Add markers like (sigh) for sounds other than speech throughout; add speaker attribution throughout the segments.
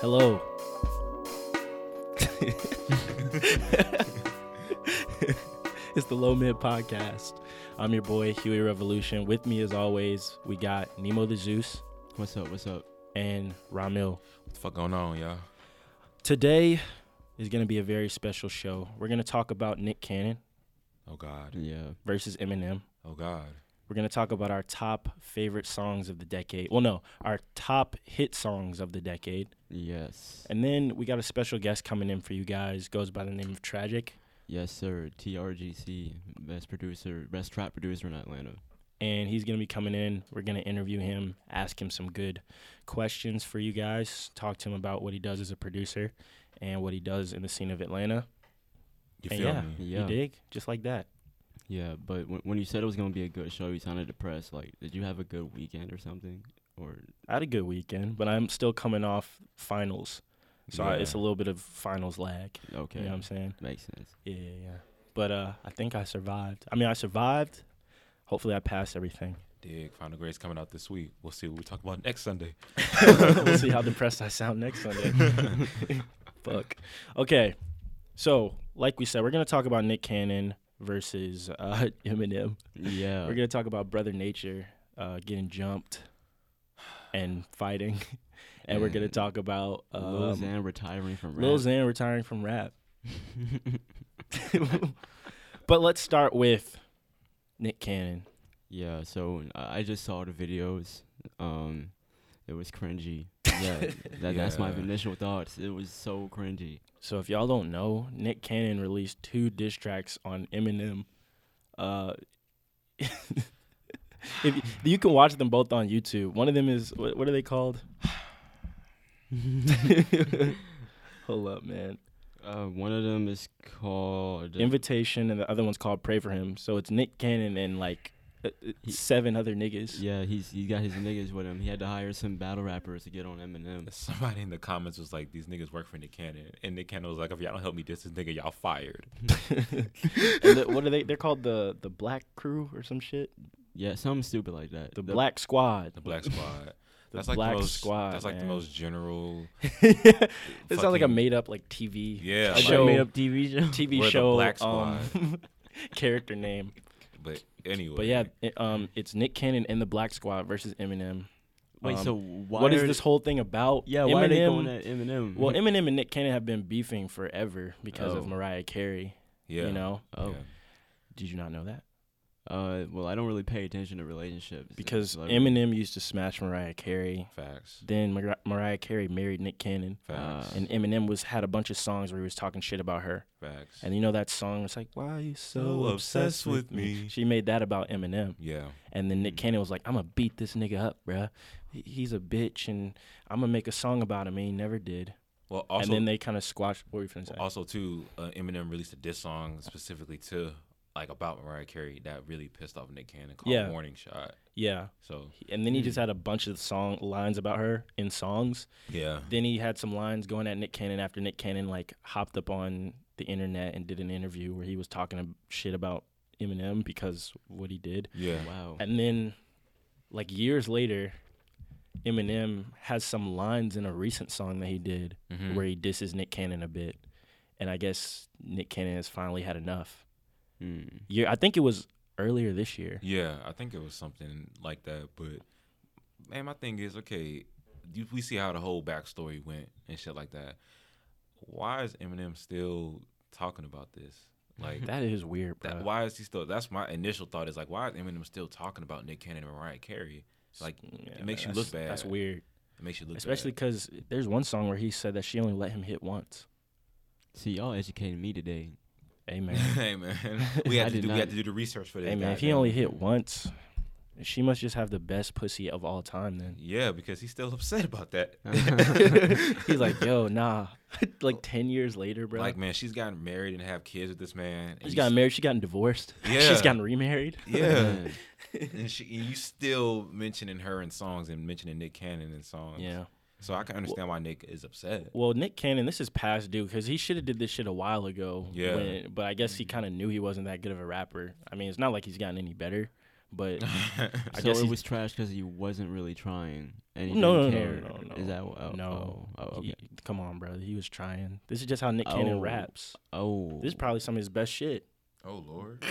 Speaker 1: Hello. (laughs) it's the Low Mid Podcast. I'm your boy, Huey Revolution. With me, as always, we got Nemo the Zeus
Speaker 2: What's up? What's up?
Speaker 1: and Ramil.
Speaker 3: What the fuck going on, y'all?
Speaker 1: Today is going to be a very special show. We're going to talk about Nick Cannon
Speaker 3: Oh God.
Speaker 2: Yeah.
Speaker 1: versus Eminem.
Speaker 3: Oh God.
Speaker 1: We're going to talk about our top favorite songs of the decade. Well, no, our top hit songs of the decade.
Speaker 2: Yes.
Speaker 1: And then we got a special guest coming in for you guys, goes by the name of Tragic.
Speaker 2: Yes, sir. TRGC, best producer, best trap producer in Atlanta.
Speaker 1: and he's going to be coming in. We're going to interview him, ask him some good questions for you guys, talk to him about what he does as a producer and what he does in the scene of Atlanta.
Speaker 3: You
Speaker 1: And
Speaker 3: feel
Speaker 1: yeah,
Speaker 3: me?
Speaker 2: Yeah.
Speaker 1: Mm-hmm. You dig? Just like that.
Speaker 2: Yeah, but when, when you said it was gonna be a good show, you sounded depressed. Like, did you have a good weekend or something? Or
Speaker 1: I had a good weekend, but I'm still coming off finals. So I,
Speaker 3: Yeah.
Speaker 1: it's a little bit of finals lag.
Speaker 2: okay,
Speaker 1: You know what I'm saying?
Speaker 2: makes sense.
Speaker 1: Yeah, yeah, yeah. But uh, I think I survived. I mean, I survived. Hopefully, I passed everything.
Speaker 3: Dig. Final Grade's coming out this week. We'll see what we talk about next Sunday. (laughs)
Speaker 1: we'll
Speaker 2: (laughs)
Speaker 1: see how depressed I sound next Sunday. (laughs) Fuck. Okay. So, like we said, we're gonna talk about Nick Cannon versus uh, (laughs) Eminem. (laughs)
Speaker 2: Yeah.
Speaker 1: We're gonna talk about Brother Nature uh, getting jumped and fighting, and we're gonna
Speaker 2: And
Speaker 1: talk about
Speaker 2: Lil
Speaker 1: um,
Speaker 2: Xan retiring from
Speaker 1: Lil
Speaker 2: rap.
Speaker 1: Xan retiring from rap. but let's start with Nick Cannon.
Speaker 2: (laughs) Yeah. So uh, I I just saw the videos. Um, it
Speaker 1: (laughs)
Speaker 2: was cringy. Yeah, that, that's my
Speaker 3: Yeah.
Speaker 2: initial thoughts. It was so cringy.
Speaker 1: So if y'all don't know, Nick Cannon released two diss tracks on Eminem. Uh, (laughs) if you, you can watch them both on YouTube. One of them is what, what are they called? (laughs) Hold up, man.
Speaker 2: Uh, one of them is called
Speaker 1: Invitation, and the other one's called Pray for Him. So it's Nick Cannon and like uh, uh,
Speaker 2: He-
Speaker 1: seven other niggas.
Speaker 2: Yeah, he's he got his niggas with him. He had to hire some battle rappers to get on Eminem.
Speaker 3: Somebody in the comments was like, "These niggas work for Nick Cannon," and Nick Cannon was like, "If y'all don't help me diss this nigga, y'all fired."
Speaker 1: (laughs) And the- what are they? They're called the the Black Crew or some shit.
Speaker 2: Yeah, something stupid like that.
Speaker 1: The, Black Squad.
Speaker 3: The Black Squad.
Speaker 1: The Black
Speaker 3: most,
Speaker 1: Squad,
Speaker 3: That's like
Speaker 1: man.
Speaker 3: the most general.
Speaker 1: (laughs) it sounds like a
Speaker 3: fucking-
Speaker 1: made up like TV
Speaker 3: Yeah.
Speaker 1: A
Speaker 3: like-
Speaker 1: show.
Speaker 2: made up TV show.
Speaker 1: TV
Speaker 3: We're the
Speaker 1: show
Speaker 3: Black
Speaker 1: um, (laughs) character name.
Speaker 3: But anyway.
Speaker 1: But yeah, it, um, it's Nick Cannon and the Black Squad versus Eminem.
Speaker 2: (laughs) Wait,
Speaker 1: Um,
Speaker 2: so why
Speaker 1: what is
Speaker 2: are-
Speaker 1: this whole thing about?
Speaker 2: Yeah, why are they going at Eminem?
Speaker 1: well, Eminem and Nick Cannon have been beefing forever because of
Speaker 2: Oh.
Speaker 1: Mariah Carey.
Speaker 3: Yeah.
Speaker 1: You know,
Speaker 2: oh,
Speaker 3: Yeah.
Speaker 1: did you not know that?
Speaker 2: uh, well, I don't really pay attention to relationships
Speaker 1: Because
Speaker 2: like-
Speaker 1: Eminem used to smash Mariah Carey.
Speaker 3: Facts.
Speaker 1: Then Mar- Mariah Carey married Nick Cannon,
Speaker 3: Facts.
Speaker 1: and Eminem was had a bunch of songs where he was talking shit about her.
Speaker 3: Facts.
Speaker 1: And you know that song was like, "Why are you so
Speaker 3: So
Speaker 1: obsessed
Speaker 3: obsessed with
Speaker 1: with me?"
Speaker 3: me.
Speaker 1: She made that about Eminem.
Speaker 3: yeah.
Speaker 1: And then Nick Cannon was like, I'm going to beat this nigga up, bruh. He- He's a bitch, and I'm going to make a song about him. And he never did.
Speaker 3: Well, also,
Speaker 1: and then they kind of squashed what were you finna say?
Speaker 3: also too, uh, Eminem released a diss song specifically to like about Mariah Carey that really pissed off Nick Cannon called
Speaker 1: Yeah.
Speaker 3: "Warning Shot."
Speaker 1: yeah.
Speaker 3: So
Speaker 1: He- And then he just had a bunch of song lines about her in songs.
Speaker 3: yeah.
Speaker 1: Then he had some lines going at Nick Cannon after Nick Cannon, like, hopped up on the internet and did an interview where he was talking ab- shit about Eminem because what he did.
Speaker 3: Yeah.
Speaker 2: wow,
Speaker 1: And then, like, years later, Eminem has some lines in a recent song that he did
Speaker 3: Mhm.
Speaker 1: where he disses Nick Cannon a bit, and I guess Nick Cannon has finally had enough.
Speaker 2: Mm.
Speaker 1: Yeah, I think it was earlier this year.
Speaker 3: Yeah, I think it was something like that. But man, my thing is, okay, you, we see how the whole backstory went and shit like that. Why is Eminem still talking about this? Like,
Speaker 1: That is weird, bro.
Speaker 3: Mm-hmm. that, why is he still? That's my initial thought. Is like, why is Eminem still talking about Nick Cannon and Mariah Carey? Like, it makes you look
Speaker 1: that's-
Speaker 3: bad.
Speaker 1: That's weird,
Speaker 3: It makes you look
Speaker 1: especially
Speaker 3: bad.
Speaker 1: because there's one song where he said that she only let him hit once.
Speaker 2: See, y'all educated
Speaker 1: (laughs)
Speaker 2: me today. (laughs)
Speaker 1: Amen.
Speaker 3: (laughs)
Speaker 1: (laughs)
Speaker 3: hey man, we
Speaker 2: I
Speaker 3: have to
Speaker 2: did
Speaker 3: do we
Speaker 2: not-
Speaker 3: have to do the research for this.
Speaker 1: Hey man, if he
Speaker 3: goddamn.
Speaker 1: only hit once, she must just have the best pussy of all time.
Speaker 3: (laughs)
Speaker 1: Then
Speaker 3: yeah, because he's still upset
Speaker 1: (laughs)
Speaker 3: about that.
Speaker 1: Uh-huh. he's like, "Yo, nah." (laughs) like ten years later, bro.
Speaker 3: (laughs) Like man, she's gotten married and have kids with this man. and
Speaker 1: she's
Speaker 3: you
Speaker 1: gotten married. She's gotten divorced. (laughs)
Speaker 3: Yeah.
Speaker 1: she's gotten remarried.
Speaker 3: (laughs) Yeah.
Speaker 1: (laughs)
Speaker 3: and she, and you still mentioning her in songs and mentioning Nick Cannon in songs.
Speaker 1: Yeah.
Speaker 3: So I can understand why Nick is upset.
Speaker 1: Well, Nick Cannon, this is past due because he should have did this shit a while ago.
Speaker 3: Yeah.
Speaker 1: when- but I guess
Speaker 2: Mm-hmm.
Speaker 1: he kind of knew he wasn't that good of a rapper. I mean, it's not like he's gotten any better, but
Speaker 3: (laughs)
Speaker 1: I
Speaker 2: so
Speaker 1: guess
Speaker 2: it
Speaker 1: he's-
Speaker 2: was trash because he wasn't really trying. And he
Speaker 1: no, no,
Speaker 2: didn't
Speaker 1: no,
Speaker 2: care.
Speaker 1: no, no,
Speaker 2: Is that what? (laughs) Oh,
Speaker 1: no.
Speaker 2: Oh, oh,
Speaker 1: he-
Speaker 2: okay.
Speaker 1: come on, bro. He was trying. This is just how Nick Cannon
Speaker 2: Oh.
Speaker 1: raps.
Speaker 2: Oh.
Speaker 1: This is probably some of his best shit.
Speaker 3: oh Lord.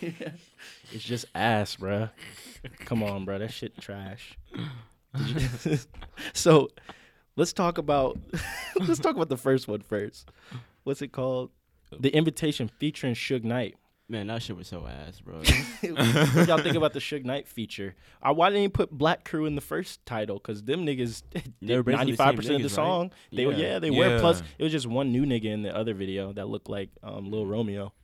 Speaker 1: It's just ass, bruh. Come on, bro. That shit trash. (laughs) Did you- so let's talk about (laughs) let's talk about the first one first. What's it called?
Speaker 2: Oh.
Speaker 1: The invitation featuring Suge Knight.
Speaker 2: man, that shit was so
Speaker 1: (laughs)
Speaker 2: ass, bro.
Speaker 1: what y'all think about the Suge Knight feature? Uh, why didn't he put Black Crew in the first title? Because them niggas (laughs)
Speaker 2: They
Speaker 1: did
Speaker 2: were basically
Speaker 1: ninety
Speaker 2: the same
Speaker 1: five percent of
Speaker 2: niggas,
Speaker 1: the
Speaker 2: right?
Speaker 1: song. They were
Speaker 2: Yeah.
Speaker 1: yeah, they were. Plus,
Speaker 3: Yeah.
Speaker 1: it was just one new nigga in the other video that looked like um, Lil Romeo.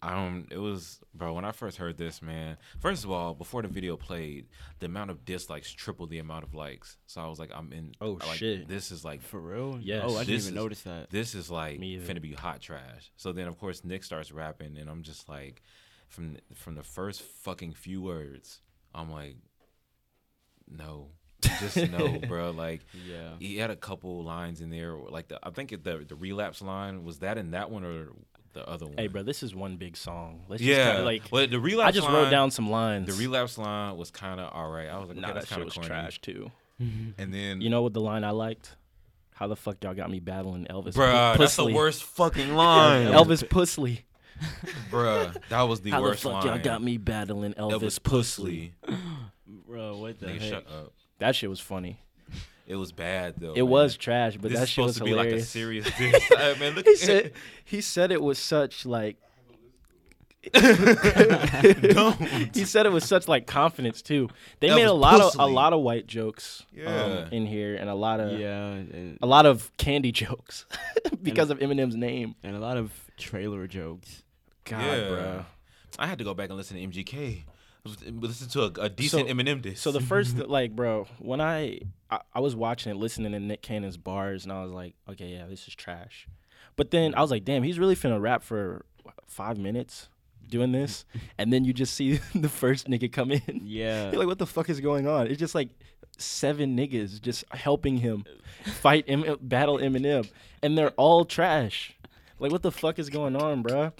Speaker 3: I don't. It was, bro. When I first heard this, man. First of all, before the video played, the amount of dislikes tripled the amount of likes. So I was like, I'm in.
Speaker 1: Oh,
Speaker 3: like,
Speaker 1: shit.
Speaker 3: This is like,
Speaker 2: For real?
Speaker 1: Yes.
Speaker 2: Oh, I didn't
Speaker 3: This
Speaker 2: even
Speaker 3: is-
Speaker 2: notice that.
Speaker 3: this is like
Speaker 1: Me either.
Speaker 3: finna be hot trash. So then, of course, Nick starts rapping, and I'm just like, from from the first fucking few words, I'm like, no, just no,
Speaker 1: (laughs)
Speaker 3: bro. Like,
Speaker 2: Yeah.
Speaker 3: he had a couple lines in there, like the I think it- the the relapse line was that in that one or the other one.
Speaker 1: Hey, bro, this is one big song. Let's just
Speaker 3: Yeah,
Speaker 1: kinda, like
Speaker 3: well, the relapse.
Speaker 1: I just
Speaker 3: line-
Speaker 1: wrote down some lines.
Speaker 3: The relapse line was kind of all right. I was like, okay,
Speaker 1: nah, that
Speaker 3: that's
Speaker 1: shit
Speaker 3: kind of
Speaker 1: was
Speaker 3: corny.
Speaker 1: trash too.
Speaker 3: And then,
Speaker 1: You know what the line I liked? How the fuck y'all got me battling Elvis?
Speaker 3: bruh,
Speaker 1: Pu-
Speaker 3: that's the
Speaker 1: Pusley.
Speaker 3: worst
Speaker 1: (laughs)
Speaker 3: fucking line.
Speaker 1: Elvis Pusley.
Speaker 3: bruh, that was (laughs) the
Speaker 1: How the
Speaker 3: worst
Speaker 1: fuck
Speaker 3: line.
Speaker 1: y'all got me battling Elvis,
Speaker 3: Elvis
Speaker 1: Pusley?
Speaker 3: Pusley.
Speaker 2: Bro, what the
Speaker 3: Nigga,
Speaker 2: heck?
Speaker 3: shut up.
Speaker 1: That shit was funny.
Speaker 3: It was bad though.
Speaker 1: It
Speaker 3: man.
Speaker 1: was trash, but
Speaker 3: Oh, This is
Speaker 1: that shit
Speaker 3: supposed
Speaker 1: was
Speaker 3: to be
Speaker 1: hilarious.
Speaker 3: like a serious
Speaker 1: (laughs)
Speaker 3: (laughs) diss. Hey, man, look
Speaker 1: he
Speaker 3: at
Speaker 1: said he said it was such like
Speaker 3: (laughs)
Speaker 1: he said it was such like confidence too. They
Speaker 3: That
Speaker 1: made
Speaker 3: was
Speaker 1: a lot of a
Speaker 3: pussy.
Speaker 1: lot of white jokes um,
Speaker 3: Yeah.
Speaker 1: in here and a lot of
Speaker 2: Yeah. And,
Speaker 1: a lot of candy (laughs) jokes because of Eminem's name.
Speaker 2: and a lot of trailer jokes.
Speaker 1: God,
Speaker 3: Yeah.
Speaker 1: bro.
Speaker 3: I had to go back and listen to MGK. Listen to a, a decent
Speaker 1: So-
Speaker 3: Eminem diss.
Speaker 1: So the first
Speaker 2: Mm-hmm.
Speaker 1: like, bro, when I, I I was watching it, listening to Nick Cannon's bars, and I was like, okay, yeah, this is trash. But then I was like, damn, he's really finna rap for what, five minutes doing
Speaker 2: (laughs)
Speaker 1: this, and then you just see (laughs) the first nigga come in.
Speaker 2: Yeah.
Speaker 1: You're (laughs) like, what the fuck is going on? It's just like seven niggas just helping him fight M- battle Eminem, and they're all trash. Like, what the fuck is going on, bro?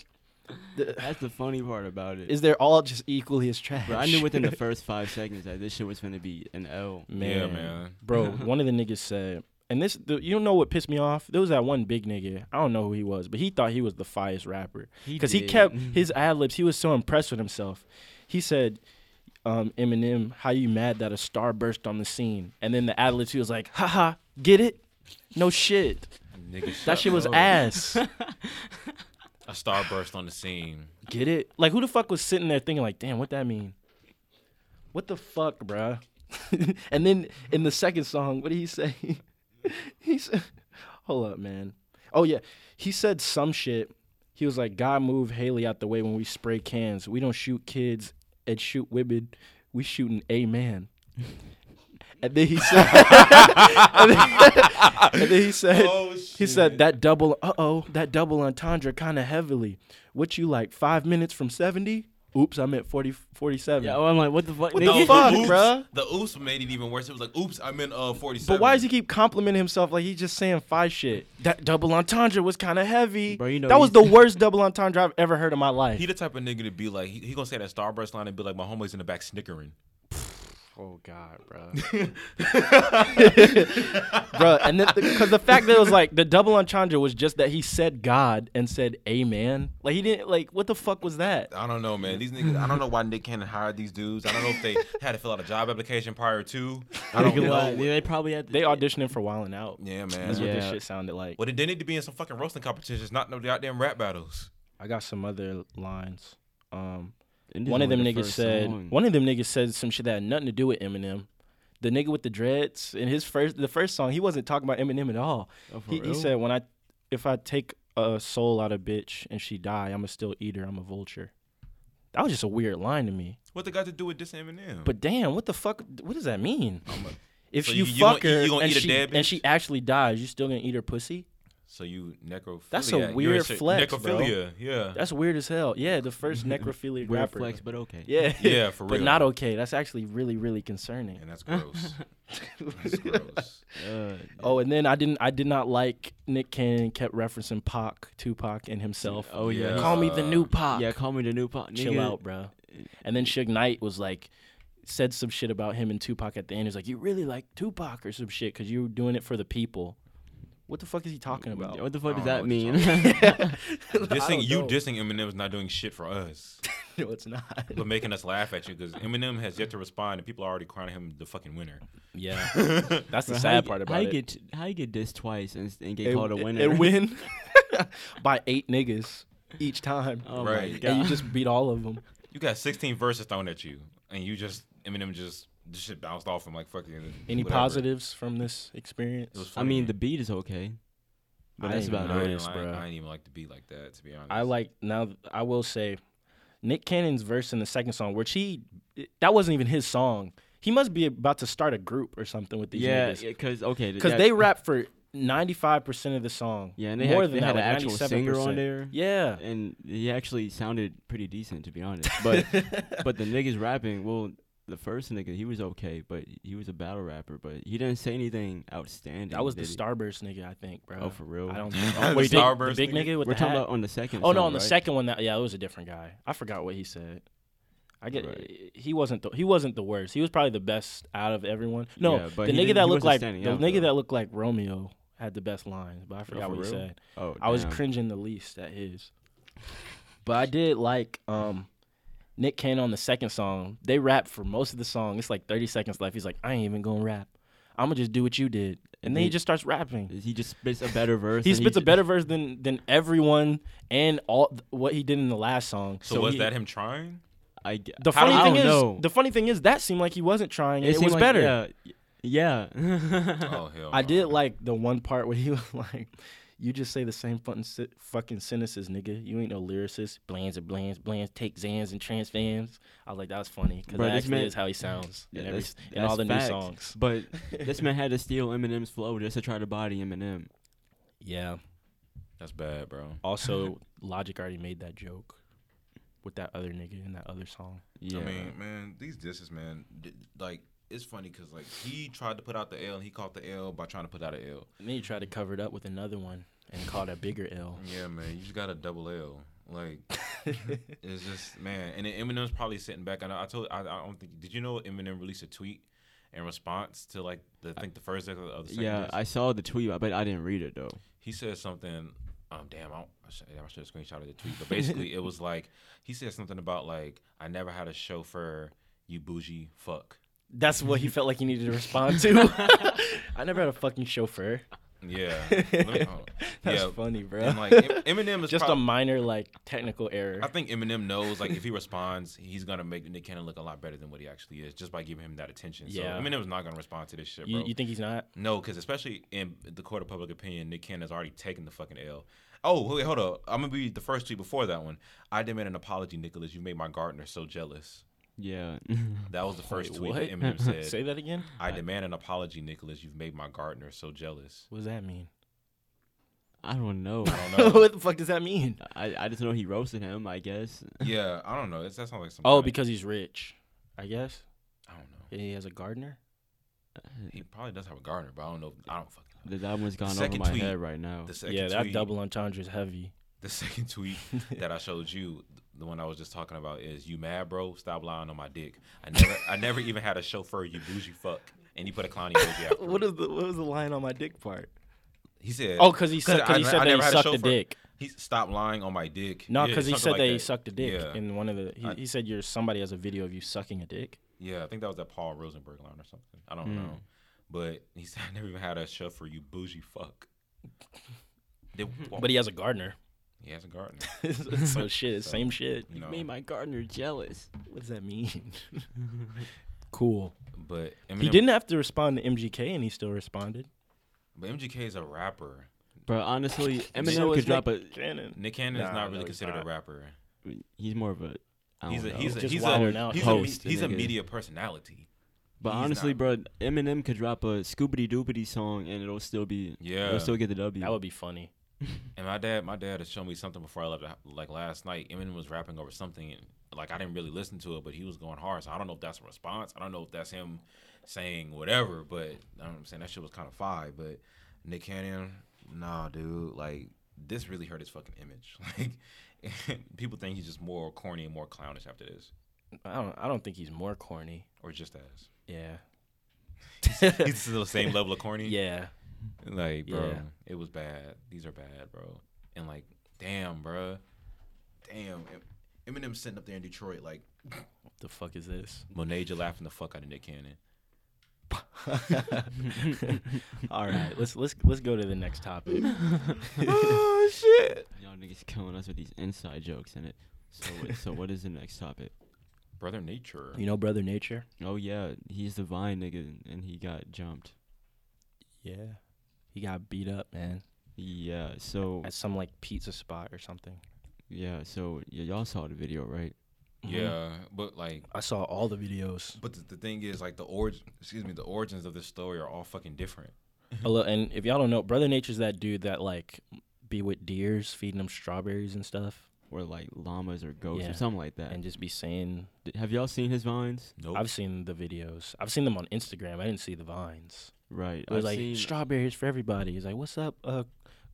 Speaker 2: That's the funny part about it.
Speaker 1: Is they're all just equally as trash?
Speaker 2: Bro, I
Speaker 1: (laughs)
Speaker 2: knew within the first five seconds that this shit was gonna be an L.
Speaker 1: man,
Speaker 3: Yeah, man.
Speaker 2: (laughs)
Speaker 1: bro. One of the niggas said, and this, the, you don't know what pissed me off. There was that one big nigga. I don't know who he was, but he thought he was the fiest rapper
Speaker 2: He
Speaker 1: because he,
Speaker 2: did. (laughs)
Speaker 1: kept his ad libs. He was so impressed with himself. He said, um, "Eminem, how you mad that a star burst on the scene?" And then the ad libs, he was like, "Haha, get it? No shit.
Speaker 3: Nigga, shut
Speaker 1: That shit was
Speaker 2: (laughs)
Speaker 3: up.
Speaker 1: ass.
Speaker 3: A star burst on the scene.
Speaker 1: get it? Like who the fuck was sitting there thinking like, damn, what that mean? What the fuck, bruh? (laughs) and then in the second song, what did he say? (laughs) he said, hold up, man. Oh yeah, he said some shit. He was like, God move Haley out the way when we spray cans. We don't shoot kids and shoot women. We shooting a man. (laughs) And then he said, (laughs) and, then, and then he said, he said that double, uh oh, that double entendre kind of heavily. What you like? Five minutes from seventy? Oops, I'm at 40, 47.
Speaker 2: Yeah, oh, I'm like, what the fuck? What
Speaker 1: the fuck,
Speaker 2: (laughs)
Speaker 3: oops,
Speaker 1: bruh?
Speaker 3: The oops made it even worse. It was like, oops, I'm in uh 47.
Speaker 1: But why does he keep complimenting himself like he's just saying five shit? That double entendre was kind of heavy.
Speaker 2: Bro, you know
Speaker 1: that was the
Speaker 2: he's-
Speaker 1: worst double entendre I've ever heard in my life.
Speaker 3: He the type of nigga to be like, he, he gonna say that starburst line and be like, my homeboy's in the back snickering.
Speaker 1: Oh God, (laughs) bro. bro, and then because the fact that it was like the double entendre was just that he said God and said Amen. Like he didn't like what the fuck was that?
Speaker 3: I don't know, man. These niggas, I don't know why Nick Cannon hired these dudes. I don't know if (laughs) they had to fill out a job application prior to. I don't
Speaker 2: They,
Speaker 3: know.
Speaker 2: they probably had. To,
Speaker 1: They auditioning for Wildin' Out.
Speaker 3: Yeah,
Speaker 1: That's
Speaker 3: man.
Speaker 1: what this
Speaker 2: Yeah.
Speaker 1: shit sounded like.
Speaker 3: Well, then they need to be in some fucking roasting competitions, not no goddamn rap battles.
Speaker 1: I got some other lines. Um,
Speaker 2: And this
Speaker 1: one
Speaker 2: is
Speaker 1: of them
Speaker 2: the
Speaker 1: niggas
Speaker 2: first
Speaker 1: said
Speaker 2: song.
Speaker 1: one of them niggas said some shit that had nothing to do with Eminem. The nigga with the dreads in his first the first song, he wasn't talking about Eminem at all.
Speaker 2: Oh, for
Speaker 1: he, he
Speaker 2: real?
Speaker 1: said when I if I take a soul out of bitch and she die, I'ma still eat her. I'm a vulture. That was just a weird line to me.
Speaker 3: What they got to do with this Eminem?
Speaker 1: But damn, what the fuck? What does that mean? If
Speaker 3: So
Speaker 1: you,
Speaker 3: you- you
Speaker 1: fuck
Speaker 3: gonna eat-
Speaker 1: her
Speaker 3: you gonna
Speaker 1: and,
Speaker 3: eat a
Speaker 1: she,
Speaker 3: dead
Speaker 1: and
Speaker 3: bitch?
Speaker 1: she actually dies, you still gonna eat her pussy?
Speaker 3: so you necrophiliac.
Speaker 1: That's a
Speaker 3: You're
Speaker 1: weird
Speaker 3: se-
Speaker 1: flex, bro.
Speaker 3: Necrophilia. Yeah.
Speaker 1: That's weird as hell. Yeah, the first necrophiliac
Speaker 2: Weird
Speaker 1: rapper.
Speaker 2: flex, but okay.
Speaker 1: Yeah,
Speaker 3: (laughs)
Speaker 1: (laughs)
Speaker 3: Yeah, for
Speaker 1: but
Speaker 3: real.
Speaker 1: not okay. That's actually really, really concerning.
Speaker 3: and
Speaker 1: (laughs)
Speaker 3: that's gross. that's gross.
Speaker 2: Uh,
Speaker 1: Oh, and then I didn't, I did not like Nick Cannon kept referencing Pac, Tupac, and himself.
Speaker 2: oh yeah.
Speaker 3: Yeah.
Speaker 1: Call me the new Pac.
Speaker 2: Yeah, call me the new pop.
Speaker 1: chill
Speaker 2: nigga.
Speaker 1: out, bro. And then Suge Knight was like, said some shit about him and Tupac at the end. He was like, you really like Tupac or some shit because you were doing it for the people. What the fuck is he talking about?
Speaker 2: (laughs) What the fuck
Speaker 3: I
Speaker 2: does that
Speaker 3: don't know
Speaker 2: mean? (laughs)
Speaker 3: Dissing you
Speaker 1: know.
Speaker 3: dissing Eminem is not doing shit for us,
Speaker 1: no, it's not.
Speaker 3: but making us laugh at you because Eminem has yet to respond, and people are already crowning him the fucking winner.
Speaker 1: Yeah, (laughs) that's the
Speaker 2: Bro, how you
Speaker 1: sad
Speaker 2: get-
Speaker 1: part about
Speaker 2: how
Speaker 1: it.
Speaker 2: You get, how you get dissed twice and, and get
Speaker 1: And-
Speaker 2: called a winner?
Speaker 1: (laughs) and win by eight niggas each time.
Speaker 2: (laughs) Oh
Speaker 3: Right.
Speaker 2: my
Speaker 3: And
Speaker 2: god.
Speaker 1: And you just beat all of
Speaker 2: (laughs)
Speaker 1: them.
Speaker 3: (laughs) You got 16 verses thrown at you, and you just Eminem just this shit bounced off him like fucking.
Speaker 1: Any
Speaker 3: whatever.
Speaker 1: positives from this experience?
Speaker 3: It was
Speaker 2: I
Speaker 3: funny.
Speaker 2: mean, the beat is okay, but
Speaker 1: I
Speaker 2: that's
Speaker 1: ain't even
Speaker 2: about
Speaker 3: I
Speaker 2: it.
Speaker 1: know.
Speaker 3: didn't,
Speaker 1: honest,
Speaker 3: like,
Speaker 1: bruh.
Speaker 3: I didn't even like the beat like that, to be honest.
Speaker 1: I like now. th- I will say, Nick Cannon's verse in the second song, which he that wasn't even his song. He must be about to start a group or something with these
Speaker 2: Yeah,
Speaker 1: niggas
Speaker 2: because okay, th-
Speaker 1: because
Speaker 2: yeah,
Speaker 1: they rap for ninety five percent of the song.
Speaker 2: Yeah, and they
Speaker 1: more
Speaker 2: had-
Speaker 1: than
Speaker 2: they
Speaker 1: that,
Speaker 2: had
Speaker 1: like
Speaker 2: an actual singer on
Speaker 1: 97%.
Speaker 2: there.
Speaker 1: Yeah,
Speaker 2: and he actually sounded pretty decent to
Speaker 1: (laughs)
Speaker 2: be honest. But but the niggas rapping, well, the first nigga he was okay, but he was a battle rapper, but he didn't say anything outstanding.
Speaker 1: that was the
Speaker 2: did he?
Speaker 1: Starburst nigga, I think, bro.
Speaker 2: Oh, for real?
Speaker 1: I
Speaker 2: (laughs)
Speaker 1: don't.
Speaker 3: The
Speaker 1: Think, wait, big, (laughs)
Speaker 3: Starburst
Speaker 1: the big
Speaker 3: nigga?
Speaker 1: nigga with
Speaker 2: We're
Speaker 1: the
Speaker 2: talking
Speaker 1: hat?
Speaker 2: about on the second.
Speaker 1: Oh
Speaker 2: song,
Speaker 1: no, on the
Speaker 2: right?
Speaker 1: second one, that yeah, it was a different guy. I forgot what he said. I get
Speaker 2: Right.
Speaker 1: he wasn't the, he wasn't the worst. He was probably the best out of everyone. No,
Speaker 2: Yeah, but
Speaker 1: the
Speaker 2: he
Speaker 1: nigga
Speaker 2: didn't-
Speaker 1: that
Speaker 2: he
Speaker 1: looked
Speaker 2: wasn't
Speaker 1: like the
Speaker 2: standing out,
Speaker 1: nigga
Speaker 2: though.
Speaker 1: that looked like Romeo had the best lines, but I forgot
Speaker 2: for
Speaker 1: what he
Speaker 2: real?
Speaker 1: said.
Speaker 2: Oh,
Speaker 1: I was
Speaker 2: damn.
Speaker 1: cringing the least at his. But I did like um, Nick Cannon on the second song. They rap for most of the song. It's like 30 seconds left. He's like, I ain't even gonna rap. I'm gonna just do what you did, and then he
Speaker 2: he-
Speaker 1: just starts rapping.
Speaker 2: He just spits a better verse.
Speaker 1: He
Speaker 2: and
Speaker 1: spits a
Speaker 2: ju-
Speaker 1: better verse than than everyone and all what he did in the last song.
Speaker 3: So, was
Speaker 1: he-
Speaker 3: that him (laughs) trying?
Speaker 2: (laughs) I, g-
Speaker 1: The
Speaker 2: I
Speaker 1: funny
Speaker 2: don't
Speaker 1: thing is,
Speaker 2: know.
Speaker 1: the funny thing is that seemed like he wasn't trying. and It,
Speaker 2: seemed
Speaker 1: was
Speaker 2: like-
Speaker 1: better.
Speaker 2: Yeah.
Speaker 1: (laughs)
Speaker 2: yeah.
Speaker 3: Oh hell,
Speaker 1: I
Speaker 3: no.
Speaker 1: did like the one part where he (laughs) was like, "You just say the same fucking sen- fucking sentences, nigga. You ain't no lyricist. Blans and blans, blans take Zans and trans fans." I was like, "That was funny because
Speaker 2: Bro,
Speaker 1: that
Speaker 2: this
Speaker 1: actually
Speaker 2: man-
Speaker 1: is how he sounds
Speaker 2: Yeah,
Speaker 1: in, every,
Speaker 2: that's-
Speaker 1: in all
Speaker 2: that's
Speaker 1: the
Speaker 2: facts.
Speaker 1: new songs."
Speaker 2: But this man had to steal Eminem's flow just to try to body Eminem.
Speaker 1: Yeah.
Speaker 3: That's bad, bro.
Speaker 2: (laughs)
Speaker 1: Also, Logic already made that joke with that other nigga in that other song.
Speaker 2: Yeah.
Speaker 3: I mean, man, these disses, man, d- like it's funny because like he tried to put out the L and he caught the L by trying to put out an L.
Speaker 1: And then he tried to cover it up with another one and called a bigger L.
Speaker 3: Yeah, man, you just got a double L. (laughs) Like it's just man, and then Eminem's probably sitting back. And I told, I, I don't think. Did you know Eminem released a tweet in response to like the I think the first of the of the second
Speaker 2: yeah,
Speaker 3: disc?
Speaker 2: I saw the tweet, but I didn't read it though.
Speaker 3: he said something. Um, damn, I, I should I should have screenshotted the tweet, but basically
Speaker 1: (laughs)
Speaker 3: it was like he said something about like I never had a chauffeur. You bougie fuck.
Speaker 1: That's what he felt like he needed to respond (laughs) to. I never had a fucking chauffeur.
Speaker 3: Yeah, Let me- hold on.
Speaker 1: (laughs) That's
Speaker 3: yeah.
Speaker 1: funny, bro.
Speaker 3: And like Em- Eminem
Speaker 1: (laughs)
Speaker 3: is
Speaker 1: just a
Speaker 3: prob-
Speaker 1: minor like technical error.
Speaker 3: I think Eminem knows like if he responds, he's gonna make Nick Cannon look a lot better than what he actually is just by giving him that attention.
Speaker 1: Yeah.
Speaker 3: So Eminem's not gonna respond to this shit, bro.
Speaker 1: You, you think he's not?
Speaker 3: no, because especially in the court of public opinion, Nick Cannon's already taken the fucking L. Oh, wait, hold up. I'm gonna be the first tweet before that one. I demand an apology, Nicholas. You made my gardener so jealous.
Speaker 2: Yeah. (laughs)
Speaker 3: That was the first
Speaker 1: Wait,
Speaker 3: tweet
Speaker 1: (laughs)
Speaker 3: that Eminem said.
Speaker 1: Say that again.
Speaker 3: I demand an apology, Nicholas. You've made my gardener
Speaker 1: (laughs)
Speaker 3: so jealous.
Speaker 1: What does that mean?
Speaker 2: I don't know.
Speaker 3: I don't
Speaker 1: (laughs)
Speaker 3: know.
Speaker 1: what the fuck does that mean?
Speaker 2: I, I just know he roasted him, I guess.
Speaker 3: yeah, I don't know. It's, that sounds like some.
Speaker 1: Oh,
Speaker 3: kinda-
Speaker 1: because he's rich, I guess.
Speaker 3: I don't know.
Speaker 1: He has a gardener.
Speaker 3: He probably does have a gardener, but I don't know. I don't fucking. know.
Speaker 2: That that one's gone over
Speaker 3: second
Speaker 2: my
Speaker 3: tweet-
Speaker 2: head right now.
Speaker 3: The second
Speaker 1: Oh, yeah, that
Speaker 3: tweet-
Speaker 1: double entendre is
Speaker 3: (laughs)
Speaker 1: heavy.
Speaker 3: The second tweet
Speaker 1: (laughs)
Speaker 3: that I showed you, the one I was just talking about, is "You mad, bro? Stop lying on my dick. I never, I never even had a chauffeur. You bougie fuck." And he put a clown
Speaker 1: (laughs)
Speaker 3: emoji after. it.
Speaker 1: is the what was the line on my dick part?
Speaker 3: he said?
Speaker 1: Oh, because he said because
Speaker 3: I-
Speaker 1: he
Speaker 3: I
Speaker 1: said that
Speaker 3: never
Speaker 1: he
Speaker 3: had
Speaker 1: sucked a
Speaker 3: chauffeur."
Speaker 1: dick.
Speaker 3: He stopped lying on my dick.
Speaker 1: No,
Speaker 3: Yeah,
Speaker 1: because he
Speaker 3: something
Speaker 1: said
Speaker 3: like
Speaker 1: that he sucked a dick
Speaker 3: Yeah.
Speaker 1: in one of the. He,
Speaker 3: I-
Speaker 1: he said you're somebody has a video of you sucking a dick.
Speaker 3: yeah, I think that was that Paul Rosenberg line or something. I
Speaker 1: Hmm.
Speaker 3: don't know, but he said I never even had a chauffeur. You bougie fuck.
Speaker 1: (laughs)
Speaker 3: They-
Speaker 1: But he has a (laughs) gardener.
Speaker 3: he has a
Speaker 1: (laughs)
Speaker 3: gardener.
Speaker 1: so shit, same shit.
Speaker 3: You know,
Speaker 2: Made my gardener jealous.
Speaker 1: What does that (laughs) mean? cool.
Speaker 3: but Eminem,
Speaker 1: He didn't have to respond to MGK, and he still responded.
Speaker 3: But MGK is a rapper.
Speaker 2: Bro, honestly, Eminem
Speaker 1: So
Speaker 2: could
Speaker 1: is
Speaker 2: drop a.
Speaker 1: Nick Cannon.
Speaker 3: Nick Cannon
Speaker 4: Nah,
Speaker 3: is not
Speaker 4: no,
Speaker 3: really
Speaker 4: he's
Speaker 3: considered
Speaker 4: not.
Speaker 3: a rapper.
Speaker 2: He's more of a. I
Speaker 3: He's
Speaker 2: don't
Speaker 3: a
Speaker 2: know.
Speaker 3: he's a
Speaker 1: Just
Speaker 3: he's
Speaker 1: wilding
Speaker 3: a
Speaker 1: out.
Speaker 3: he's
Speaker 2: Host,
Speaker 3: a he's a
Speaker 2: nigga.
Speaker 3: media personality.
Speaker 2: But
Speaker 3: he's
Speaker 2: honestly,
Speaker 3: not-
Speaker 2: bro, Eminem could drop a Scooby Doobity song and it'll still be.
Speaker 3: Yeah.
Speaker 2: It'll still get the W.
Speaker 1: That would be funny.
Speaker 3: And my dad, my dad had shown me something before I left. the hou- Like last night, Eminem was rapping over something, and like I didn't really listen to it, but he was going hard. So I don't know if that's a response. I don't know if that's him saying whatever. But I don't know what I'm saying that shit was kind of fire. But Nick Cannon, nah, dude, like this really hurt his fucking image. (laughs) Like (laughs) people think he's just more corny and more clownish after this,
Speaker 1: I don't. I don't think he's more corny.
Speaker 3: or
Speaker 1: (laughs)
Speaker 3: just as
Speaker 1: Yeah.
Speaker 3: he's still the same level of corny.
Speaker 1: yeah.
Speaker 3: Like, bro,
Speaker 1: Yeah.
Speaker 3: it was bad. These are bad, bro. And like, damn, bro, damn. Em- Eminem sitting up there in Detroit, like
Speaker 1: What the fuck is this?
Speaker 3: Monaja laughing the fuck out of Nick Cannon.
Speaker 1: (laughs) All right. Let's let's let's go to the next topic.
Speaker 3: oh shit,
Speaker 2: Y'all niggas killing us with these inside jokes in it. So, what- so what is the next topic?
Speaker 3: brother nature.
Speaker 1: You know, Brother Nature.
Speaker 2: Oh yeah, he's the Vine nigga and- and he got jumped.
Speaker 1: Yeah. He got beat up, man,
Speaker 2: Yeah. So
Speaker 1: at some like pizza spot or something.
Speaker 2: yeah. So yeah, y'all saw the video, right?
Speaker 3: Yeah, but like,
Speaker 1: I saw all the videos.
Speaker 3: but the, the thing is, like, the origin, excuse me, the origins of this story are all fucking different.
Speaker 1: Oh, look, and if y'all don't know, Brother Nature's that dude that like be with deers, feeding them strawberries and stuff,
Speaker 2: Or like llamas or goats
Speaker 1: Yeah.
Speaker 2: or something like that.
Speaker 1: and just be saying.
Speaker 2: D- Have y'all seen his vines?
Speaker 3: Nope.
Speaker 1: I've seen the videos. I've seen them on Instagram. I didn't see the vines.
Speaker 2: Right.
Speaker 1: It was
Speaker 2: I've
Speaker 1: like
Speaker 2: seen-
Speaker 1: strawberries for everybody. He's like, "What's up, uh,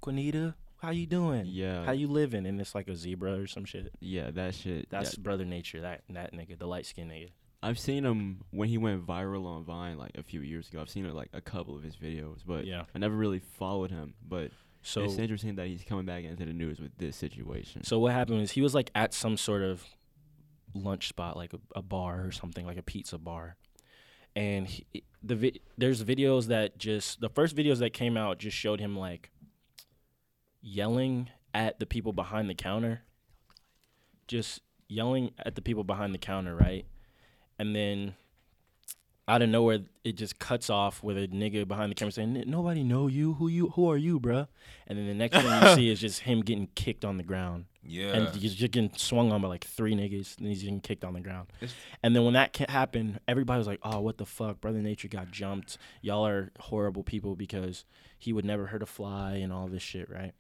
Speaker 1: Quinita? How you doing?
Speaker 2: Yeah.
Speaker 1: How you living?" And it's like a zebra or some shit.
Speaker 2: yeah, that shit. yeah.
Speaker 1: That's Brother Nature. That that nigga, the light skinned nigga.
Speaker 2: I've seen him when he went viral on Vine like a few years ago. I've seen like a couple of his videos, but
Speaker 1: Yeah.
Speaker 2: I never really followed him. But
Speaker 1: So
Speaker 2: it's interesting that he's coming back into the news with this situation.
Speaker 1: So what happened was he was like at some sort of lunch spot, like a, a bar or something, like a pizza bar, and he, the vi- there's videos that just the first videos that came out just showed him like yelling at the people behind the counter, just yelling at the people behind the counter, right? And then out of nowhere, it just cuts off with a nigga behind the camera saying, "N- "Nobody know you. Who you? Who are you, bruh?" And then the next thing you see is just him getting kicked on the ground,
Speaker 3: yeah,
Speaker 1: and he's just getting swung on by like three niggas, and he's getting kicked on the ground.
Speaker 3: It's-
Speaker 1: And then when that ca- happened, everybody was like, "Oh, what the fuck? Brother Nature got jumped. Y'all are horrible people because he would never hurt a fly and all this shit, right?"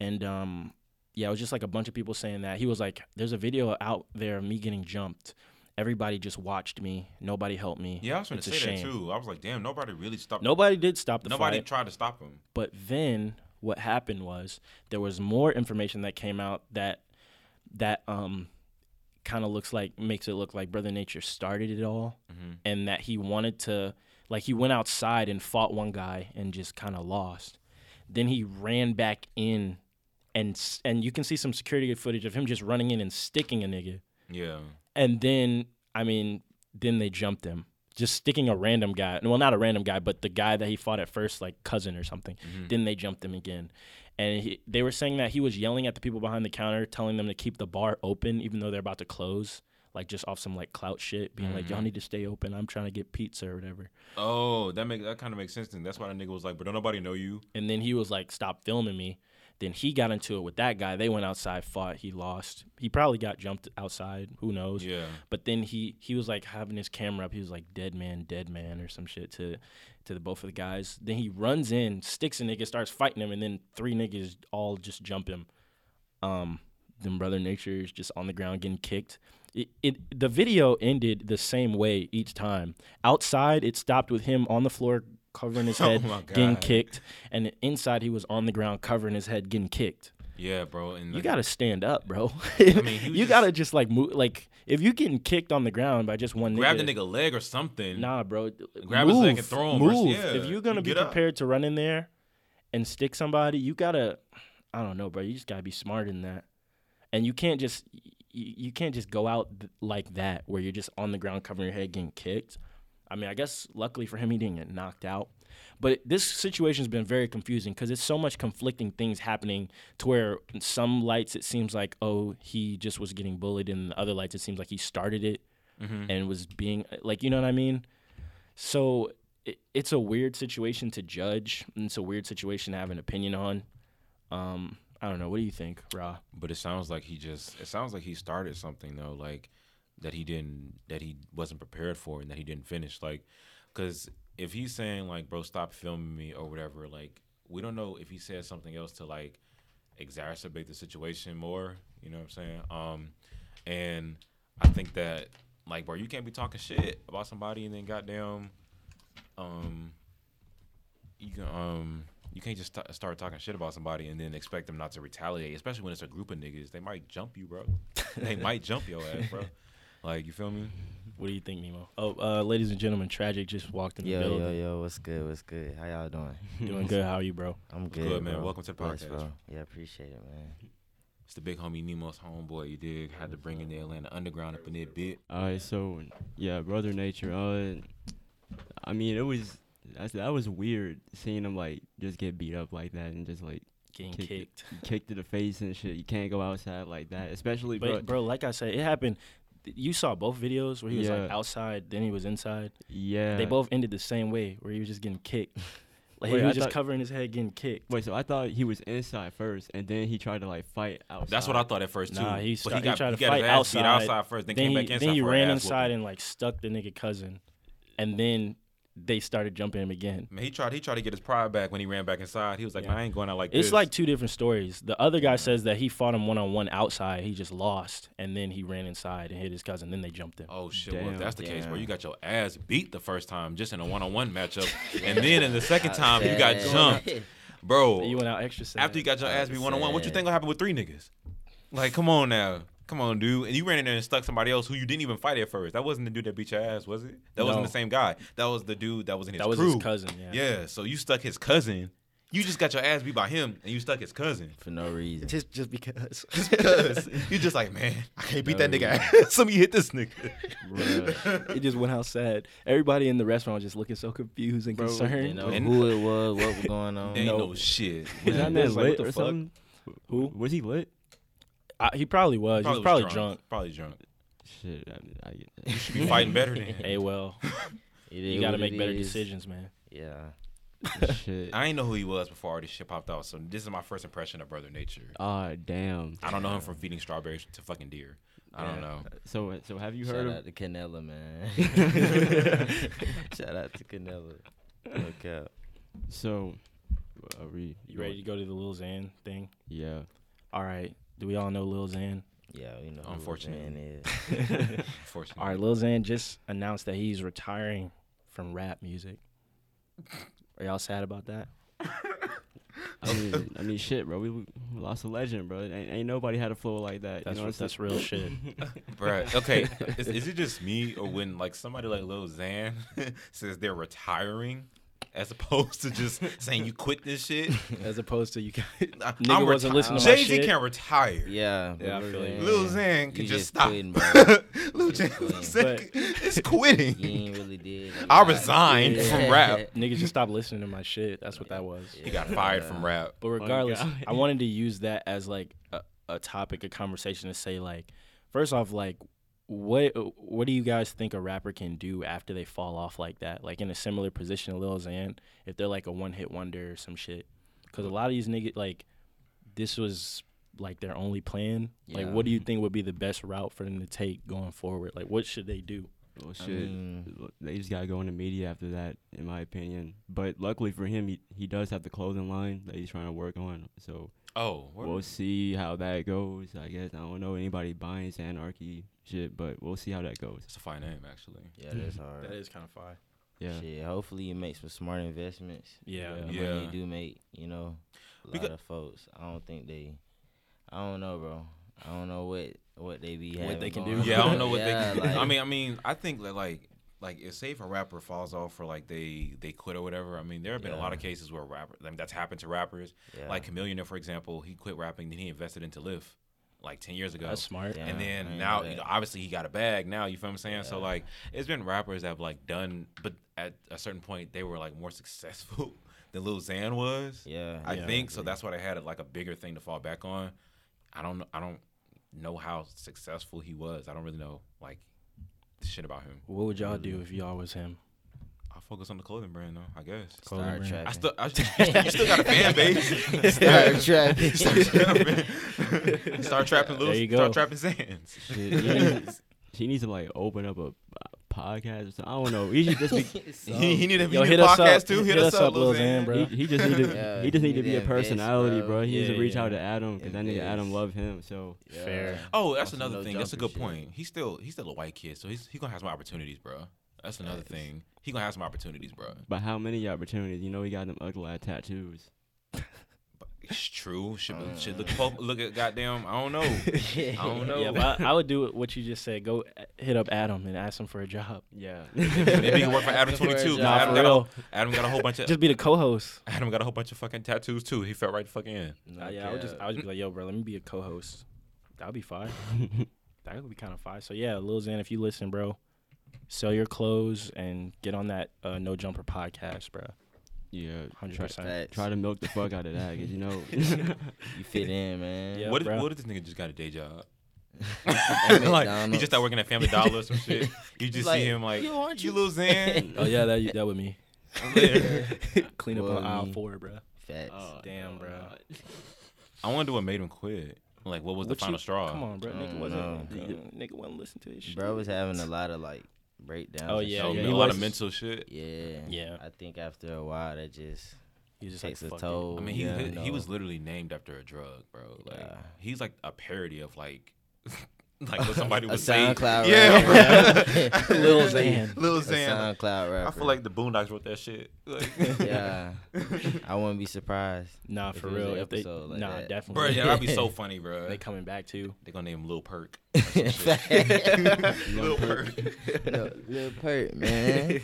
Speaker 1: And um, yeah, it was just like a bunch of people saying that. He was like, "There's a video out there of me getting jumped. Everybody just watched me. Nobody helped me.
Speaker 3: yeah. I was gonna
Speaker 1: It's a
Speaker 3: say that
Speaker 1: shame."
Speaker 3: too. I was like, damn, nobody really stopped.
Speaker 1: Nobody did stop the
Speaker 3: nobody
Speaker 1: fight.
Speaker 3: tried to stop him.
Speaker 1: But then what happened was there was more information that came out that that um kind of looks like makes it look like Brother Nature started it all and that he wanted to like he went outside and fought one guy and just kind of lost. Then he ran back in and s- and you can see some security footage of him just running in and sticking a nigga.
Speaker 3: Yeah,
Speaker 1: And then, I mean, then they jumped him. Just sticking a random guy. Well, not a random guy, but the guy that he fought at first, like cousin or something. Then they jumped him again. And he, they were saying that he was yelling at the people behind the counter, telling them to keep the bar open, even though they're about to close. Like just off some like clout shit, being like, "Y'all need to stay open. I'm trying to get pizza or whatever."
Speaker 3: Oh, that make that kind of makes sense. Then that's why the nigga was like, "But don't nobody know you."
Speaker 1: And then he was like, "Stop filming me." Then he got into it with that guy. They went outside, fought. He lost. He probably got jumped outside. Who knows?
Speaker 3: Yeah,
Speaker 1: But then he he was like having his camera up. He was like dead man, dead man, or some shit to to the both of the guys. Then he runs in, sticks a nigga, starts fighting him, and then three niggas all just jump him. Um, then brother nature is just on the ground getting kicked. It, it the video ended the same way each time. Outside, it stopped with him on the floor covering his
Speaker 3: (laughs) Oh
Speaker 1: head,
Speaker 3: my
Speaker 1: getting
Speaker 3: God.
Speaker 1: kicked, and inside he was on the ground covering his head, getting kicked.
Speaker 3: yeah, bro. And
Speaker 1: You
Speaker 3: like,
Speaker 1: gotta stand up, bro. (laughs)
Speaker 3: mean, he
Speaker 1: you
Speaker 3: was just-
Speaker 1: gotta just like move. Like if you getting kicked on the ground by just one
Speaker 3: grab
Speaker 1: nigga,
Speaker 3: the nigga leg or something.
Speaker 1: Nah, bro.
Speaker 3: Grab his
Speaker 1: move,
Speaker 3: leg and throw him or-
Speaker 1: Move.
Speaker 3: yeah,
Speaker 1: if you're gonna
Speaker 3: you
Speaker 1: be
Speaker 3: get up.
Speaker 1: prepared to run in there and stick somebody, you gotta. I don't know, bro. You just gotta be smarter than that, and you can't just y- y- you can't just go out th- like that where you're just on the ground covering your head getting kicked. I mean, I guess luckily for him, he didn't get knocked out. But this situation's been very confusing because it's so much conflicting things happening to where in some lights it seems like, oh, he just was getting bullied, and in other lights it seems like he started it
Speaker 3: Mm-hmm.
Speaker 1: and was being like, you know what I mean? So it, it's a weird situation to judge, and it's a weird situation to have an opinion on. Um, I don't know. What do you think, Ra?
Speaker 3: But it sounds like he just it sounds like he started something though, like that he didn't that he wasn't prepared for and that he didn't finish. Like, cause if he's saying like, bro, stop filming me or whatever, like we don't know if he said something else to like exacerbate the situation more. You know what I'm saying? Um, and I think that like, bro, you can't be talking shit about somebody and then goddamn, um, you can um you can't just sta- start talking shit about somebody and then expect them not to retaliate, especially when it's a group of niggas. They might jump you, bro.
Speaker 1: (laughs)
Speaker 3: they might jump your ass, bro. Like you feel me?
Speaker 1: What do you think, Nemo? Oh, uh, ladies and gentlemen, Tragic just walked in the
Speaker 4: Yo,
Speaker 1: building.
Speaker 4: yo, yo, what's good? What's good? How y'all doing?
Speaker 2: (laughs)
Speaker 4: (laughs)
Speaker 1: Doing good. How are you, bro?
Speaker 4: I'm
Speaker 3: good,
Speaker 4: good.
Speaker 3: man?
Speaker 4: bro.
Speaker 3: Welcome to the
Speaker 4: Blessed,
Speaker 3: podcast.
Speaker 4: bro. Yeah, appreciate it, man.
Speaker 3: It's the big homie Nemo's homeboy. You dig? Had to bring in the Atlanta Underground up in that bit.
Speaker 2: All right, so yeah, brother nature. Uh, I mean, it was that's, that was weird seeing him like just get beat up like that and just like
Speaker 1: Getting
Speaker 2: Kicked it.
Speaker 1: kicked.
Speaker 2: kicked to the face and shit. You can't go outside like that, especially bro.
Speaker 1: But bro, like I said, it happened. You saw both videos where he was like
Speaker 2: Yeah.
Speaker 1: outside, then he was inside.
Speaker 2: yeah,
Speaker 1: They both ended the same way, where he was just getting
Speaker 2: (laughs)
Speaker 1: kicked. Like
Speaker 2: Wait,
Speaker 1: he was
Speaker 2: I
Speaker 1: just
Speaker 2: thought-
Speaker 1: covering his head, getting kicked.
Speaker 2: Wait, so I thought he was inside first, and then he tried to like fight outside.
Speaker 3: That's what I thought at first too.
Speaker 1: Nah, he
Speaker 3: but
Speaker 1: start-
Speaker 3: he
Speaker 1: he
Speaker 3: got,
Speaker 1: tried
Speaker 3: he
Speaker 1: to
Speaker 3: got his
Speaker 1: fight
Speaker 3: ass beat
Speaker 1: outside,
Speaker 3: outside first, then,
Speaker 1: Then
Speaker 3: came
Speaker 1: he,
Speaker 3: back inside.
Speaker 1: then he
Speaker 3: for
Speaker 1: ran
Speaker 3: an ass
Speaker 1: inside
Speaker 3: whooping.
Speaker 1: and like stuck the nigga cousin, and then they started jumping him again.
Speaker 3: Man, he tried. He tried to get his pride back when he ran back inside. He was like,
Speaker 1: Yeah.
Speaker 3: "Man, I ain't going out like this."
Speaker 1: It's like two different stories. The other guy says that he fought him one on one outside. He just lost, and then he ran inside and hit his cousin. Then they jumped him.
Speaker 3: Oh shit! well, if
Speaker 2: Damn.
Speaker 3: that's the case, bro,
Speaker 4: Damn.
Speaker 3: you got your ass beat the first time just
Speaker 1: (laughs)
Speaker 3: in a one-on-one matchup, and then in the second time you got
Speaker 4: Sad.
Speaker 1: (laughs)
Speaker 3: jumped, bro.
Speaker 1: You went out extra sad.
Speaker 3: after you got your ass beat one-on-one, what you
Speaker 4: sad.
Speaker 3: think gonna happen with three niggas? Like, come on now, come on, dude. And you ran in there and stuck somebody else who you didn't even fight at first. That wasn't the dude that beat your ass, was it? That wasn't
Speaker 1: No.
Speaker 3: the same guy. That was the dude that was in his
Speaker 1: that was
Speaker 3: crew.
Speaker 1: his cousin. Yeah.
Speaker 3: Yeah. So you stuck his cousin. You just got your ass beat by him, and you stuck
Speaker 1: (laughs)
Speaker 3: his cousin.
Speaker 4: For no reason.
Speaker 1: Just just
Speaker 3: (laughs)
Speaker 1: because.
Speaker 3: Cause you just like, man, I can't beat that nigga. ass. (laughs) Let me hit this nigga.
Speaker 2: Bruh.
Speaker 1: it just went out sad. Everybody in the restaurant was just looking so confused and
Speaker 2: Bro,
Speaker 4: Didn't
Speaker 1: concerned.
Speaker 4: know
Speaker 3: And-
Speaker 4: who it was, what was
Speaker 3: (laughs)
Speaker 4: going on.
Speaker 3: Ain't
Speaker 1: (laughs)
Speaker 3: no shit.
Speaker 1: Was that man
Speaker 2: that man
Speaker 1: like, what
Speaker 2: lit
Speaker 1: the
Speaker 2: or
Speaker 1: fuck?
Speaker 2: something?
Speaker 1: Who?
Speaker 2: was he lit?
Speaker 1: I, he probably was. he was probably drunk.
Speaker 3: Probably (laughs) drunk.
Speaker 2: Shit, I, mean, I get
Speaker 3: You be fighting better than (laughs) him.
Speaker 1: Hey, well,
Speaker 4: It
Speaker 1: you
Speaker 4: is
Speaker 1: got to
Speaker 4: what
Speaker 1: make
Speaker 4: it
Speaker 1: better
Speaker 4: is.
Speaker 1: decisions, man.
Speaker 4: Yeah.
Speaker 1: (laughs)
Speaker 2: that shit.
Speaker 3: I ain't know who he was before all this shit popped out. So this is my first impression of Brother Nature.
Speaker 2: Ah, damn.
Speaker 3: I don't know him from feeding strawberries to fucking deer. I don't know.
Speaker 2: So, so have you
Speaker 4: Shout
Speaker 2: heard?
Speaker 4: out
Speaker 2: Of,
Speaker 4: to Canella,
Speaker 3: (laughs)
Speaker 4: man. (laughs) Shout out to Canella. Look out.
Speaker 2: so, are we?
Speaker 1: You ready to go to the Lil Xan thing?
Speaker 2: Yeah.
Speaker 1: All right. Do we all know Lil Xan?
Speaker 4: Yeah, you know
Speaker 3: Unfortunately.
Speaker 4: who the man is.
Speaker 3: Unfortunately.
Speaker 1: All right. Lil Xan just announced that he's retiring from rap music. Are y'all sad about that?
Speaker 2: I mean, I mean, shit, bro. We, we lost a legend, bro. Ain't, ain't nobody had a flow like that.
Speaker 1: That's
Speaker 2: you know what I'm
Speaker 1: that's real (laughs) shit.
Speaker 3: Bruh, (laughs) okay. Is, is it just me or when like somebody like Lil Xan (laughs) says they're retiring as opposed to just saying you quit this (laughs) shit?
Speaker 1: As opposed to you guys.
Speaker 3: I-
Speaker 1: Nigga wasn't listening to my
Speaker 3: Jay-Z
Speaker 1: shit.
Speaker 3: can retire. (laughs)
Speaker 4: Yeah, but
Speaker 1: I
Speaker 4: Lil
Speaker 1: feel you.
Speaker 3: Lil Xan can
Speaker 4: you
Speaker 3: just, stop. (laughs)
Speaker 4: quitting, bro.
Speaker 3: Lil
Speaker 4: You just
Speaker 3: Xan Lil
Speaker 4: quitting.
Speaker 3: Xan is
Speaker 1: (laughs)
Speaker 3: quitting.
Speaker 4: You ain't really did. a
Speaker 3: (laughs) I
Speaker 4: lot.
Speaker 3: resigned from
Speaker 4: (laughs)
Speaker 3: rap.
Speaker 1: Niggas just stopped listening to my shit. That's what that was.
Speaker 3: He got fired from rap.
Speaker 1: But regardless,
Speaker 2: God.
Speaker 1: (laughs) I wanted to use that as like a, a topic, a conversation to say like, first off, like, what what do you guys think a rapper can do after they fall off like that? Like in a similar position to Lil Xan, if they're like a one hit wonder or some shit. Because a lot of these niggas like, this was like their only plan. Like,
Speaker 4: Yeah.
Speaker 1: what do you think would be the best route for them to take going forward? Like, what should they do?
Speaker 2: Well, Oh, shit.
Speaker 4: I mean,
Speaker 2: Look, They just gotta go into media after that, in my opinion. But luckily for him, he, he does have the clothing line that he's trying to work on. So
Speaker 3: Oh, what-
Speaker 2: we'll see how that goes. I guess I don't know anybody buying his anarchy shit, but we'll see how that goes.
Speaker 3: It's a fine name, actually.
Speaker 4: yeah, that's hard.
Speaker 1: is kind of fire.
Speaker 2: Yeah.
Speaker 4: Shit, hopefully you make some smart investments.
Speaker 1: Yeah.
Speaker 4: The
Speaker 3: Yeah.
Speaker 4: money you do make, you know, a lot
Speaker 3: Becau-
Speaker 4: of folks. I don't think they. I don't know, bro. I don't know what what they be
Speaker 1: What
Speaker 4: having
Speaker 1: they can
Speaker 4: going
Speaker 1: do.
Speaker 3: (laughs)
Speaker 4: on.
Speaker 3: Yeah, I don't know what
Speaker 4: Yeah,
Speaker 3: they.
Speaker 4: like-
Speaker 3: I mean, I mean, I think that like, like if say if a rapper falls off or like they they quit or whatever. I mean, there have been a lot of cases where rappers. I mean, that's happened to rappers.
Speaker 4: yeah.
Speaker 3: Like Chameleon, for example, he quit rapping, then he invested into Lyft, like ten years ago.
Speaker 1: That's smart.
Speaker 4: Yeah.
Speaker 3: and
Speaker 4: I
Speaker 3: then
Speaker 4: ain't
Speaker 3: now,
Speaker 4: know
Speaker 3: you know,
Speaker 4: that.
Speaker 3: obviously he got a bag now. You feel what I'm saying? So like, it's been rappers that have like done, but at a certain point they were like more successful (laughs) than Lil Xan was.
Speaker 4: yeah,
Speaker 3: I
Speaker 1: Yeah.
Speaker 3: think so. That's why they had like a bigger thing to fall back on. I don't. kn- I don't know how successful he was. I don't really know like shit about him.
Speaker 1: What would y'all do if y'all was him?
Speaker 3: I focus on the clothing brand though. I guess.
Speaker 4: Star
Speaker 1: brand.
Speaker 4: Trek.
Speaker 3: I still, (laughs) I
Speaker 4: (laughs)
Speaker 3: still, you still got a fan base. (laughs)
Speaker 4: Star trapping.
Speaker 3: trapping. Start trapping
Speaker 1: There you
Speaker 3: loose.
Speaker 1: go.
Speaker 3: Start trapping sands.
Speaker 2: She needs, she needs to like open up a, a podcast. Or something. I don't know. He should
Speaker 4: (laughs)
Speaker 2: just be.
Speaker 3: (laughs) he, he need a, he
Speaker 1: Yo,
Speaker 3: need
Speaker 1: hit
Speaker 3: a
Speaker 1: us
Speaker 3: podcast
Speaker 1: up.
Speaker 3: too.
Speaker 1: Hit us up, Lil Xan, bro.
Speaker 2: He, he just need to.
Speaker 4: Yeah,
Speaker 2: he just
Speaker 4: you
Speaker 2: need to be
Speaker 4: need to
Speaker 2: a
Speaker 4: invest,
Speaker 2: personality,
Speaker 4: bro.
Speaker 2: bro. He needs
Speaker 4: Yeah,
Speaker 2: to reach
Speaker 4: yeah.
Speaker 2: out to Adam because that nigga
Speaker 4: Invest.
Speaker 2: Adam love him. So
Speaker 1: Fair.
Speaker 3: Oh, that's
Speaker 4: Also
Speaker 3: another
Speaker 4: no
Speaker 3: thing. That's a
Speaker 4: jumper
Speaker 3: good
Speaker 4: shit.
Speaker 3: point. He's still he's still a white kid, so he's he gonna have some opportunities, bro. That's another
Speaker 4: Facts.
Speaker 3: thing. He gonna have some opportunities, bro.
Speaker 2: But how many opportunities? You know, he got them ugly eye
Speaker 4: (laughs)
Speaker 2: tattoos.
Speaker 3: But it's true. Should
Speaker 1: Mm.
Speaker 3: should look po- look at goddamn. I don't know. I don't know.
Speaker 1: (laughs) Yeah, but I, I would do what you just said. Go uh, hit up Adam and ask him for a job.
Speaker 2: Yeah.
Speaker 3: Maybe he can work
Speaker 1: (laughs)
Speaker 3: for Adam
Speaker 4: For a
Speaker 3: Twenty Two.
Speaker 4: job.
Speaker 3: Adam
Speaker 1: for
Speaker 3: got
Speaker 1: real.
Speaker 3: a, Adam got a whole bunch
Speaker 1: (laughs)
Speaker 3: of
Speaker 1: Just be the co-host.
Speaker 3: Adam got a whole bunch of fucking tattoos too. He felt right fucking in.
Speaker 1: Nah, yeah, I would just I would just be like, yo, bro, let me be a co-host. That would be fire.
Speaker 2: (laughs)
Speaker 1: that would be kind of fire. So yeah, Lil Xan, if you listen, bro, sell your clothes and get on that uh, No Jumper podcast, bro.
Speaker 2: yeah.
Speaker 1: Hundred
Speaker 2: Try,
Speaker 1: percent.
Speaker 2: try to milk the fuck out of that because you know.
Speaker 4: you fit in,
Speaker 3: (laughs)
Speaker 4: man.
Speaker 1: Yeah,
Speaker 3: what if
Speaker 1: bro.
Speaker 3: what if this nigga just got a day job?
Speaker 4: (laughs)
Speaker 3: (laughs) like
Speaker 4: At
Speaker 3: he
Speaker 4: McDonald's.
Speaker 3: just out working at Family
Speaker 1: (laughs)
Speaker 3: Dollar or some shit. You just
Speaker 4: Like,
Speaker 3: see him like
Speaker 4: "Yo, aren't
Speaker 3: you
Speaker 4: you-"
Speaker 3: losing.
Speaker 1: Oh yeah, that that with me. Clean up
Speaker 4: Well,
Speaker 1: on aisle
Speaker 4: me.
Speaker 1: four, bro.
Speaker 4: Facts.
Speaker 2: (laughs) Oh,
Speaker 1: Damn,
Speaker 2: no,
Speaker 1: bro.
Speaker 2: no.
Speaker 3: I wonder what made him quit. Like what was
Speaker 1: What
Speaker 3: the final
Speaker 1: you-
Speaker 3: straw?
Speaker 1: Come on, bro. Nigga
Speaker 4: don't
Speaker 1: wasn't.
Speaker 4: know.
Speaker 1: Nigga, nigga wasn't listening to his shit.
Speaker 4: Bro was having a lot of like breakdowns.
Speaker 1: Oh,
Speaker 4: and
Speaker 1: yeah,
Speaker 3: Oh,
Speaker 4: shit.
Speaker 1: yeah,
Speaker 3: man,
Speaker 1: he
Speaker 3: a lot
Speaker 1: was-
Speaker 3: of mental shit.
Speaker 4: yeah,
Speaker 1: Yeah.
Speaker 4: I think after a while, that just
Speaker 1: He was just
Speaker 4: takes
Speaker 1: like,
Speaker 4: a
Speaker 1: fuck it.
Speaker 4: toll.
Speaker 3: I mean, he
Speaker 4: you
Speaker 3: he, he
Speaker 4: know.
Speaker 3: was literally named after a drug, bro. Like
Speaker 4: Yeah.
Speaker 3: he's like a parody of like (laughs) like
Speaker 4: (laughs)
Speaker 3: what somebody
Speaker 4: a
Speaker 3: would say.
Speaker 4: SoundCloud
Speaker 3: yeah,
Speaker 4: rapper. (laughs)
Speaker 3: bro.
Speaker 1: Lil Xan.
Speaker 3: Lil
Speaker 4: a
Speaker 3: Xan.
Speaker 4: SoundCloud rapper.
Speaker 3: I feel like the Boondocks wrote that shit. (laughs) Like,
Speaker 4: yeah,
Speaker 3: (laughs)
Speaker 4: I wouldn't be surprised.
Speaker 1: Nah,
Speaker 4: if
Speaker 1: for
Speaker 4: it was
Speaker 1: real.
Speaker 4: an
Speaker 1: If they,
Speaker 4: episode like
Speaker 1: nah,
Speaker 4: that.
Speaker 1: definitely.
Speaker 3: bro, yeah, that'd be
Speaker 4: (laughs)
Speaker 3: so funny, bro.
Speaker 1: They coming back too.
Speaker 3: They're gonna name him Lil Perk.
Speaker 4: (laughs) Lil
Speaker 3: (laughs) Lil (laughs) Perk.
Speaker 4: no, Lil
Speaker 3: (laughs)
Speaker 4: Pert, man.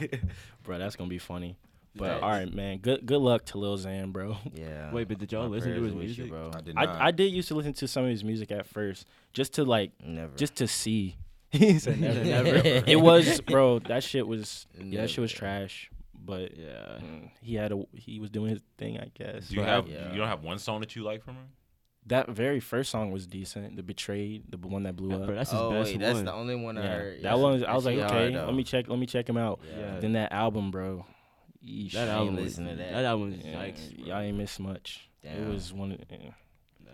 Speaker 1: bro, that's gonna be funny. But
Speaker 4: Facts.
Speaker 1: all right, man. Good good luck to Lil Xan, bro. (laughs)
Speaker 4: Yeah.
Speaker 2: Wait, but did y'all
Speaker 4: my
Speaker 2: listen to
Speaker 4: prayers
Speaker 2: his
Speaker 4: with you,
Speaker 2: music?
Speaker 4: bro?
Speaker 3: I did not.
Speaker 1: I, I did used to listen to some of his music at first, just to like,
Speaker 4: Never.
Speaker 1: just to see. (laughs) He said never.
Speaker 2: (laughs)
Speaker 4: Never.
Speaker 1: it was, bro. That shit was. Yeah, that shit was
Speaker 4: Never.
Speaker 1: trash. But
Speaker 2: Yeah.
Speaker 1: mm, he had a he was doing his thing, I guess.
Speaker 3: Do you
Speaker 1: But
Speaker 3: have
Speaker 4: yeah.
Speaker 3: you don't have one song that you like from him?
Speaker 1: that very first song was decent. The betrayed, the one that blew
Speaker 2: Yeah,
Speaker 1: up.
Speaker 2: bro, that's his
Speaker 4: oh
Speaker 2: best one.
Speaker 4: wait, that's the only one I
Speaker 1: yeah,
Speaker 4: heard.
Speaker 1: that one. Was, I was like, okay, let me
Speaker 4: (laughs) check.
Speaker 1: check. Let me check him out.
Speaker 2: Yeah.
Speaker 1: Then that album, bro. Yeesh.
Speaker 2: that
Speaker 4: I ain't
Speaker 2: album. was-
Speaker 4: listen to that.
Speaker 2: That album was
Speaker 1: Yeah,
Speaker 2: yikes. bro.
Speaker 1: y'all ain't miss much. It
Speaker 4: Damn.
Speaker 1: was one. Of, yeah.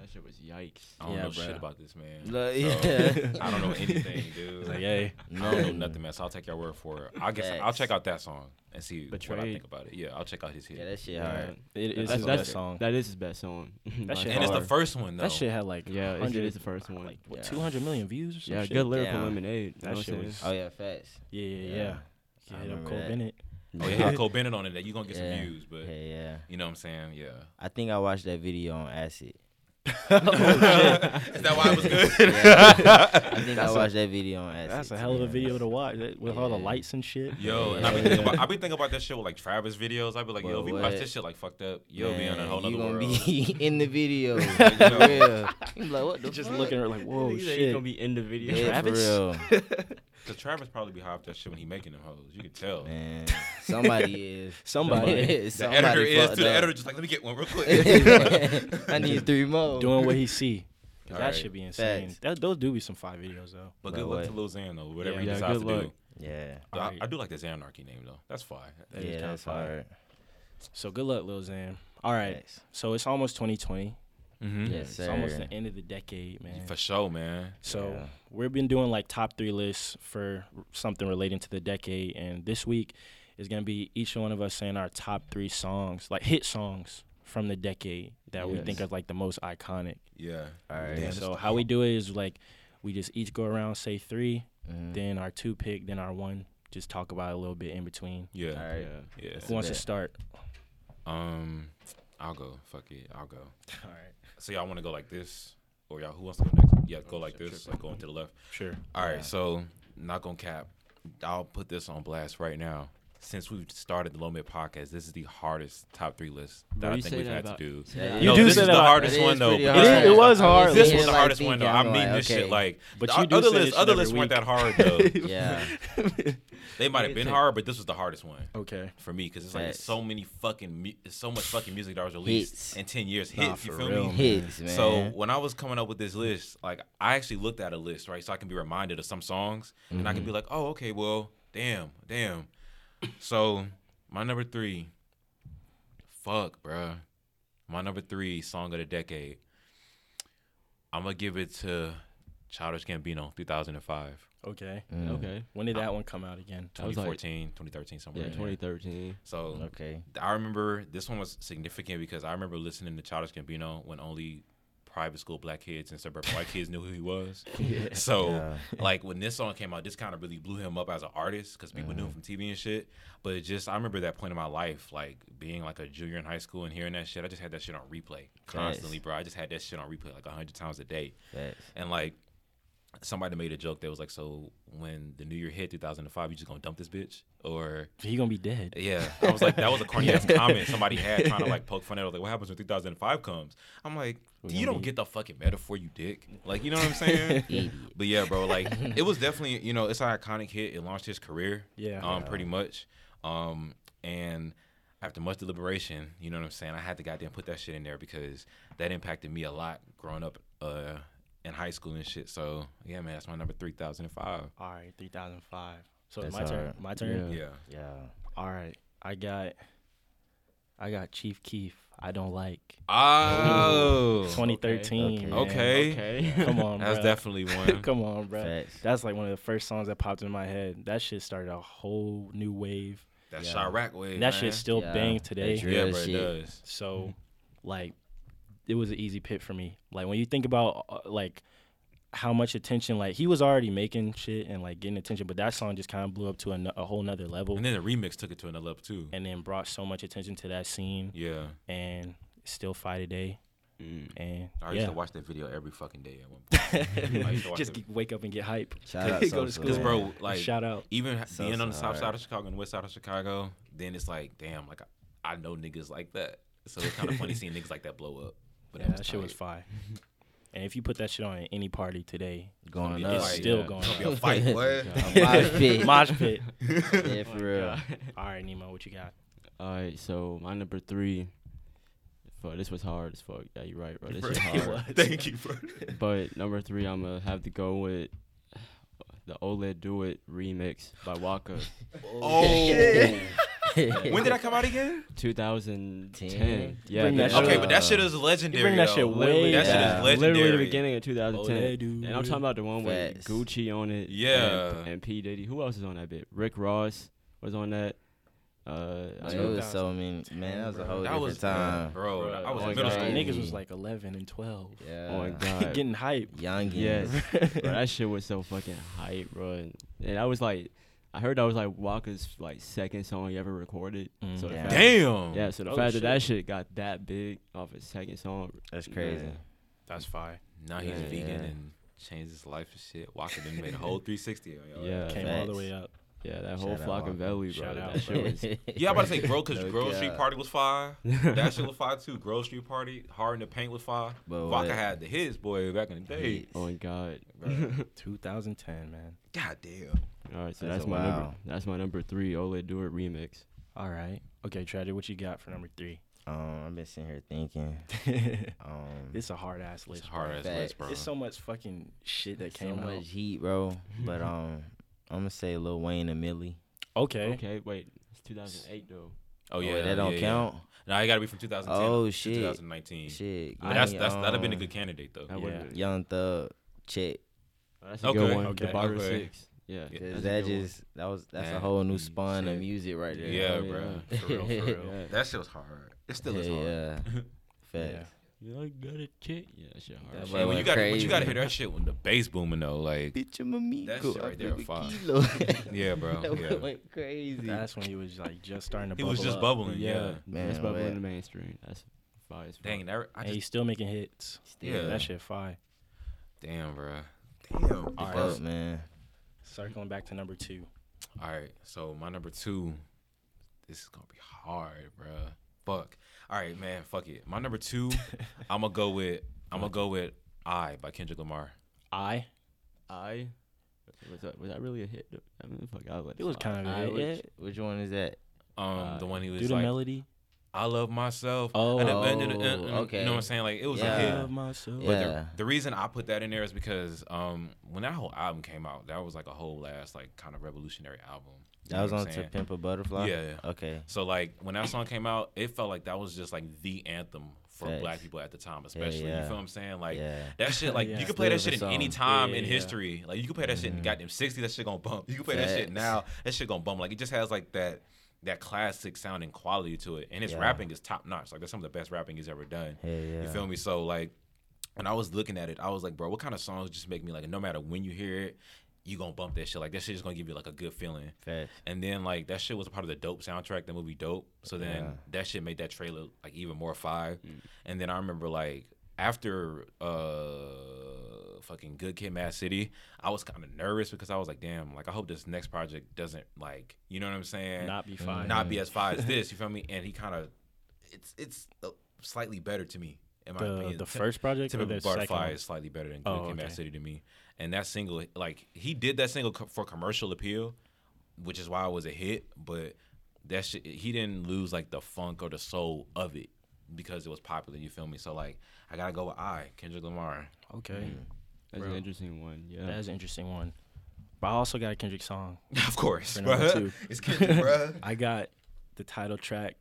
Speaker 2: That shit was yikes.
Speaker 3: I don't
Speaker 1: Yeah,
Speaker 3: know
Speaker 1: bro.
Speaker 3: shit about this man.
Speaker 4: Look,
Speaker 3: So,
Speaker 4: yeah.
Speaker 3: (laughs) I
Speaker 4: (laughs)
Speaker 3: don't know anything, dude.
Speaker 1: It's (laughs) like, hey,
Speaker 3: I don't know nothing, man. So I'll take your word for it. I guess I'll
Speaker 4: Facts.
Speaker 3: check out that song and see what I
Speaker 2: Betrayed.
Speaker 3: think about it. Yeah, I'll check out his hit.
Speaker 4: Yeah, that shit
Speaker 2: Yeah.
Speaker 4: hard.
Speaker 1: it is
Speaker 2: that's,
Speaker 1: his
Speaker 2: that's-
Speaker 1: best song.
Speaker 2: That is his best song. (laughs) By
Speaker 1: shit
Speaker 2: far.
Speaker 3: and it's the
Speaker 1: hard.
Speaker 3: first one though.
Speaker 1: That shit had like
Speaker 2: Yeah, it's,
Speaker 1: 100,
Speaker 2: it is the first one.
Speaker 1: like what
Speaker 4: Yeah.
Speaker 1: 200 million views or some
Speaker 2: yeah,
Speaker 1: shit.
Speaker 2: good lyrical
Speaker 4: Damn.
Speaker 2: lemonade.
Speaker 1: That
Speaker 2: That
Speaker 1: shit
Speaker 2: shit (laughs)
Speaker 1: was-
Speaker 4: Oh yeah, facts.
Speaker 1: Yeah, yeah,
Speaker 4: Yeah.
Speaker 1: yeah.
Speaker 4: I
Speaker 1: yeah. Hit up
Speaker 4: remember
Speaker 1: Cole
Speaker 4: that.
Speaker 1: Bennett.
Speaker 3: Oh yeah, Cole Bennett on it. That you gonna get
Speaker 4: Yeah.
Speaker 3: some views, but
Speaker 4: Yeah, yeah.
Speaker 3: you know what I'm saying? Yeah.
Speaker 4: I think I watched that video on acid.
Speaker 3: Is that why it was
Speaker 4: (laughs)
Speaker 3: good?
Speaker 4: I think I watched that video on acid.
Speaker 1: That's a
Speaker 4: to
Speaker 1: hell of
Speaker 4: be
Speaker 1: a video
Speaker 4: honest.
Speaker 1: to watch that- with all the
Speaker 4: Yeah.
Speaker 1: lights and shit.
Speaker 3: (laughs) Yo, and I be thinking
Speaker 1: (laughs)
Speaker 3: about I be thinking about that shit with like Travis videos. I be like, yo, if
Speaker 4: But
Speaker 3: we watch
Speaker 4: what?
Speaker 3: this shit like fucked up, you'll be on a
Speaker 4: Man,
Speaker 3: whole nother
Speaker 4: You gonna
Speaker 3: world.
Speaker 4: be (laughs) in
Speaker 3: (laughs)
Speaker 4: the video. for
Speaker 3: know.
Speaker 4: real. You like what the
Speaker 1: Just
Speaker 4: fuck?
Speaker 1: looking at her like,
Speaker 3: (laughs)
Speaker 1: whoa,
Speaker 2: He's
Speaker 1: shit.
Speaker 2: gonna be in the video.
Speaker 4: Yeah, for
Speaker 1: Travis?
Speaker 4: real.
Speaker 3: Cause Travis probably be hyped that shit when he making them hoes. You can tell.
Speaker 4: Man, somebody is.
Speaker 1: (laughs) Somebody.
Speaker 3: The editor is
Speaker 4: fucked
Speaker 3: to the
Speaker 4: up.
Speaker 3: editor just like let me get one real
Speaker 4: (laughs)
Speaker 3: quick. (laughs)
Speaker 4: I need three
Speaker 1: (laughs)
Speaker 4: more.
Speaker 1: Doing what he see. 'Cause that
Speaker 3: Alright.
Speaker 1: should be insane.
Speaker 4: Facts.
Speaker 1: That, those do be some fire videos though.
Speaker 3: But good
Speaker 4: But
Speaker 3: luck
Speaker 4: what?
Speaker 3: to Lil Xan though, whatever
Speaker 1: Yeah,
Speaker 3: he
Speaker 2: yeah,
Speaker 3: decides to
Speaker 2: good
Speaker 3: do.
Speaker 2: luck.
Speaker 4: (laughs) Yeah.
Speaker 3: But I,
Speaker 1: Alright.
Speaker 3: I do like this Anarchy name though. That's fire.
Speaker 1: That is
Speaker 4: yeah,
Speaker 1: kinda
Speaker 4: that's
Speaker 1: fire.
Speaker 4: hard.
Speaker 1: So good luck, Lil Xan. All right.
Speaker 4: Facts.
Speaker 1: So it's almost 2020.
Speaker 3: Mm-hmm.
Speaker 4: Yes, sir.
Speaker 1: It's almost the end of the decade, man.
Speaker 3: For sure, man.
Speaker 1: So
Speaker 4: Yeah.
Speaker 1: we've been doing like top three lists for r- something relating to the decade, and this week is gonna be each one of us saying our top three songs, like hit songs from the decade that we think
Speaker 2: Yes.
Speaker 1: of like the most iconic.
Speaker 3: Yeah.
Speaker 4: All right.
Speaker 3: Damn,
Speaker 1: so
Speaker 3: that's-
Speaker 1: how we do it is like we just each go around say 3
Speaker 4: Mhm.
Speaker 1: then our two pick, then our one. Just talk about it a little bit in between.
Speaker 4: All
Speaker 3: Yeah.
Speaker 4: right.
Speaker 2: (laughs) Yeah.
Speaker 3: Yeah.
Speaker 1: Who wants to
Speaker 4: bet.
Speaker 1: start?
Speaker 3: Um, I'll go. Fuck it. I'll go.
Speaker 1: (laughs) All right,
Speaker 3: So y'all want to go like this, or y'all who wants to go next? Yeah, go like this, like going to the left.
Speaker 1: sure.
Speaker 3: All right. So not gonna cap. I'll put this on blast right now. Since we've started the Low Mid podcast, this is the hardest top three list that
Speaker 2: Bro,
Speaker 3: I
Speaker 2: you
Speaker 3: think
Speaker 2: say
Speaker 3: we've
Speaker 2: that
Speaker 3: had to
Speaker 2: about-
Speaker 3: do.
Speaker 2: say that
Speaker 4: You
Speaker 3: No,
Speaker 4: do
Speaker 3: this
Speaker 1: say
Speaker 3: is
Speaker 1: that
Speaker 3: the
Speaker 1: about-
Speaker 3: hardest
Speaker 4: It is
Speaker 3: one though.
Speaker 4: pretty
Speaker 3: but-
Speaker 1: hard. It is- it was
Speaker 4: I
Speaker 1: hard.
Speaker 3: This
Speaker 4: sitting
Speaker 3: was
Speaker 4: here,
Speaker 3: the
Speaker 4: like,
Speaker 3: hardest one though.
Speaker 4: thinking,
Speaker 3: I
Speaker 4: I'm
Speaker 3: mean
Speaker 4: like,
Speaker 3: this shit
Speaker 4: okay,
Speaker 3: like
Speaker 1: But
Speaker 3: the
Speaker 1: you do
Speaker 3: other
Speaker 1: say this
Speaker 3: lists,
Speaker 1: shit
Speaker 3: other
Speaker 1: every
Speaker 3: lists weren't
Speaker 1: week.
Speaker 3: that hard
Speaker 1: (laughs)
Speaker 3: though.
Speaker 4: Yeah.
Speaker 3: they might have been hard, but this was the hardest one
Speaker 1: Okay.
Speaker 3: for me because it's like it's
Speaker 4: Facts.
Speaker 3: so many fucking mu- it's so much fucking music that was released
Speaker 4: Hits.
Speaker 3: in ten years.
Speaker 1: Nah,
Speaker 3: Hits, you
Speaker 1: for
Speaker 3: feel
Speaker 1: real,
Speaker 3: me?
Speaker 4: Hits, man.
Speaker 3: So when I was coming up with this list, like I actually looked at a list, right? So I can be reminded of some songs, and I can be like, oh, okay, well, damn, damn. So My number three. Fuck, bruh. My number three song of the decade. I'm gonna give it to Childish Gambino, 2005,
Speaker 1: Okay.
Speaker 2: Okay.
Speaker 1: When did that one come out again?
Speaker 2: That was like-
Speaker 3: 2014, 2013, somewhere.
Speaker 2: Yeah,
Speaker 3: in there.
Speaker 2: 2013.
Speaker 3: So
Speaker 4: Okay.
Speaker 3: I remember this one was significant because I remember listening to Childish Gambino when only private school black kids and suburban white kids knew who he was. So,
Speaker 4: (laughs) Yeah.
Speaker 3: like when this song came out, this kind of really blew him up as an artist because people
Speaker 4: Mm-hmm.
Speaker 3: knew him from TV and shit. But it just I remember that point in my life, like being like a junior in high school and hearing that shit. I just had that shit on replay constantly, bro. I just had that shit on replay like hundred times a day.
Speaker 4: Facts.
Speaker 3: And like somebody made a joke that was like, so when the new year hit 2005, you just gonna dump this bitch or
Speaker 1: He gonna be dead.
Speaker 3: yeah, I was like, that was a corny ass comment somebody had trying to like poke fun at. I was like, what happens when 2005 comes? I'm like, you don't get the fucking metaphor, you dick. Like, you know what I'm saying? but yeah, bro, like it was definitely, you know, it's an iconic hit. It launched his career.
Speaker 1: Yeah.
Speaker 3: Um, pretty much. Um, and after much deliberation, you know what I'm saying, I had to goddamn put that shit in there because that impacted me a lot growing up uh in high school and shit. So yeah, man, that's my number 3005.
Speaker 1: All right, 3005. So
Speaker 4: That's
Speaker 1: my turn.
Speaker 4: alright.
Speaker 1: My turn.
Speaker 3: Yeah.
Speaker 4: Yeah.
Speaker 1: All right. I got I got Chief Keef. I don't like
Speaker 3: Oh.
Speaker 1: 2013.
Speaker 4: okay.
Speaker 1: man.
Speaker 3: Okay.
Speaker 1: (laughs)
Speaker 2: Okay.
Speaker 1: Come on,
Speaker 3: That's
Speaker 1: bruh.
Speaker 3: definitely
Speaker 1: (laughs)
Speaker 3: one.
Speaker 1: Come on, bro.
Speaker 4: Facts.
Speaker 1: That's like one of the first songs that popped in my head. That shit started a whole new wave.
Speaker 3: That
Speaker 4: Yeah.
Speaker 3: Chirac wave.
Speaker 1: And that
Speaker 3: man.
Speaker 1: shit still
Speaker 4: Yeah,
Speaker 1: bangs
Speaker 4: that
Speaker 1: today.
Speaker 4: drill.
Speaker 3: Yeah,
Speaker 4: Real Mm-hmm.
Speaker 3: bro, it
Speaker 4: shit.
Speaker 3: does.
Speaker 1: So, like, it was an easy pit for me. Like when you think about uh, like how much attention, like he was already making shit and like getting attention, but that song just kind of blew up to a, a whole nother level,
Speaker 3: And then the remix took it to another level too.
Speaker 1: and then brought so much attention to that scene,
Speaker 3: Yeah.
Speaker 1: and it's still fight today.
Speaker 2: Mm.
Speaker 1: And
Speaker 3: I used
Speaker 1: yeah,
Speaker 3: to watch that video every fucking day
Speaker 1: (laughs)
Speaker 3: at one point. (laughs) I used to watch
Speaker 1: just
Speaker 3: that-
Speaker 1: get- wake up and get hype.
Speaker 4: Shout
Speaker 1: Go
Speaker 4: out
Speaker 1: to
Speaker 4: Sosa,
Speaker 1: school.
Speaker 3: Cause
Speaker 4: man. (laughs)
Speaker 3: bro, like
Speaker 1: Shout out.
Speaker 3: even ha-
Speaker 4: So
Speaker 3: being on the
Speaker 4: sorry.
Speaker 3: south side of Chicago and the west side of Chicago, then it's like, damn, like I, I know niggas like that. So it's kind of
Speaker 1: (laughs)
Speaker 3: funny seeing niggas like that blow up. But
Speaker 1: Yeah, that shit was (laughs)
Speaker 3: (laughs)
Speaker 1: fire. and if you put that shit on at any party today,
Speaker 3: It's
Speaker 4: Going up.
Speaker 1: it's
Speaker 3: Right,
Speaker 1: still
Speaker 2: yeah.
Speaker 1: going.
Speaker 3: It's gonna
Speaker 1: up.
Speaker 3: be a fight,
Speaker 2: (laughs)
Speaker 3: boy. (laughs)
Speaker 4: Mosh pit.
Speaker 1: (laughs) Mosh pit.
Speaker 4: Yeah, for real.
Speaker 1: All right, Nemo, what you got?
Speaker 2: All right, so my number three. Fuck, this was hard as fuck. Yeah, you're (laughs) right, bro. This is
Speaker 3: It
Speaker 2: hard.
Speaker 3: was. (laughs) Thank you,
Speaker 1: (laughs)
Speaker 3: bro.
Speaker 2: But number three, I'm gonna have to go with the OLED Do It remix by (laughs) Waka,
Speaker 3: Oh, when
Speaker 4: (laughs)
Speaker 3: did I come out again?
Speaker 2: 2010.
Speaker 4: Ten?
Speaker 2: Yeah,
Speaker 1: Bring that
Speaker 2: yeah.
Speaker 3: Okay,
Speaker 1: Uh,
Speaker 3: but that shit is legendary.
Speaker 1: bring that
Speaker 3: though.
Speaker 1: shit
Speaker 2: Literally,
Speaker 1: way
Speaker 3: That shit
Speaker 4: down.
Speaker 3: is
Speaker 2: Literally the
Speaker 3: legendary.
Speaker 2: beginning of 2010.
Speaker 1: OLED Do
Speaker 2: and I'm talking about the one with
Speaker 4: Facts.
Speaker 2: Gucci on it. and-
Speaker 3: Yeah.
Speaker 2: And, P Diddy. Who else is on that bit? Rick Ross was on that. Uh, I
Speaker 4: Man, it
Speaker 2: know-
Speaker 4: was so many. Man, that was a whole
Speaker 3: That
Speaker 4: different
Speaker 3: was
Speaker 4: time.
Speaker 3: bro.
Speaker 2: Bro,
Speaker 3: I was
Speaker 2: oh
Speaker 3: in
Speaker 2: my
Speaker 3: middle
Speaker 2: God.
Speaker 3: school.
Speaker 1: Niggas was like 11 and 12. (laughs)
Speaker 4: Yeah.
Speaker 2: oh my god.
Speaker 1: Getting hype.
Speaker 4: Youngins. (laughs)
Speaker 2: Yes, bro, that shit was so fucking hype, bro. And, and I was like, I heard that was like Walker's like second song he ever recorded. so the
Speaker 4: Yeah.
Speaker 2: fact-
Speaker 3: Damn.
Speaker 2: Yeah, so the
Speaker 1: Oh,
Speaker 2: fact
Speaker 1: shit.
Speaker 2: that that shit got that big off his second song,
Speaker 4: That's (laughs) crazy.
Speaker 2: Man.
Speaker 1: That's fire.
Speaker 3: Now he's
Speaker 4: Yeah.
Speaker 3: vegan
Speaker 4: Yeah.
Speaker 3: and changed his life and shit. Walker then made a
Speaker 4: (laughs)
Speaker 3: whole 360. on y'all.
Speaker 2: Yeah.
Speaker 1: Came all the
Speaker 4: Facts.
Speaker 1: way up.
Speaker 2: yeah, that whole
Speaker 4: Shout out
Speaker 2: flock
Speaker 4: Waka.
Speaker 2: of belly, bro.
Speaker 1: Shout
Speaker 2: that
Speaker 1: out,
Speaker 2: shit
Speaker 4: (laughs)
Speaker 2: was.
Speaker 3: Yeah, I'm about to say Grow because
Speaker 4: No
Speaker 3: Grove Street
Speaker 4: cap.
Speaker 3: Party was
Speaker 4: (laughs)
Speaker 3: fire. (laughs)
Speaker 2: (laughs)
Speaker 3: That shit was fire too. Grove Street Party, Hard in the Paint was fire.
Speaker 4: But
Speaker 3: Walker
Speaker 4: what-
Speaker 3: had the hits, boy, back in the day.
Speaker 4: (laughs)
Speaker 2: Oh my god.
Speaker 3: Bruh.
Speaker 1: 2010, man.
Speaker 3: God damn.
Speaker 2: All right, so
Speaker 4: That's
Speaker 2: that's,
Speaker 4: a
Speaker 2: my number.
Speaker 4: wow.
Speaker 2: That's my number three. Ole Do It remix.
Speaker 1: All right. Okay, Tragic, what you got for number
Speaker 3: (laughs)
Speaker 1: three?
Speaker 4: Um, I've been sitting here thinking. Um,
Speaker 1: It's a hard ass list.
Speaker 3: It's hard ass
Speaker 4: Facts.
Speaker 3: list, bro.
Speaker 1: It's so much fucking shit that
Speaker 4: so
Speaker 1: came out.
Speaker 4: much heat, bro. (laughs) But um, I'm gonna say Lil Wayne and Millie.
Speaker 1: Okay.
Speaker 2: Okay, wait, it's 2008 though.
Speaker 3: oh yeah,
Speaker 4: Wait, that don't
Speaker 3: yeah, yeah.
Speaker 4: count.
Speaker 3: Nah, it gotta be from 2010.
Speaker 4: Oh,
Speaker 3: to
Speaker 4: shit.
Speaker 3: 2019.
Speaker 4: Shit,
Speaker 3: But that's
Speaker 4: give me,
Speaker 3: that's that'd have been a
Speaker 4: um,
Speaker 3: good candidate though.
Speaker 2: That
Speaker 1: Yeah.
Speaker 2: would've been-
Speaker 4: Young Thug check.
Speaker 2: oh, that's a
Speaker 3: Okay,
Speaker 2: good one.
Speaker 1: okay,
Speaker 2: the Barber
Speaker 3: okay.
Speaker 2: Six. Yeah.
Speaker 3: Yeah.
Speaker 4: Cause
Speaker 2: that's a
Speaker 4: that
Speaker 2: good one.
Speaker 4: just that was that's
Speaker 3: That
Speaker 4: a whole
Speaker 3: be
Speaker 4: new spawn
Speaker 3: sick.
Speaker 4: of music right there.
Speaker 3: Yeah,
Speaker 2: Oh,
Speaker 3: bro.
Speaker 2: yeah.
Speaker 3: For real, for
Speaker 4: (laughs)
Speaker 3: real.
Speaker 2: Yeah.
Speaker 3: That shit was hard. It still is
Speaker 4: Hell
Speaker 3: hard. (laughs)
Speaker 4: yeah. Facts.
Speaker 1: Yeah.
Speaker 2: You like got a chick? Yeah, that shit hard.
Speaker 4: That
Speaker 3: Yeah,
Speaker 4: That
Speaker 3: when
Speaker 4: went
Speaker 3: you got when you
Speaker 4: crazy.
Speaker 3: got to hear that shit when the bass booming though,
Speaker 4: (laughs)
Speaker 3: like
Speaker 4: Bitch, I'm a meat.
Speaker 3: That shit right there a fire. (laughs)
Speaker 4: (laughs)
Speaker 3: yeah, bro,
Speaker 4: that
Speaker 3: yeah.
Speaker 4: went crazy.
Speaker 1: That's when he was like just starting to
Speaker 3: He
Speaker 1: bubble
Speaker 3: was just
Speaker 1: up.
Speaker 3: bubbling. Yeah,
Speaker 4: Man,
Speaker 2: that's probably
Speaker 4: what?
Speaker 2: in the mainstream. That's fire. as fuck.
Speaker 3: dang, that, I
Speaker 1: and he's
Speaker 3: just
Speaker 1: still making hits.
Speaker 4: Still,
Speaker 3: Yeah.
Speaker 1: That shit fire.
Speaker 3: damn, bro, damn. All
Speaker 4: Dope,
Speaker 3: right,
Speaker 4: man.
Speaker 1: Circling back to number two.
Speaker 3: all right. So my number two, this is gonna be hard, bro. Fuck. All right, man. Fuck it. My number
Speaker 4: (laughs)
Speaker 3: two, I'm gonna go with I'm gonna go with I by Kendrick Lamar.
Speaker 1: I.
Speaker 2: I was that was that really a hit? though? I mean, fuck, I let
Speaker 1: It was
Speaker 2: slide.
Speaker 1: kind of a
Speaker 2: I
Speaker 1: hit,
Speaker 2: was-
Speaker 1: yeah.
Speaker 4: Which, which one is that?
Speaker 3: Um,
Speaker 2: Uh,
Speaker 3: the one he was
Speaker 1: Do the
Speaker 3: like,
Speaker 1: melody.
Speaker 3: I love myself.
Speaker 1: Oh.
Speaker 3: and, and, and, and, and-
Speaker 4: Okay.
Speaker 3: uh, You know what I'm saying? Like it was
Speaker 4: Yeah.
Speaker 3: a hit.
Speaker 1: Love myself.
Speaker 3: But
Speaker 4: Yeah.
Speaker 3: the, the reason I put that in there is because um, when that whole album came out, that was like a whole last like kind of revolutionary album. You
Speaker 4: That
Speaker 3: know
Speaker 4: was
Speaker 3: what
Speaker 4: on
Speaker 3: I'm
Speaker 4: To
Speaker 3: saying?
Speaker 4: Pimp a Butterfly?
Speaker 3: Yeah, yeah.
Speaker 4: Okay.
Speaker 3: So like when that song came out, it felt like that was just like the anthem for
Speaker 4: Facts.
Speaker 3: black people at the time, especially.
Speaker 4: yeah.
Speaker 3: You feel what I'm saying? Like
Speaker 4: Yeah.
Speaker 3: that shit,
Speaker 1: (laughs)
Speaker 3: like
Speaker 1: Yeah.
Speaker 3: you could play that
Speaker 4: Still
Speaker 3: shit
Speaker 4: the
Speaker 3: in any
Speaker 4: song.
Speaker 3: time
Speaker 1: Yeah,
Speaker 3: in
Speaker 1: yeah.
Speaker 3: history. Like you could play that shit in goddamn 60, that shit gonna bump. You could play that shit
Speaker 4: Facts.
Speaker 3: now, that shit gonna bump. Like it just has like that that classic sounding quality to it. And his
Speaker 4: Yeah.
Speaker 3: rapping is top notch. Like that's some of the best rapping he's ever done.
Speaker 4: Yeah, yeah.
Speaker 3: You feel me? So like when I was looking at it, I was like, bro, what kind of songs just make me like no matter when you hear it, you gonna bump that shit. Like that shit is gonna give you like a good feeling.
Speaker 4: Facts.
Speaker 3: And then like that shit was a part of the dope soundtrack, the movie Dope. So then
Speaker 4: Yeah.
Speaker 3: that shit made that trailer like even more fire.
Speaker 1: Mm.
Speaker 3: And then I remember like after uh fucking Good Kid Mad City, I was kind of nervous because I was like, damn, like I hope this next project doesn't like, you know what I'm saying?
Speaker 1: Not be fine.
Speaker 3: Not be as fire
Speaker 1: (laughs)
Speaker 3: as this, you feel me? And he kind of it's it's uh, slightly better to me in my
Speaker 1: the
Speaker 3: opinion.
Speaker 1: the
Speaker 3: Ti-
Speaker 1: first project or
Speaker 3: Timothy
Speaker 1: the
Speaker 3: Butterfly
Speaker 1: second? one?
Speaker 3: is slightly better than Good
Speaker 1: Oh,
Speaker 3: Kid, Mad
Speaker 1: okay.
Speaker 3: City to me. And that single, like he did that single co- for commercial appeal, which is why it was a hit. But that shit, he didn't lose like the funk or the soul of it because it was popular. You feel me? So like, I gotta go with I Kendrick Lamar. (laughs)
Speaker 1: Okay,
Speaker 2: That's an interesting one. Mm. Yeah.
Speaker 1: that's an interesting one. But I also got a Kendrick song.
Speaker 3: of course,
Speaker 1: For number
Speaker 3: bruh.
Speaker 1: two.
Speaker 3: (laughs) It's
Speaker 1: (laughs)
Speaker 3: Kendrick, bruh.
Speaker 1: I got the title track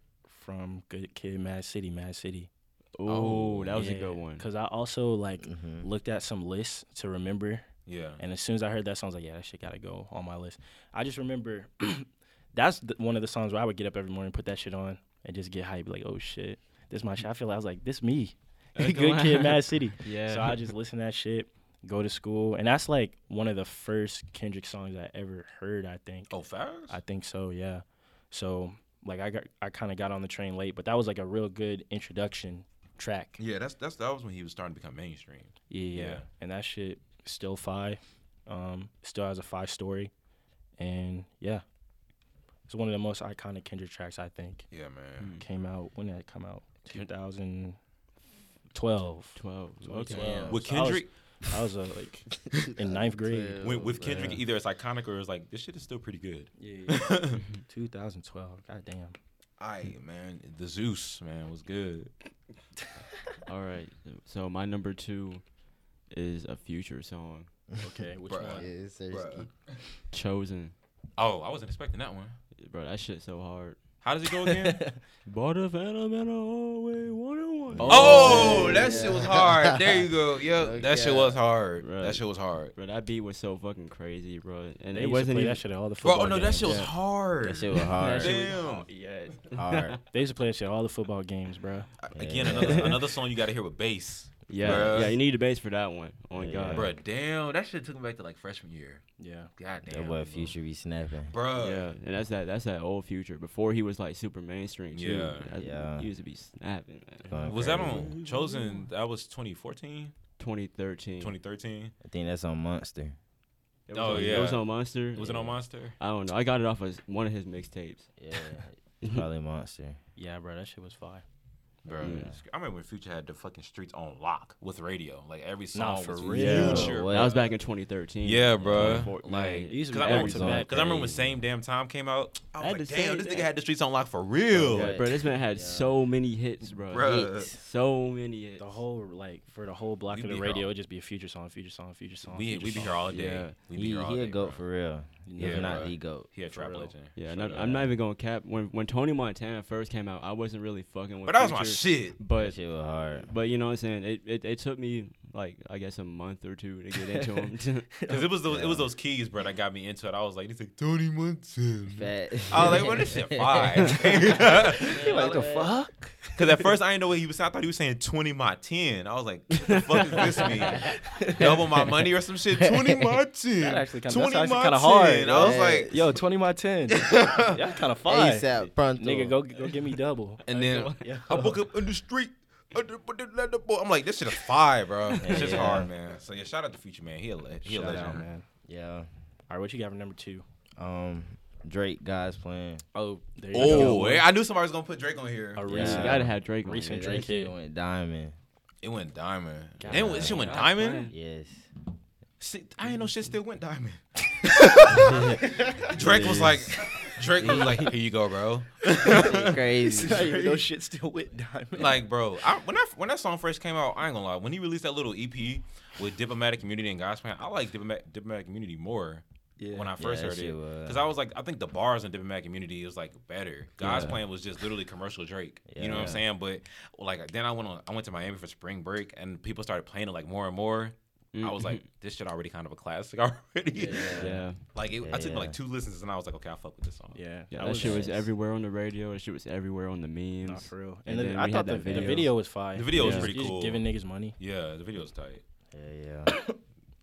Speaker 1: from Good Kid, Mad City, Mad City.
Speaker 2: oh, that was a good one.
Speaker 1: Cause I also like
Speaker 4: Mm-hmm.
Speaker 1: looked at some lists to remember,
Speaker 3: Yeah.
Speaker 1: and as soon as I heard that song, I was like, yeah, that shit gotta go on my list. I just remember (clears throat) that's the, one of the songs where I would get up every morning, put that shit on, and just get hyped. Like, oh shit, this my shit. I feel like I was like, this me,
Speaker 2: That's the
Speaker 1: (laughs) Good
Speaker 2: one.
Speaker 1: Kid, Mad City.
Speaker 2: Yeah.
Speaker 1: So
Speaker 2: (laughs)
Speaker 1: I just listen to that shit, go to school, and that's like one of the first Kendrick songs I ever heard. I think.
Speaker 3: Oh, Farrah's?
Speaker 1: I think so, yeah. So like I got I kind of got on the train late, but that was like a real good introduction track.
Speaker 3: yeah, that's that's that was when he was starting to become mainstream.
Speaker 1: Yeah,
Speaker 3: Yeah.
Speaker 1: and that shit still five, um, still has a five story, and yeah, it's one of the most iconic Kendrick tracks I think.
Speaker 3: Yeah, man.
Speaker 1: Came out when did it come out?
Speaker 3: Two-
Speaker 1: 2012.
Speaker 2: 12. Okay.
Speaker 4: Yeah.
Speaker 3: With
Speaker 1: So Hmm. I was-
Speaker 3: Kendrick,
Speaker 1: I was uh,
Speaker 3: (laughs)
Speaker 1: like in ninth grade.
Speaker 3: with, with Kendrick, either it's iconic or it's like this shit is still pretty good.
Speaker 1: Yeah,
Speaker 3: (laughs)
Speaker 1: 2012. God damn.
Speaker 3: I man, the Zeus man was good.
Speaker 2: All right. So my number two is a future song,
Speaker 1: Okay, which
Speaker 3: Bruh.
Speaker 1: one?
Speaker 4: Yeah, seriously.
Speaker 2: Chosen.
Speaker 3: Oh, I wasn't expecting that one.
Speaker 2: Bro, that shit so hard.
Speaker 3: How does it
Speaker 4: (laughs)
Speaker 3: go again?
Speaker 2: Bought a Phantom and I always wanted one.
Speaker 3: oh, that shit was hard. There you
Speaker 4: (laughs)
Speaker 3: go. Yep, that shit
Speaker 4: Okay.
Speaker 3: was hard.
Speaker 2: Right.
Speaker 3: That shit was hard.
Speaker 2: Bro, that beat was so fucking crazy, bro. And
Speaker 1: They used
Speaker 2: it
Speaker 1: to
Speaker 2: wasn't
Speaker 1: play
Speaker 2: even.
Speaker 1: that
Speaker 2: (laughs)
Speaker 1: shit at all the
Speaker 3: Bro,
Speaker 1: football
Speaker 3: oh no, that
Speaker 1: games.
Speaker 3: shit was
Speaker 1: Yeah.
Speaker 3: hard.
Speaker 4: That shit was hard.
Speaker 3: Damn.
Speaker 2: (laughs) Yeah.
Speaker 4: (laughs) hard.
Speaker 1: They used to play that shit at all the football games, bro.
Speaker 3: Again,
Speaker 4: (laughs)
Speaker 3: another another song you got to hear with bass.
Speaker 2: Yeah.
Speaker 3: Bruh.
Speaker 2: Yeah. You need a bass for that one. Oh my god.
Speaker 3: Bro, damn, that shit took me back to like freshman year.
Speaker 1: Yeah.
Speaker 3: God damn.
Speaker 4: That boy Future be snapping.
Speaker 3: Bro.
Speaker 2: Yeah, and that's that. That's that old future before he was like super mainstream. Too.
Speaker 3: Yeah.
Speaker 2: That-
Speaker 4: Yeah.
Speaker 2: He used to be snapping. Man.
Speaker 4: Going
Speaker 3: Was that
Speaker 4: crazy.
Speaker 3: on Chosen? That was 2014,
Speaker 2: 2013.
Speaker 3: 2013.
Speaker 4: I think that's on Monster.
Speaker 2: It was
Speaker 3: Oh,
Speaker 2: on,
Speaker 3: yeah.
Speaker 2: It was on Monster.
Speaker 3: Was it on Monster?
Speaker 2: I don't know. I got it off of one of his mixtapes. (laughs)
Speaker 4: Yeah. (laughs) Probably Monster.
Speaker 1: Yeah, bro, that shit was fire.
Speaker 3: Bro, I remember when Future had the fucking streets on lock with radio. Like every
Speaker 1: Nah,
Speaker 3: song
Speaker 1: for
Speaker 3: was
Speaker 1: real.
Speaker 3: Future.
Speaker 4: Yeah.
Speaker 3: bro.
Speaker 4: Well,
Speaker 2: That was back in 2013.
Speaker 3: Yeah, bro.
Speaker 2: 2014.
Speaker 3: Like,
Speaker 1: It used to
Speaker 3: cause
Speaker 1: be
Speaker 3: I remember,
Speaker 1: every song.
Speaker 3: cause I remember when same damn time came out. I
Speaker 2: Had
Speaker 3: was
Speaker 2: the
Speaker 3: like, damn,
Speaker 2: same
Speaker 3: this nigga
Speaker 2: damn-
Speaker 3: had the streets on lock for real.
Speaker 2: Yeah, bro, this man had so many hits, bro.
Speaker 3: Bruh.
Speaker 2: So many hits.
Speaker 1: The whole like for the whole block
Speaker 3: We
Speaker 1: of the
Speaker 3: be
Speaker 1: radio,
Speaker 3: all-
Speaker 1: it'd just be a future song, future song, future song.
Speaker 3: We
Speaker 1: future
Speaker 3: we be
Speaker 1: song.
Speaker 3: here all day.
Speaker 2: Yeah.
Speaker 3: We be
Speaker 4: He,
Speaker 3: here all
Speaker 4: he a
Speaker 3: day,
Speaker 4: goat
Speaker 3: bro.
Speaker 4: for real.
Speaker 3: Yeah,
Speaker 4: if not
Speaker 3: bro.
Speaker 4: the goat.
Speaker 3: He a trap
Speaker 1: real.
Speaker 3: legend.
Speaker 2: yeah, and
Speaker 3: Straight
Speaker 2: I'm,
Speaker 3: up.
Speaker 2: I'm not even gonna cap. When when Tony Montana first came out, I wasn't really fucking with.
Speaker 3: But that was my
Speaker 2: Future,
Speaker 3: shit.
Speaker 4: That
Speaker 2: But
Speaker 4: shit was
Speaker 3: (laughs)
Speaker 4: hard.
Speaker 2: but you know what I'm saying. It, it it took me like I guess a month or two to get (laughs) into him.
Speaker 3: Cause it was those it was those keys, bro, that got me into it. I was like, he's like Tony Munson.
Speaker 4: Fat.
Speaker 3: I was Oh, like,
Speaker 4: (laughs)
Speaker 3: well, this shit fine.
Speaker 4: the fuck?
Speaker 3: (laughs) Cause at first I didn't know what he was. I thought he was saying twenty my ten. I was like, what the fuck does this mean? Double my money or some shit? Twenty my ten.
Speaker 1: That actually kinda- that's
Speaker 3: 20
Speaker 1: actually
Speaker 3: my
Speaker 1: kinda hard,
Speaker 3: 10. I was
Speaker 4: yeah.
Speaker 3: like,
Speaker 1: Yo, twenty by
Speaker 3: (laughs)
Speaker 1: ten. That's kind of fire.
Speaker 4: ASAP pronto.
Speaker 1: Nigga, go go give me double.
Speaker 3: And then
Speaker 1: Yeah.
Speaker 3: I woke up in the street. under- with the leather boy. I'm like, this shit is fire, bro.
Speaker 1: (laughs)
Speaker 3: This shit's
Speaker 4: Yeah.
Speaker 3: hard, man. So yeah, shout out to Future Man. He a, le- (laughs) he a
Speaker 1: Shout
Speaker 3: legend.
Speaker 1: out, man.
Speaker 4: Yeah.
Speaker 1: All right, what you got for number two?
Speaker 4: Um, Drake, God's plan.
Speaker 1: Oh, there you
Speaker 3: Oh,
Speaker 1: go.
Speaker 3: yeah, I knew somebody was gonna put Drake on here.
Speaker 1: a
Speaker 2: You
Speaker 1: recent.
Speaker 2: gotta have Drake. on
Speaker 1: Recent
Speaker 2: it.
Speaker 4: Yeah,
Speaker 1: Drake
Speaker 4: that shit
Speaker 1: hit.
Speaker 4: went diamond.
Speaker 3: It went diamond. Then it- shit went diamond.
Speaker 4: Yes.
Speaker 1: (laughs)
Speaker 3: See, I ain't know shit still went diamond. Drake was like, Drake was like, "Here you go, bro."
Speaker 4: crazy.
Speaker 1: no shit still with Diamond.
Speaker 3: Like, bro, I, when I, when that song first came out, I ain't gonna lie. When he released that little EP with Diplomatic Community and Gospel, I like Diplomatic, Diplomatic Community more
Speaker 1: Yeah.
Speaker 3: when I first
Speaker 4: that
Speaker 3: heard it
Speaker 4: shit was-
Speaker 3: because I was like, I think the bars in Diplomatic Community was like better. God's Plan was just literally commercial Drake. You know what I'm saying? But like then I went on, I went to Miami for spring break and people started playing it like more and more. I was
Speaker 4: Mm-hmm.
Speaker 3: like, this shit already kind of a classic (laughs) already.
Speaker 2: Yeah,
Speaker 3: like it, I took
Speaker 4: Yeah.
Speaker 3: like two listens and I was like, okay, I fuck with this song.
Speaker 1: yeah,
Speaker 2: yeah.
Speaker 1: I
Speaker 2: That shit was
Speaker 4: Yes.
Speaker 2: everywhere on the radio. That shit was everywhere on the memes.
Speaker 1: Nah, for real. And,
Speaker 2: And then
Speaker 1: the, I
Speaker 2: we
Speaker 1: thought
Speaker 2: had
Speaker 1: the,
Speaker 2: that
Speaker 1: video. the
Speaker 2: video.
Speaker 1: video was fire.
Speaker 3: The video was
Speaker 1: Just-
Speaker 3: pretty
Speaker 1: just
Speaker 3: cool.
Speaker 1: giving niggas money.
Speaker 3: Yeah, the video's tight.
Speaker 4: Yeah, yeah.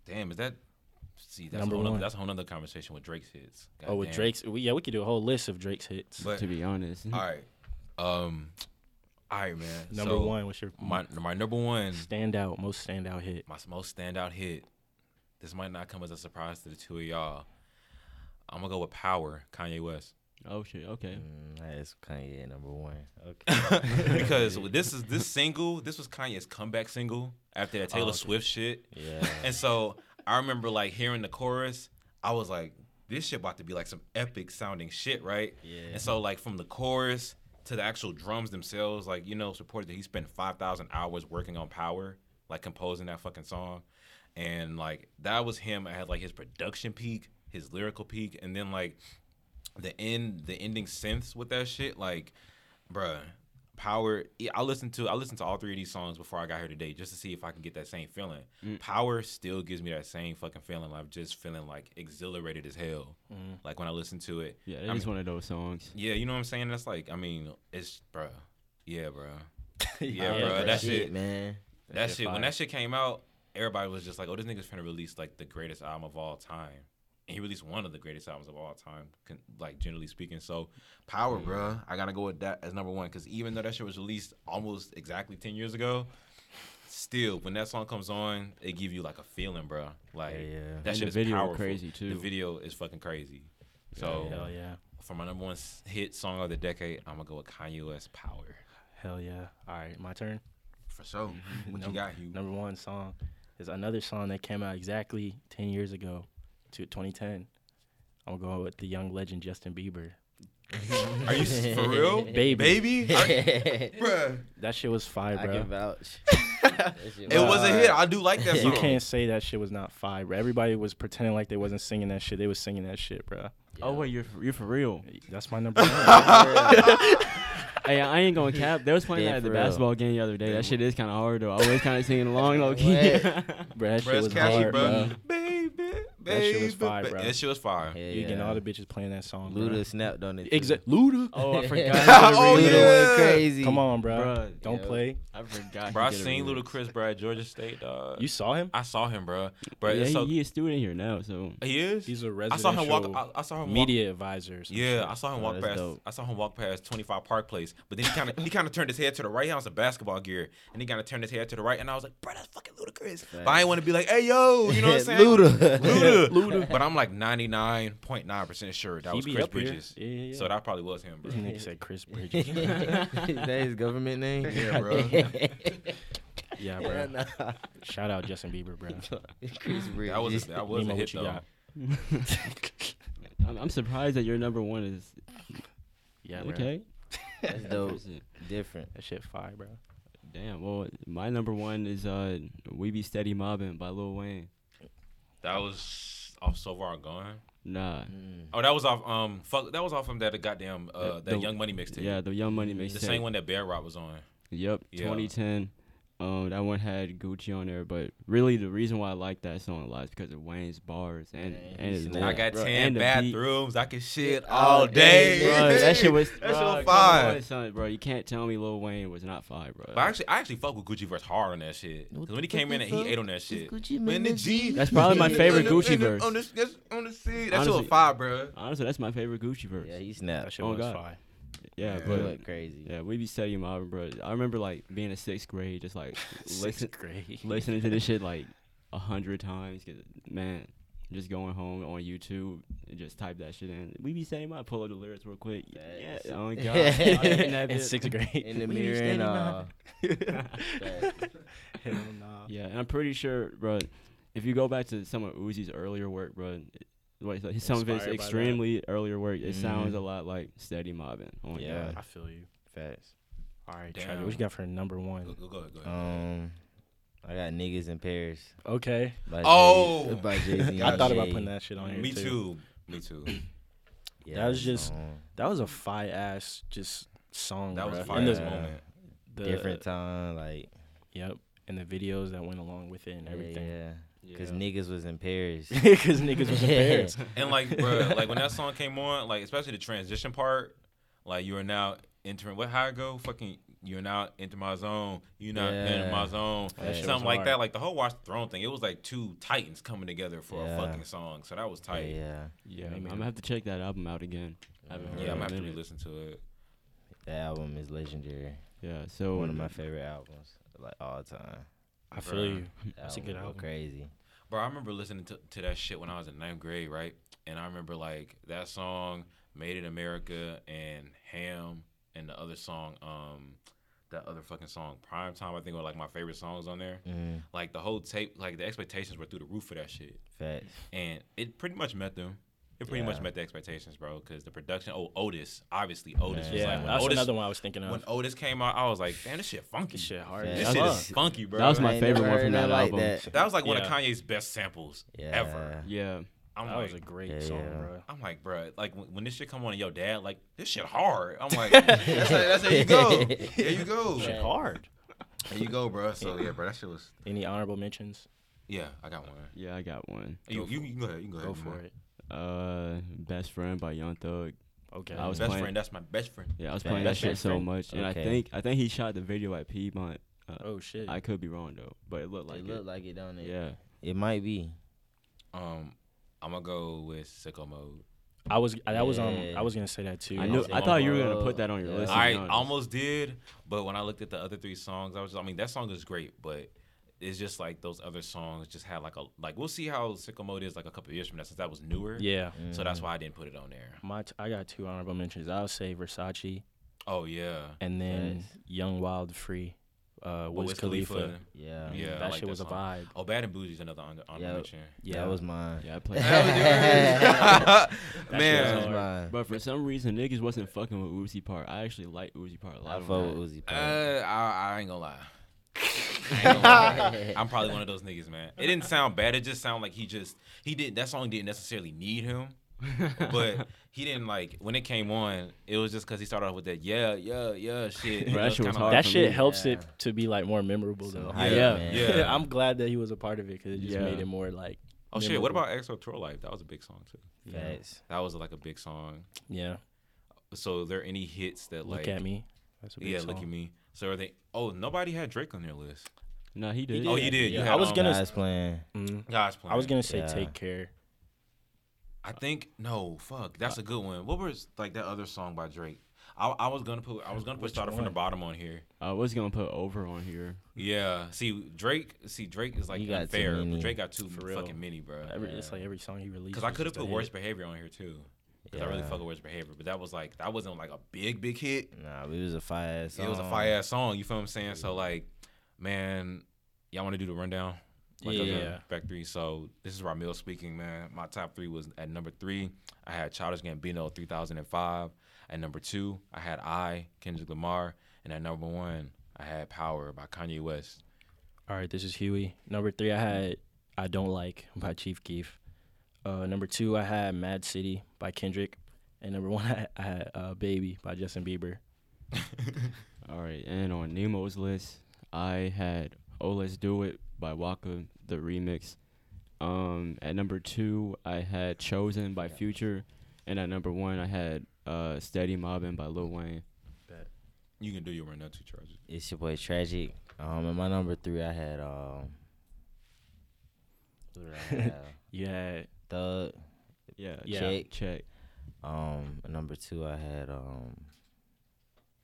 Speaker 3: Damn, is that? See, that's
Speaker 1: Number
Speaker 3: a whole nother-
Speaker 1: one.
Speaker 3: that's a whole nother conversation with Drake's hits.
Speaker 1: oh, with
Speaker 3: Goddamn.
Speaker 1: Drake's, we, yeah, we could do a whole list of Drake's hits.
Speaker 3: But
Speaker 2: To be honest,
Speaker 3: all right, um, all right, man.
Speaker 1: number
Speaker 3: So,
Speaker 1: one, what's your
Speaker 3: My my number one,
Speaker 1: standout, most standout hit?
Speaker 3: my most standout hit. This might not come as a surprise to the two of y'all. I'm gonna go with Power, Kanye
Speaker 1: (laughs)
Speaker 3: West,
Speaker 2: (laughs) oh shit, okay.
Speaker 4: Mm, That's Kanye number one. Okay.
Speaker 3: because this is this single. This was Kanye's comeback single after that
Speaker 1: Oh,
Speaker 3: Taylor Swift shit.
Speaker 4: Yeah.
Speaker 3: And so I remember like hearing the chorus, I was like, this shit about to be like some epic sounding shit, right?
Speaker 4: Yeah.
Speaker 3: And so like from the chorus to the actual drums themselves, like you know, supported that he spent five thousand hours working on power, like composing that fucking song. And like that was him I had like his production peak, his lyrical peak, and then like the end the ending synths with that shit like bruh power yeah, i listened to i listened to all three of these songs before i got here today just to see if i can get that same feeling power still gives me that same fucking feeling i'm just feeling like exhilarated as hell like when i listen to it
Speaker 2: Yeah,
Speaker 3: I
Speaker 2: that
Speaker 3: mean,
Speaker 2: was one of those songs.
Speaker 3: yeah you know what i'm saying that's like i mean it's bruh yeah bruh (laughs) (laughs) yeah,
Speaker 4: Yeah,
Speaker 3: bruh that shit
Speaker 4: man.
Speaker 3: that
Speaker 1: shit
Speaker 3: shit, when
Speaker 1: fire.
Speaker 3: that shit came out, everybody was just like, "Oh, this nigga's finna release like the greatest album of all time," and he released one of the greatest albums of all time, con- like generally speaking. So, Power, bruh, I gotta go with that as number one because even though that shit was released almost exactly ten years ago, still when that song comes on, it give you like a feeling, bruh. Like
Speaker 4: Yeah, yeah.
Speaker 3: that
Speaker 2: And
Speaker 3: shit
Speaker 2: the
Speaker 3: is
Speaker 2: video
Speaker 3: powerful.
Speaker 2: crazy,
Speaker 3: The
Speaker 2: too.
Speaker 3: video is fucking crazy. So,
Speaker 1: Hell yeah,
Speaker 3: for my number one s- hit song of the decade, I'm gonna go with Kanye West, Power.
Speaker 1: hell yeah. All right, my turn.
Speaker 3: For (laughs) sure. What you
Speaker 1: Num-
Speaker 3: got, Hugh?
Speaker 1: Number one song is another song that came out exactly 10 years ago to 2010. I'm going with the young legend Justin Bieber.
Speaker 3: Are you s- for real,
Speaker 1: (laughs) Baby.
Speaker 3: Baby,
Speaker 4: (laughs)
Speaker 3: Are- bruh.
Speaker 1: That shit was fire,
Speaker 4: I can
Speaker 1: bro.
Speaker 4: vouch.
Speaker 3: It (laughs) was a hit. I do like that song.
Speaker 1: You can't say that shit was not fire, bro. Everybody was pretending like they wasn't singing that shit. They was singing that shit, bro.
Speaker 2: Oh wait, you're you're for real?
Speaker 1: That's my number
Speaker 3: (laughs)
Speaker 1: one.
Speaker 2: (laughs) hey, I ain't gonna cap. They was playing
Speaker 4: Yeah,
Speaker 2: that at
Speaker 4: for
Speaker 2: the
Speaker 4: real.
Speaker 2: basketball game the other day. That shit is kind of hard though. I was
Speaker 3: (laughs)
Speaker 2: kind of singing along low key. (laughs)
Speaker 4: What?
Speaker 1: bro, that shit
Speaker 3: Bruh,
Speaker 1: was
Speaker 3: it's catchy,
Speaker 1: hard, bro.
Speaker 3: bruh. Baby, baby,
Speaker 1: That shit was fire,
Speaker 3: ba-
Speaker 1: bruh.
Speaker 3: That shit was fire.
Speaker 4: Yeah,
Speaker 1: You getting
Speaker 4: yeah.
Speaker 1: all the bitches playing that song, bro.
Speaker 4: Luda snapped on it. too.
Speaker 1: Exa- Luda.
Speaker 2: Oh,
Speaker 3: (laughs)
Speaker 2: I forgot. how to
Speaker 3: Oh,
Speaker 2: read
Speaker 4: (laughs) Luda
Speaker 2: it.
Speaker 3: yeah.
Speaker 4: went crazy. (laughs)
Speaker 1: Come on, bro.
Speaker 2: Bruh,
Speaker 1: Don't
Speaker 4: yeah.
Speaker 1: play.
Speaker 2: I forgot.
Speaker 3: Bro, I
Speaker 2: he did a
Speaker 3: seen
Speaker 2: remix.
Speaker 3: Little Chris, bro, at Georgia State, dog.
Speaker 1: You saw him?
Speaker 3: I saw him, bro. Bro,
Speaker 2: Yeah,
Speaker 3: it's so,
Speaker 2: he is student here now, so
Speaker 3: he is.
Speaker 1: He's a
Speaker 3: I
Speaker 1: residential
Speaker 3: saw him walk. I, I saw him walk.
Speaker 1: media advisor. or some
Speaker 3: Yeah,
Speaker 1: shit.
Speaker 3: I saw him
Speaker 4: Oh,
Speaker 3: walk
Speaker 4: that's
Speaker 3: past.
Speaker 4: dope.
Speaker 3: I saw him walk past 25 Park Place, but then he kind of he kind of turned his head to the right. He was a basketball gear, and he kind of turned his head to the right, and I was like, bro, that's fucking ludicrous. But I didn't want to be like, hey yo, you know
Speaker 1: (laughs)
Speaker 3: what I'm saying?
Speaker 4: Luda.
Speaker 3: Luda. (laughs) But I'm like 99.9% sure that
Speaker 1: He
Speaker 3: was
Speaker 1: be
Speaker 3: Chris
Speaker 1: up here.
Speaker 3: Bridges.
Speaker 1: Yeah, yeah, yeah.
Speaker 3: So that probably was him, bro.
Speaker 1: Nigga said
Speaker 3: (laughs)
Speaker 1: Chris Bridges.
Speaker 4: (laughs) Is that his government name?
Speaker 3: Yeah,
Speaker 4: (laughs)
Speaker 3: bro.
Speaker 1: yeah,
Speaker 3: (laughs)
Speaker 1: bro. Shout out Justin Bieber, bro.
Speaker 4: Chris
Speaker 3: (laughs)
Speaker 4: Bridges.
Speaker 3: That was a, that was a
Speaker 1: Nemo,
Speaker 3: hit
Speaker 1: what you
Speaker 3: though.
Speaker 1: got? (laughs)
Speaker 2: I'm, I'm surprised that your number one is
Speaker 1: Yeah, bro.
Speaker 2: okay.
Speaker 4: That's dope. Different.
Speaker 1: That shit fire, bro.
Speaker 2: Damn. Well, my number one is uh, "We Be Steady Mobbing" by Lil Wayne.
Speaker 3: That was off so far gone.
Speaker 2: Nah.
Speaker 3: Oh, that was off. Um, fuck, that was off from that goddamn uh that
Speaker 2: Mm. The-
Speaker 3: Young Money mixtape.
Speaker 2: Yeah, the Young Money makes
Speaker 3: Mm, the same one that Bear Rock was on.
Speaker 2: Yep,
Speaker 3: Yeah.
Speaker 2: 2010. Um, that one had Gucci on there, but really the reason why I like that song a lot is because of Wayne's bars and and his
Speaker 3: I
Speaker 2: lyrics,
Speaker 3: got
Speaker 2: bro,
Speaker 3: ten
Speaker 2: and the beat.
Speaker 3: (laughs) bathrooms. I can shit all day.
Speaker 2: Bro,
Speaker 3: (laughs)
Speaker 2: that shit was
Speaker 3: That shit was
Speaker 2: fire,
Speaker 3: fire.
Speaker 2: bro. You can't tell me Lil Wayne was not fire, bro.
Speaker 3: But actually, I actually fuck with Gucci verse hard on that shit. 'Cause when he came in and he ate on that shit. When the G, (laughs)
Speaker 2: That's probably my favorite
Speaker 3: on the-
Speaker 2: Gucci
Speaker 3: on the-
Speaker 2: verse.
Speaker 3: On the, that's on the scene. That shit was
Speaker 2: Honestly.
Speaker 3: fire, bro.
Speaker 2: Honestly, that's my favorite Gucci verse.
Speaker 4: Yeah,
Speaker 2: Yeah,
Speaker 4: he
Speaker 1: That
Speaker 4: snapped.
Speaker 1: shit
Speaker 2: Oh,
Speaker 1: was
Speaker 2: God.
Speaker 1: fire.
Speaker 4: He
Speaker 2: but
Speaker 4: looked crazy.
Speaker 2: yeah, we be studying mobbing, bro. I remember like being in sixth grade, just
Speaker 3: (laughs)
Speaker 2: like listen,
Speaker 1: Sixth (laughs) grade.
Speaker 2: listening to this shit like a hundred times. 'cause, man, just going home on YouTube and just type that shit in. We be saying, I pull up the lyrics real quick. Yeah,
Speaker 4: Facts.
Speaker 2: oh my god, I'm eating that
Speaker 1: In
Speaker 2: bit.
Speaker 1: sixth grade.
Speaker 4: In the
Speaker 2: We be
Speaker 4: mirror and
Speaker 2: standing
Speaker 4: uh,
Speaker 3: (laughs)
Speaker 1: Hell nah. (laughs)
Speaker 2: Yeah, and I'm pretty sure, bro. If you go back to some of Uzi's earlier work, bro, like so- some of his
Speaker 1: Inspired by that.
Speaker 2: extremely earlier work. It sounds
Speaker 3: Mhm.
Speaker 2: a lot like Steady Mobbing. Oh my
Speaker 4: Yeah.
Speaker 2: god.
Speaker 1: I feel you.
Speaker 4: Facts.
Speaker 1: All right,
Speaker 3: Damn.
Speaker 1: Trevor, what you got for number
Speaker 3: Go,
Speaker 1: one?
Speaker 3: go, go ahead, go ahead.
Speaker 4: Um, I got niggas in Paris.
Speaker 1: Okay,
Speaker 4: By
Speaker 3: Oh!
Speaker 4: Jay-
Speaker 3: (laughs)
Speaker 1: (laughs)
Speaker 4: by Jay Z.
Speaker 1: I thought about putting that shit on here.
Speaker 3: Me too. Me too.
Speaker 1: That was just-
Speaker 4: um,
Speaker 1: That was a fi ass just song.
Speaker 3: That was a
Speaker 1: bruh.
Speaker 3: fire
Speaker 1: And
Speaker 4: this-
Speaker 3: ass moment.
Speaker 1: the,
Speaker 4: different time, like
Speaker 1: Yep, and the videos that went along with it and
Speaker 4: yeah,
Speaker 1: everything.
Speaker 4: Yeah, because niggas was
Speaker 1: (laughs)
Speaker 4: in Paris.
Speaker 1: Because niggas
Speaker 4: (laughs)
Speaker 1: was in Paris.
Speaker 3: And like, bruh, like when that song came on, like especially the transition part, like you are now entering what how it go fucking. You're now into my zone. You're not in
Speaker 4: Yeah.
Speaker 3: my zone.
Speaker 4: That shit
Speaker 1: was
Speaker 3: Something like
Speaker 1: hard.
Speaker 3: that. Like the whole Watch the Throne thing. It was like two titans coming together for
Speaker 4: Yeah.
Speaker 3: a fucking song. So that was
Speaker 4: But
Speaker 3: tight. Yeah,
Speaker 4: yeah,
Speaker 2: Yeah,
Speaker 1: Yeah,
Speaker 2: I'm
Speaker 1: man.
Speaker 2: gonna have to check that album out again. I haven't heard
Speaker 3: I'm
Speaker 2: it
Speaker 3: gonna have
Speaker 2: in a
Speaker 3: to
Speaker 2: minute.
Speaker 3: re-listen to it.
Speaker 4: that album is legendary.
Speaker 2: Yeah,
Speaker 1: Oh,
Speaker 2: so
Speaker 4: One of my favorite albums, like all time.
Speaker 1: I feel you.
Speaker 4: That
Speaker 1: That's a good
Speaker 4: go
Speaker 1: album.
Speaker 4: Crazy.
Speaker 3: Bro, I remember listening to, to that shit when I was in ninth grade, right? And I remember like that song "Made in America" and "Ham" and the other song, um, that other fucking song "Prime Time." I think were like my favorite songs on there.
Speaker 4: Mm,
Speaker 3: Like the whole tape, like the expectations were through the roof for that shit,
Speaker 4: facts.
Speaker 3: and it pretty much met them. It pretty much
Speaker 4: Yeah.
Speaker 3: met the expectations, bro. Because the production, oh Otis, obviously Otis was
Speaker 4: Yeah,
Speaker 3: like
Speaker 1: Yeah,
Speaker 3: when
Speaker 1: that's
Speaker 3: Otis,
Speaker 1: another one I was thinking of.
Speaker 3: when Otis came out, I was like, damn, this shit funky.
Speaker 1: This shit hard.
Speaker 4: Yeah,
Speaker 3: This
Speaker 1: as
Speaker 3: shit
Speaker 1: fuck.
Speaker 3: is funky, bro.
Speaker 2: that was
Speaker 4: I
Speaker 2: my
Speaker 4: ain't
Speaker 2: favorite
Speaker 4: never
Speaker 2: one
Speaker 4: heard
Speaker 2: from that
Speaker 4: nothing like
Speaker 2: album.
Speaker 4: that.
Speaker 3: that was like one of
Speaker 1: Yeah.
Speaker 3: Kanye's best samples
Speaker 4: Yeah.
Speaker 3: ever.
Speaker 2: Yeah,
Speaker 3: I'm
Speaker 1: That
Speaker 3: like,
Speaker 1: was a great
Speaker 4: Yeah,
Speaker 1: song,
Speaker 4: yeah.
Speaker 1: bro.
Speaker 3: I'm like, bruh, like when, when this shit come on and your dad, like this shit hard. I'm like, that's, how, that's how you go. There you go.
Speaker 1: (laughs) Shit hard.
Speaker 3: There you go, bruh. So yeah, bruh, That shit was.
Speaker 1: Any honorable mentions?
Speaker 3: Yeah, I got one.
Speaker 2: yeah, I got one.
Speaker 3: You, you, you can go ahead. You can go,
Speaker 1: Go
Speaker 3: ahead.
Speaker 1: for
Speaker 3: man.
Speaker 1: it.
Speaker 2: Uh, Best Friend by Young Thug.
Speaker 1: Okay.
Speaker 2: I was
Speaker 3: Best
Speaker 2: playing-
Speaker 3: friend. That's my best friend.
Speaker 2: Yeah, I was
Speaker 4: Best
Speaker 2: playing that
Speaker 4: Friend.
Speaker 2: shit so much, and I
Speaker 4: Okay.
Speaker 2: think I think he shot the video at Piedmont.
Speaker 1: oh shit.
Speaker 2: I could be wrong though, but it looked like
Speaker 4: it
Speaker 2: it.
Speaker 4: looked like it, don't it?
Speaker 2: yeah,
Speaker 4: It might be.
Speaker 3: Um, I'm gonna go with sicko mode.
Speaker 1: I was I was um
Speaker 4: Yeah.
Speaker 1: I was gonna say that too.
Speaker 2: I knew.
Speaker 3: was
Speaker 2: I
Speaker 3: like,
Speaker 2: thought you were
Speaker 4: "Whoa."
Speaker 2: gonna put that on your
Speaker 4: Yeah.
Speaker 2: list. to be
Speaker 3: I
Speaker 2: honest.
Speaker 3: almost did, but when I looked at the other three songs, I was. Just, I mean, that song is great, but. It's just like those other songs just had like a like we'll see how sicko mode is like a couple of years from now since that was newer.
Speaker 1: Yeah.
Speaker 3: So that's why I didn't put it on there.
Speaker 1: My t- I got two honorable mentions. I'll say Versace
Speaker 3: Oh yeah.
Speaker 1: and then
Speaker 4: Nice.
Speaker 1: Young Wild Free, uh,
Speaker 3: But
Speaker 1: Wiz,
Speaker 3: Wiz
Speaker 1: Khalifa.
Speaker 4: Yeah.
Speaker 3: Yeah, I
Speaker 1: that
Speaker 3: like
Speaker 1: shit
Speaker 3: that
Speaker 1: was a
Speaker 3: song.
Speaker 1: vibe.
Speaker 3: Oh, Bad and Bougie is another on on
Speaker 1: (laughs)
Speaker 4: Yeah.
Speaker 3: (laughs) mention.
Speaker 1: Yeah,
Speaker 4: That was mine.
Speaker 2: Yeah, I played.
Speaker 4: (laughs)
Speaker 3: (laughs)
Speaker 4: That was
Speaker 3: Man,
Speaker 1: hard.
Speaker 4: mine.
Speaker 2: But for some reason, niggas wasn't fucking with Uzi Part. I actually like Uzi Part a lot.
Speaker 4: I
Speaker 2: on
Speaker 4: fuck
Speaker 2: that.
Speaker 4: with Uzi.
Speaker 3: uh,
Speaker 4: Vert.
Speaker 3: I, I ain't gonna lie. (laughs) I ain't gonna
Speaker 1: (laughs)
Speaker 3: lie. I'm probably one of those niggas, man. It didn't sound bad. It just sounded like he just he did that song didn't necessarily need him,
Speaker 2: (laughs)
Speaker 1: (laughs)
Speaker 3: but he didn't like when it came on. It was just because he started off with that yeah yeah yeah shit.
Speaker 2: Bro, that
Speaker 3: It
Speaker 2: shit was
Speaker 3: kinda
Speaker 2: hard
Speaker 1: that
Speaker 2: for
Speaker 1: shit
Speaker 2: me.
Speaker 1: helps
Speaker 4: Yeah.
Speaker 1: it to be like more memorable though.
Speaker 4: hype,
Speaker 1: yeah,
Speaker 4: man.
Speaker 1: (laughs)
Speaker 3: Yeah.
Speaker 1: I'm glad that he was a part of it because it just
Speaker 2: Yeah.
Speaker 1: made it more like.
Speaker 3: Oh shit! What
Speaker 1: memorable.
Speaker 3: about EXO Tour Life? That was a big song too.
Speaker 4: Facts.
Speaker 3: That was like a big song.
Speaker 1: Yeah,
Speaker 3: So are there any hits that
Speaker 1: look
Speaker 3: like
Speaker 1: at me. That's a big
Speaker 3: Yeah,
Speaker 1: song.
Speaker 3: look at me. So are they? Oh, nobody had Drake on their list.
Speaker 2: No, he did.
Speaker 3: Oh, you did. You
Speaker 1: Yeah,
Speaker 3: had,
Speaker 1: I was
Speaker 3: um,
Speaker 1: gonna-
Speaker 4: Guys playing.
Speaker 1: Mhm.
Speaker 3: God's plan.
Speaker 1: I was gonna say
Speaker 4: Yeah.
Speaker 1: take care.
Speaker 3: I think no. Fuck, that's a good one. What was like that other song by Drake? I, I was gonna put I was gonna put
Speaker 1: Which
Speaker 3: started from the
Speaker 1: one?
Speaker 3: bottom on here.
Speaker 2: I was gonna put over on here.
Speaker 3: Yeah. See Drake. See Drake is like
Speaker 4: You got too
Speaker 3: unfair. but
Speaker 4: many.
Speaker 3: Drake got too
Speaker 1: For real.
Speaker 3: fucking many, bro.
Speaker 1: Every, It's like every song he released.
Speaker 3: Because I
Speaker 1: was
Speaker 3: could have
Speaker 1: just a
Speaker 3: put
Speaker 1: hit.
Speaker 3: Worst Behavior on here too. Because I really
Speaker 4: Yeah.
Speaker 3: fuck with Worst Behavior, but that was like that wasn't like a big big hit.
Speaker 4: Nah, we was a fire ass.
Speaker 3: It was a
Speaker 4: song.
Speaker 3: fire ass song. You feel what I'm saying? So like, man, y'all want to do the rundown? Like those are
Speaker 1: Yeah.
Speaker 3: Back three. So this is Ramil speaking, man. My top three was at number three. I had Childish Gambino, 3005. At number two, I had I, Kendrick Lamar, and at number one, I had Power by Kanye West.
Speaker 1: All right, this is Huey. Number three, I had I Don't Like by Chief Keef. Uh, number two, I had Mad City by Kendrick. And number one, (laughs) I, I had uh, Baby by Justin Bieber.
Speaker 2: All right, and on Nemo's list, I had "Oh Let's Do It" by Waka, the remix. Um, at number two, I had "Chosen" by Future, and at number one, I had uh, "Steady Mobbin" by Lil Wayne.
Speaker 3: You can do your rundown two charges.
Speaker 4: It's your boy Tragic. Um, and my number three, I had um. (laughs) who did I have?
Speaker 1: Yeah,
Speaker 4: Thug.
Speaker 2: Yeah,
Speaker 1: Yeah.
Speaker 2: check, check.
Speaker 4: Um, number two, I had um.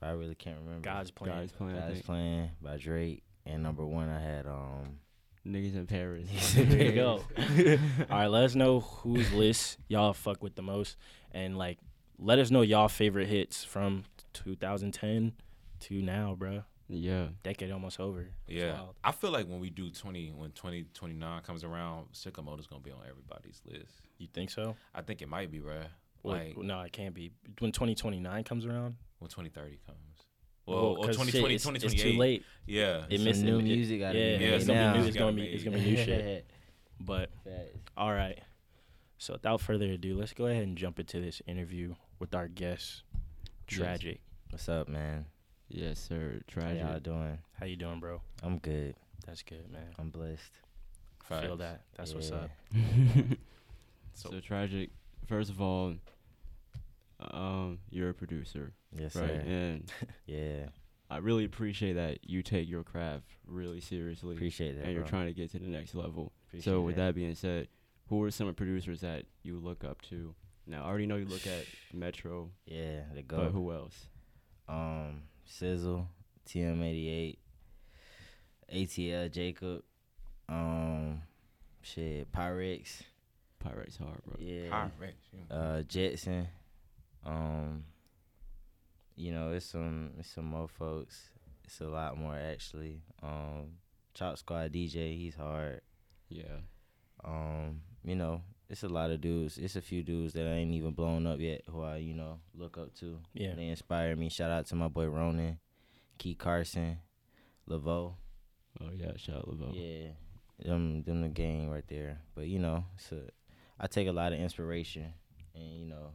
Speaker 4: I really can't remember.
Speaker 1: God's Plan. (laughs)
Speaker 2: Guys playing, I
Speaker 4: God's
Speaker 2: think.
Speaker 4: Plan by Drake. And number one, I had um.
Speaker 2: niggas in Paris.
Speaker 1: (laughs) there you go. All right, let us know whose list y'all fuck with the most, and like, let us know y'all favorite hits from 2010 to now, bruh.
Speaker 2: Yeah.
Speaker 1: Decade almost over. It's
Speaker 3: Yeah,
Speaker 1: wild.
Speaker 3: I feel like when we do twenty, when twenty twenty nine comes around, sicko mode is gonna be on everybody's list.
Speaker 1: You think so?
Speaker 3: I think it might be, bruh.
Speaker 1: Well,
Speaker 3: Like
Speaker 1: no, it can't be. When 2029 comes around,
Speaker 3: when twenty thirty comes. Well, well
Speaker 1: 'cause shit, it's,
Speaker 3: 2020,
Speaker 1: it's
Speaker 3: 2028.
Speaker 1: too late.
Speaker 3: Yeah,
Speaker 1: It
Speaker 4: Some
Speaker 1: missed
Speaker 4: new
Speaker 1: it-
Speaker 4: music out
Speaker 1: yeah,
Speaker 4: of
Speaker 3: Yeah,
Speaker 1: it's
Speaker 3: it's
Speaker 1: gonna
Speaker 3: gotta
Speaker 1: be new.
Speaker 3: be
Speaker 1: It's gonna be
Speaker 3: made.
Speaker 1: it's gonna be
Speaker 4: (laughs)
Speaker 1: new shit.
Speaker 2: (laughs)
Speaker 1: But
Speaker 4: Facts.
Speaker 1: all right. So without further ado, let's go ahead and jump into this interview with our guest, Tragic.
Speaker 4: What's up, man?
Speaker 2: Yes, sir.
Speaker 4: How
Speaker 2: Tragic.
Speaker 4: y'all doing?
Speaker 1: How you doing, bro?
Speaker 4: I'm good.
Speaker 1: That's good, man.
Speaker 4: I'm blessed.
Speaker 1: Feel
Speaker 3: Facts.
Speaker 1: that. That's what's
Speaker 4: Yeah.
Speaker 1: up. uh,
Speaker 2: (laughs) so, tragic. First of all, um, you're a producer,
Speaker 4: Yes,
Speaker 2: right?
Speaker 4: sir.
Speaker 2: And
Speaker 4: Yeah.
Speaker 2: I really appreciate that you take your craft really seriously,
Speaker 4: Appreciate that.
Speaker 2: and you're
Speaker 4: bro.
Speaker 2: trying to get to the next level.
Speaker 4: Appreciate
Speaker 2: so, with that being said, who are some producers that you look up to? Now, I already know you look
Speaker 4: (sighs)
Speaker 2: at Metro,
Speaker 4: Yeah, the
Speaker 2: but
Speaker 4: go.
Speaker 2: who else?
Speaker 4: Um, Sizzle, TM88, ATL Jacob, um, shit, Pyrex,
Speaker 2: Pirates Hard, bro.
Speaker 4: yeah,
Speaker 3: Pyrex, you know.
Speaker 4: uh, Jetson, um, you know, it's some it's some more folks. It's a lot more actually. Um, Chop Squad DJ, he's hard.
Speaker 2: Yeah.
Speaker 4: Um, you know, it's a lot of dudes. It's a few dudes that I ain't even blown up yet who I, you know, look up to.
Speaker 1: Yeah.
Speaker 4: They inspire me. Shout out to my boy Ronan, Key Carson, Laveau.
Speaker 2: Oh yeah, shout out Laveau. (laughs)
Speaker 4: Yeah. Them them the gang right there. But you know, so I take a lot of inspiration and you know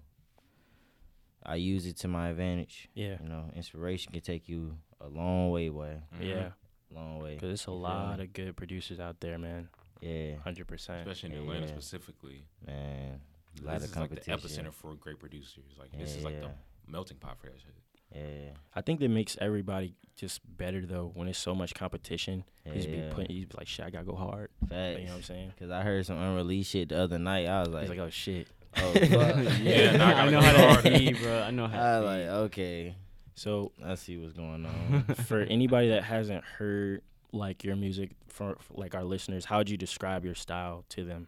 Speaker 4: I use it to my advantage.
Speaker 1: Yeah.
Speaker 4: You know, inspiration can take you a long way, way.
Speaker 3: Mhm.
Speaker 1: Yeah.
Speaker 4: Long way.
Speaker 1: Cause it's a
Speaker 4: You feel
Speaker 1: lot
Speaker 4: me?
Speaker 1: of good producers out there, man.
Speaker 4: Yeah,
Speaker 1: Hundred percent.
Speaker 3: especially in Atlanta
Speaker 4: Yeah.
Speaker 3: specifically.
Speaker 4: man. A lot
Speaker 3: This
Speaker 4: of
Speaker 3: is like the
Speaker 4: competition.
Speaker 3: epicenter for great producers. Like this is like the
Speaker 4: Yeah.
Speaker 3: melting pot for that shit.
Speaker 4: Yeah.
Speaker 1: I think that makes everybody just better though when there's so much competition.
Speaker 4: yeah.
Speaker 1: He's be putting, he's like, shit, I gotta go hard.
Speaker 4: Facts.
Speaker 1: You know what I'm saying?
Speaker 4: Cause I heard some unreleased shit the other night. I was like,
Speaker 1: He's like, oh shit. (laughs)
Speaker 4: oh, fuck.
Speaker 3: Yeah, nah, I
Speaker 2: I
Speaker 3: gotta
Speaker 2: know
Speaker 3: go
Speaker 2: how that
Speaker 3: hard.
Speaker 4: (laughs)
Speaker 2: be, bro. I know
Speaker 4: I
Speaker 2: how.
Speaker 4: was
Speaker 2: that
Speaker 4: like, okay,
Speaker 1: So
Speaker 4: I see what's going on.
Speaker 1: (laughs) for anybody that hasn't heard like your music, for, for, like our listeners, how would you describe your style to them?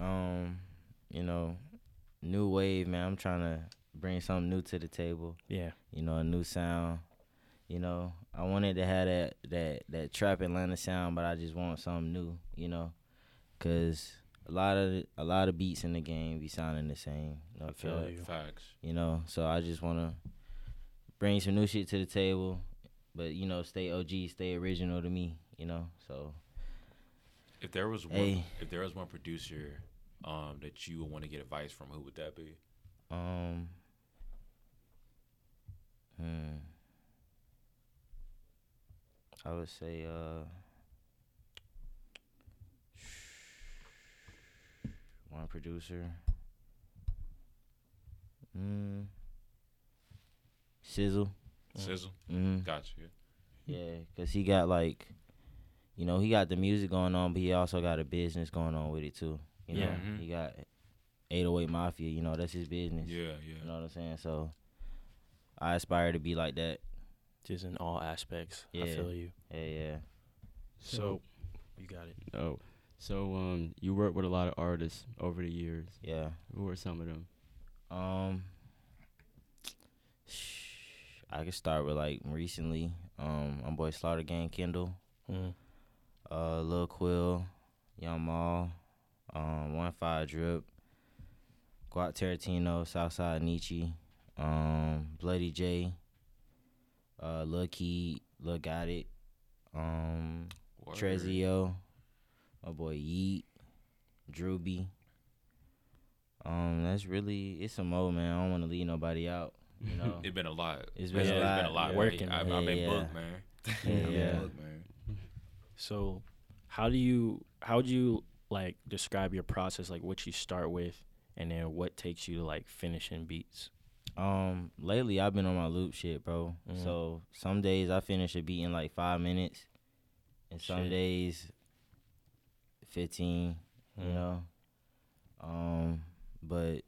Speaker 4: um, you know, new wave, man. I'm trying to bring something new to the table.
Speaker 1: Yeah,
Speaker 4: You know, a new sound. You know, I wanted to have that that that trap Atlanta sound, but I just want something new. You know, cause a lot of a lot of beats in the game be sounding the same. uh, No
Speaker 1: I feel
Speaker 4: cap.
Speaker 1: you.
Speaker 3: Facts.
Speaker 4: you know. So I just want to bring some new shit to the table, but you know, stay OG, stay original to me, you know. So
Speaker 3: If there was one,
Speaker 4: Hey.
Speaker 3: if there was one producer, um, that you would want to get advice from, who would that be?
Speaker 4: um, hmm, I would say uh, one producer, mm, Sizzle,
Speaker 3: Sizzle.
Speaker 4: mm.
Speaker 3: Gotcha.
Speaker 4: Yeah, cause he got like, you know, he got the music going on, but he also got a business going on with it too. You know,
Speaker 1: Yeah.
Speaker 3: Mhm.
Speaker 4: he got 808 Mafia. You know, that's his business.
Speaker 3: Yeah,
Speaker 4: You
Speaker 3: yeah.
Speaker 4: know what I'm saying? So, I aspire to be like that.
Speaker 1: just in all aspects. I
Speaker 4: Yeah.
Speaker 1: feel you.
Speaker 4: Yeah, yeah.
Speaker 1: So you got it.
Speaker 2: Oh, so um, you work with a lot of artists over the years.
Speaker 4: Yeah.
Speaker 2: Who are some of them?
Speaker 4: Um, I could start with like recently. Um, my boy Slaughter Gang Kendall.
Speaker 1: Mm.
Speaker 4: uh, Lil Quill, Young Maul, um, One Five Drip, Guat Tarantino, Southside Nietzsche, um, Bloody J, uh, Lil Key, Lil Got It, um,
Speaker 3: Word.
Speaker 4: Trezio, my boy Yeet, Drewby. Um, that's really it's a mo man. I don't want to leave nobody out. You
Speaker 2: (laughs)
Speaker 4: know,
Speaker 3: It's been a lot.
Speaker 4: uh, It's been
Speaker 1: a
Speaker 3: It's been a
Speaker 4: lot.
Speaker 3: lot.
Speaker 1: Working,
Speaker 3: I, have
Speaker 4: man.
Speaker 3: been
Speaker 4: Yeah,
Speaker 3: booked,
Speaker 4: yeah.
Speaker 3: man. (laughs)
Speaker 4: Yeah,
Speaker 3: I've been
Speaker 4: yeah.
Speaker 3: booked, man.
Speaker 1: So how do you how would you like describe your process? Like what you start with, and then what takes you to like finishing beats?
Speaker 4: Um, lately I've been on my loop shit, bro.
Speaker 1: Mhm.
Speaker 4: So some days I finish a beat in like five minutes, and some
Speaker 1: Shit.
Speaker 4: days fifteen. You
Speaker 1: Mm.
Speaker 4: know, um, but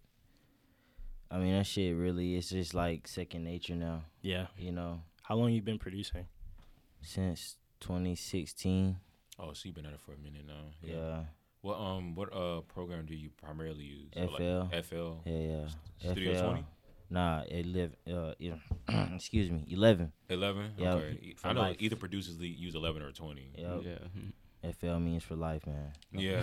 Speaker 4: I mean that shit really it's just like second nature now.
Speaker 1: Yeah.
Speaker 4: You know,
Speaker 1: How long you been producing?
Speaker 4: since 2016.
Speaker 3: Oh, so you've been at it for a minute now.
Speaker 4: Yeah, yeah,
Speaker 3: What um what uh program do you primarily use? So,
Speaker 4: FL.
Speaker 3: Like FL.
Speaker 4: yeah.
Speaker 3: Studio
Speaker 4: FL.
Speaker 3: 20?
Speaker 4: Nah, it live. Uh, yeah, (clears throat) excuse me, eleven.
Speaker 3: Eleven.
Speaker 4: Yeah,
Speaker 3: okay. E-
Speaker 4: for
Speaker 3: I know
Speaker 4: life.
Speaker 3: either producers le- use eleven or twenty.
Speaker 4: Yep.
Speaker 2: Yeah.
Speaker 4: FL means for life, man.
Speaker 3: Yeah.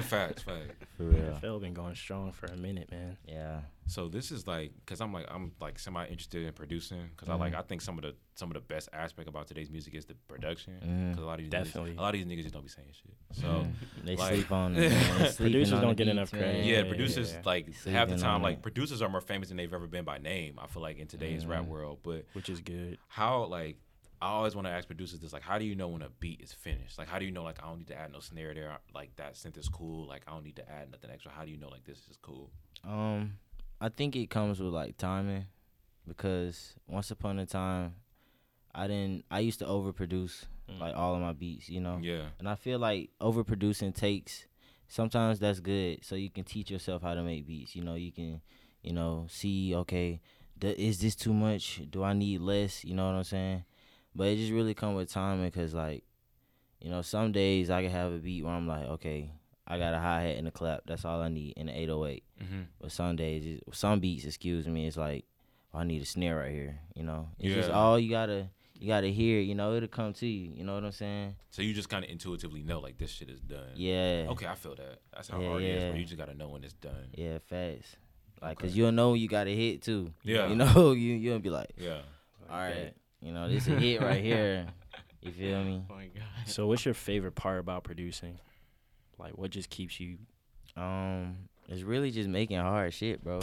Speaker 3: (laughs) facts. Facts.
Speaker 4: For real.
Speaker 1: NFL been going strong for a minute, man.
Speaker 4: Yeah.
Speaker 3: So this is like, cause I'm like, I'm like semi interested in producing, cause I like, I think some of the some of the best aspect about today's music is the production, cause a lot of these
Speaker 1: Definitely.
Speaker 3: niggas, a lot of these niggas just don't be saying shit. So
Speaker 4: They
Speaker 3: Like-
Speaker 4: sleep on
Speaker 3: (laughs)
Speaker 4: it. man. They sleeping
Speaker 1: Producers
Speaker 4: on
Speaker 1: don't
Speaker 4: the
Speaker 1: get enough
Speaker 4: beats, man.
Speaker 1: credit.
Speaker 3: yeah,
Speaker 1: yeah,
Speaker 3: producers
Speaker 1: yeah.
Speaker 3: like
Speaker 4: Sleeping
Speaker 3: half the
Speaker 4: on
Speaker 3: time,
Speaker 4: it.
Speaker 3: like producers are more famous than they've ever been by name. I feel like in today's rap world, but
Speaker 1: Which is good.
Speaker 3: how like I always want to ask producers this like how do you know when a beat is finished like how do you know like I don't need to add no snare there like that synth is cool like I don't need to add nothing extra how do you know like this is cool
Speaker 4: Um, I think it comes with like timing, because once upon a time, I didn't. I used to overproduce
Speaker 1: Mm.
Speaker 4: like all of my beats, you know.
Speaker 3: yeah
Speaker 4: And I feel like overproducing takes. Sometimes that's good, so you can teach yourself how to make beats. You know, you can, you know, see okay, th- is this too much? Do I need less? You know what I'm saying? But it just really come with timing, cause like, you know, some days I can have a beat where I'm like, okay, I got a hi hat and a clap. That's all I need, and an 808.
Speaker 3: mm-hmm.
Speaker 4: But some days, it- some beats, excuse me, it's like oh, I need a snare right here. You know, it's just
Speaker 3: Yeah.
Speaker 4: all you gotta you gotta hear. You know, it'll come to you. You know what I'm saying?
Speaker 3: so you just kind of intuitively know like this shit is done
Speaker 4: Yeah.
Speaker 3: okay I feel that that's how
Speaker 4: Yeah,
Speaker 3: hard it is
Speaker 4: yeah.
Speaker 3: bro. you just gotta know when it's done
Speaker 4: Yeah, facts. Like, cause
Speaker 3: Okay.
Speaker 4: you'll know you got a hit too.
Speaker 3: Yeah.
Speaker 4: You (laughs) know, you you'll be like,
Speaker 3: yeah
Speaker 4: all right, you know, this a
Speaker 1: (laughs)
Speaker 4: hit right here. You feel me?
Speaker 2: Oh my god.
Speaker 1: So, what's your favorite part about producing? Like, what just keeps (laughs) you?
Speaker 4: Um, it's really just making hard
Speaker 1: (laughs)
Speaker 4: shit, bro.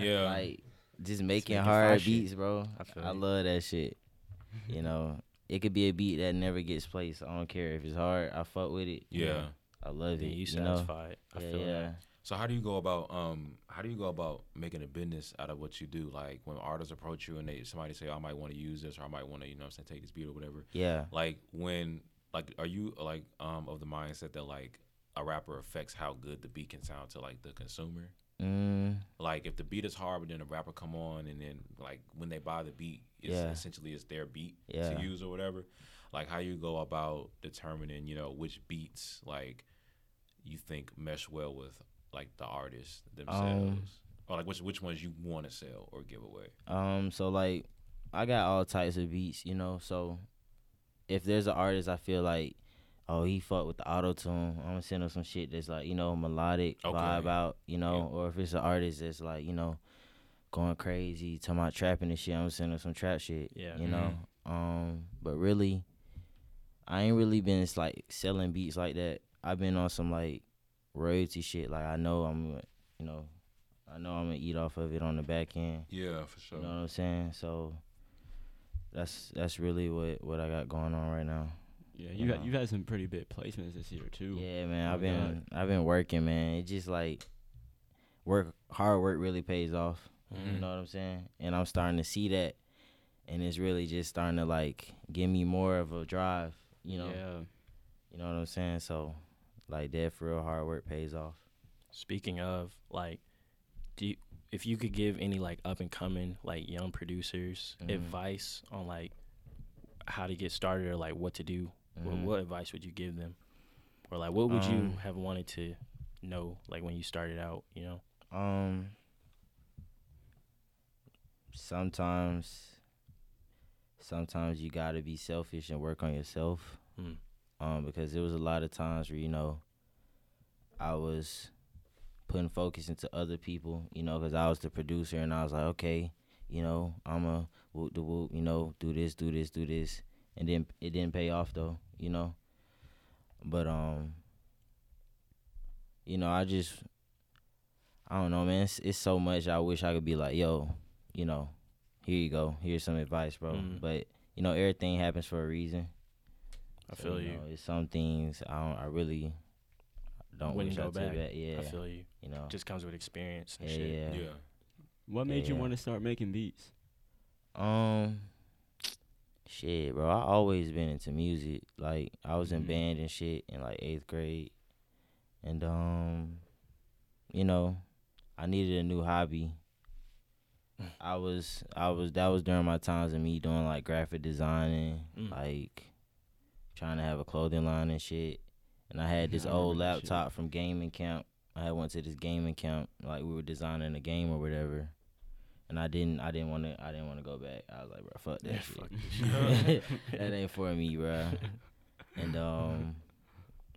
Speaker 3: yeah
Speaker 4: Like just making
Speaker 1: making
Speaker 4: hard
Speaker 1: fire shit.
Speaker 4: beats, bro.
Speaker 1: I feel
Speaker 4: I
Speaker 1: you.
Speaker 4: love that shit.
Speaker 1: (laughs)
Speaker 4: You know, it could be a beat that never gets placed. I don't care if it's hard. I fuck with it. you
Speaker 3: yeah.
Speaker 4: know. I love
Speaker 1: Yeah,
Speaker 4: it.
Speaker 1: you
Speaker 4: You know,
Speaker 1: satisfied.
Speaker 4: yeah,
Speaker 1: I feel
Speaker 4: yeah.
Speaker 1: that.
Speaker 3: So how do you go about um how do you go about making a business out of what you do? Like when artists approach you and they somebody say, "Oh, I might want to use this or I might want to, you know what I'm saying, take this beat or whatever.
Speaker 4: yeah.
Speaker 3: Like when like are you like um of the mindset that like a rapper affects how good the beat can sound to like the consumer?
Speaker 4: Mm,
Speaker 3: Like if the beat is hard but then the rapper come on and then like when they buy the beat, it's
Speaker 4: Yeah.
Speaker 3: essentially it's their beat
Speaker 4: Yeah.
Speaker 3: to use or whatever. Like how you go about determining, you know, which beats like you think mesh well with like the artists themselves. or like which which ones you want to sell or give away.
Speaker 4: um. So like, I got all types of beats. You know, so if there's an artist, I feel like, oh, he fuck with the auto tune. I'm gonna send him some shit that's like, you know, melodic
Speaker 3: Okay.
Speaker 4: vibe out. You know, or if it's an artist that's like, you know, going crazy, talking about trapping and shit, I'm gonna send him some trap shit.
Speaker 1: Yeah.
Speaker 4: You know. Um. But really, I ain't really been s- like selling beats like that. I've been on some like royalty shit. Like I know I'm, you know, I know I'm gonna eat off of it on the back end.
Speaker 3: Yeah, for sure.
Speaker 4: You know what I'm saying? So that's that's really what what I got going on right now.
Speaker 2: Yeah, you
Speaker 4: Uh-huh.
Speaker 2: got you had some pretty big placements this year too.
Speaker 4: Yeah, man. I've
Speaker 2: Oh, yeah.
Speaker 4: been I've been working, man. It just like work hard work really pays off. You
Speaker 3: Mhm.
Speaker 4: know what I'm saying? And I'm starting to see that and it's really just starting to like give me more of a drive, you know.
Speaker 2: Yeah.
Speaker 4: You know what I'm saying? So like that for real hard work pays off.
Speaker 1: Speaking of, like, do you, if you could give any like up and coming like young producers
Speaker 4: Mm-hmm.
Speaker 1: advice on like how to get started or like what to do,
Speaker 4: Mm-hmm.
Speaker 1: what, what advice would you give them, or like what would
Speaker 4: Um,
Speaker 1: you have wanted to know like when you started out? You know,
Speaker 4: Um sometimes sometimes you got to be selfish and work on yourself.
Speaker 1: Mm.
Speaker 4: Um because there was a lot of times where you know I was putting focus into other people, you know, cuz I was the producer and I was like, okay, you know, I'm a whoop the whoop, you know, do this, do this, do this. And then it didn't pay off though, you know. But um you know, I just I don't know, man. It's, it's so much. I wish I could be like, yo, you know, here you go. Here's some advice, bro.
Speaker 1: Mhm.
Speaker 4: But you know, everything happens for a reason.
Speaker 1: I
Speaker 4: So,
Speaker 1: feel you.
Speaker 4: know, it's some things I don't. I really don't
Speaker 1: Wouldn't
Speaker 4: wish I
Speaker 1: go
Speaker 4: took
Speaker 1: back.
Speaker 4: back. Yeah,
Speaker 1: I feel you.
Speaker 4: you know.
Speaker 1: Just comes with experience and
Speaker 4: yeah,
Speaker 1: shit.
Speaker 4: yeah.
Speaker 3: Yeah.
Speaker 2: What
Speaker 4: Yeah,
Speaker 2: made you
Speaker 4: yeah.
Speaker 2: want to start making beats?
Speaker 4: (laughs) Um, shit, bro. I always been into music. Like I was in
Speaker 1: Mm-hmm.
Speaker 2: Mhm.
Speaker 4: band and shit in like eighth grade, and um, you know, I needed a new hobby. I was, I was, that was during my times of me doing like graphic designing,
Speaker 1: Mm.
Speaker 4: like trying to have a clothing line and shit. And I had this
Speaker 2: I
Speaker 4: old
Speaker 2: remember that shit.
Speaker 4: laptop from gaming camp. I had went to this gaming camp, like we were designing a game or whatever. and I didn't I didn't want to I didn't want to go back. I was like, bro, fuck that
Speaker 1: Yeah,
Speaker 4: shit.
Speaker 1: fuck
Speaker 4: (laughs)
Speaker 2: (laughs)
Speaker 4: that ain't for me, bro. And um,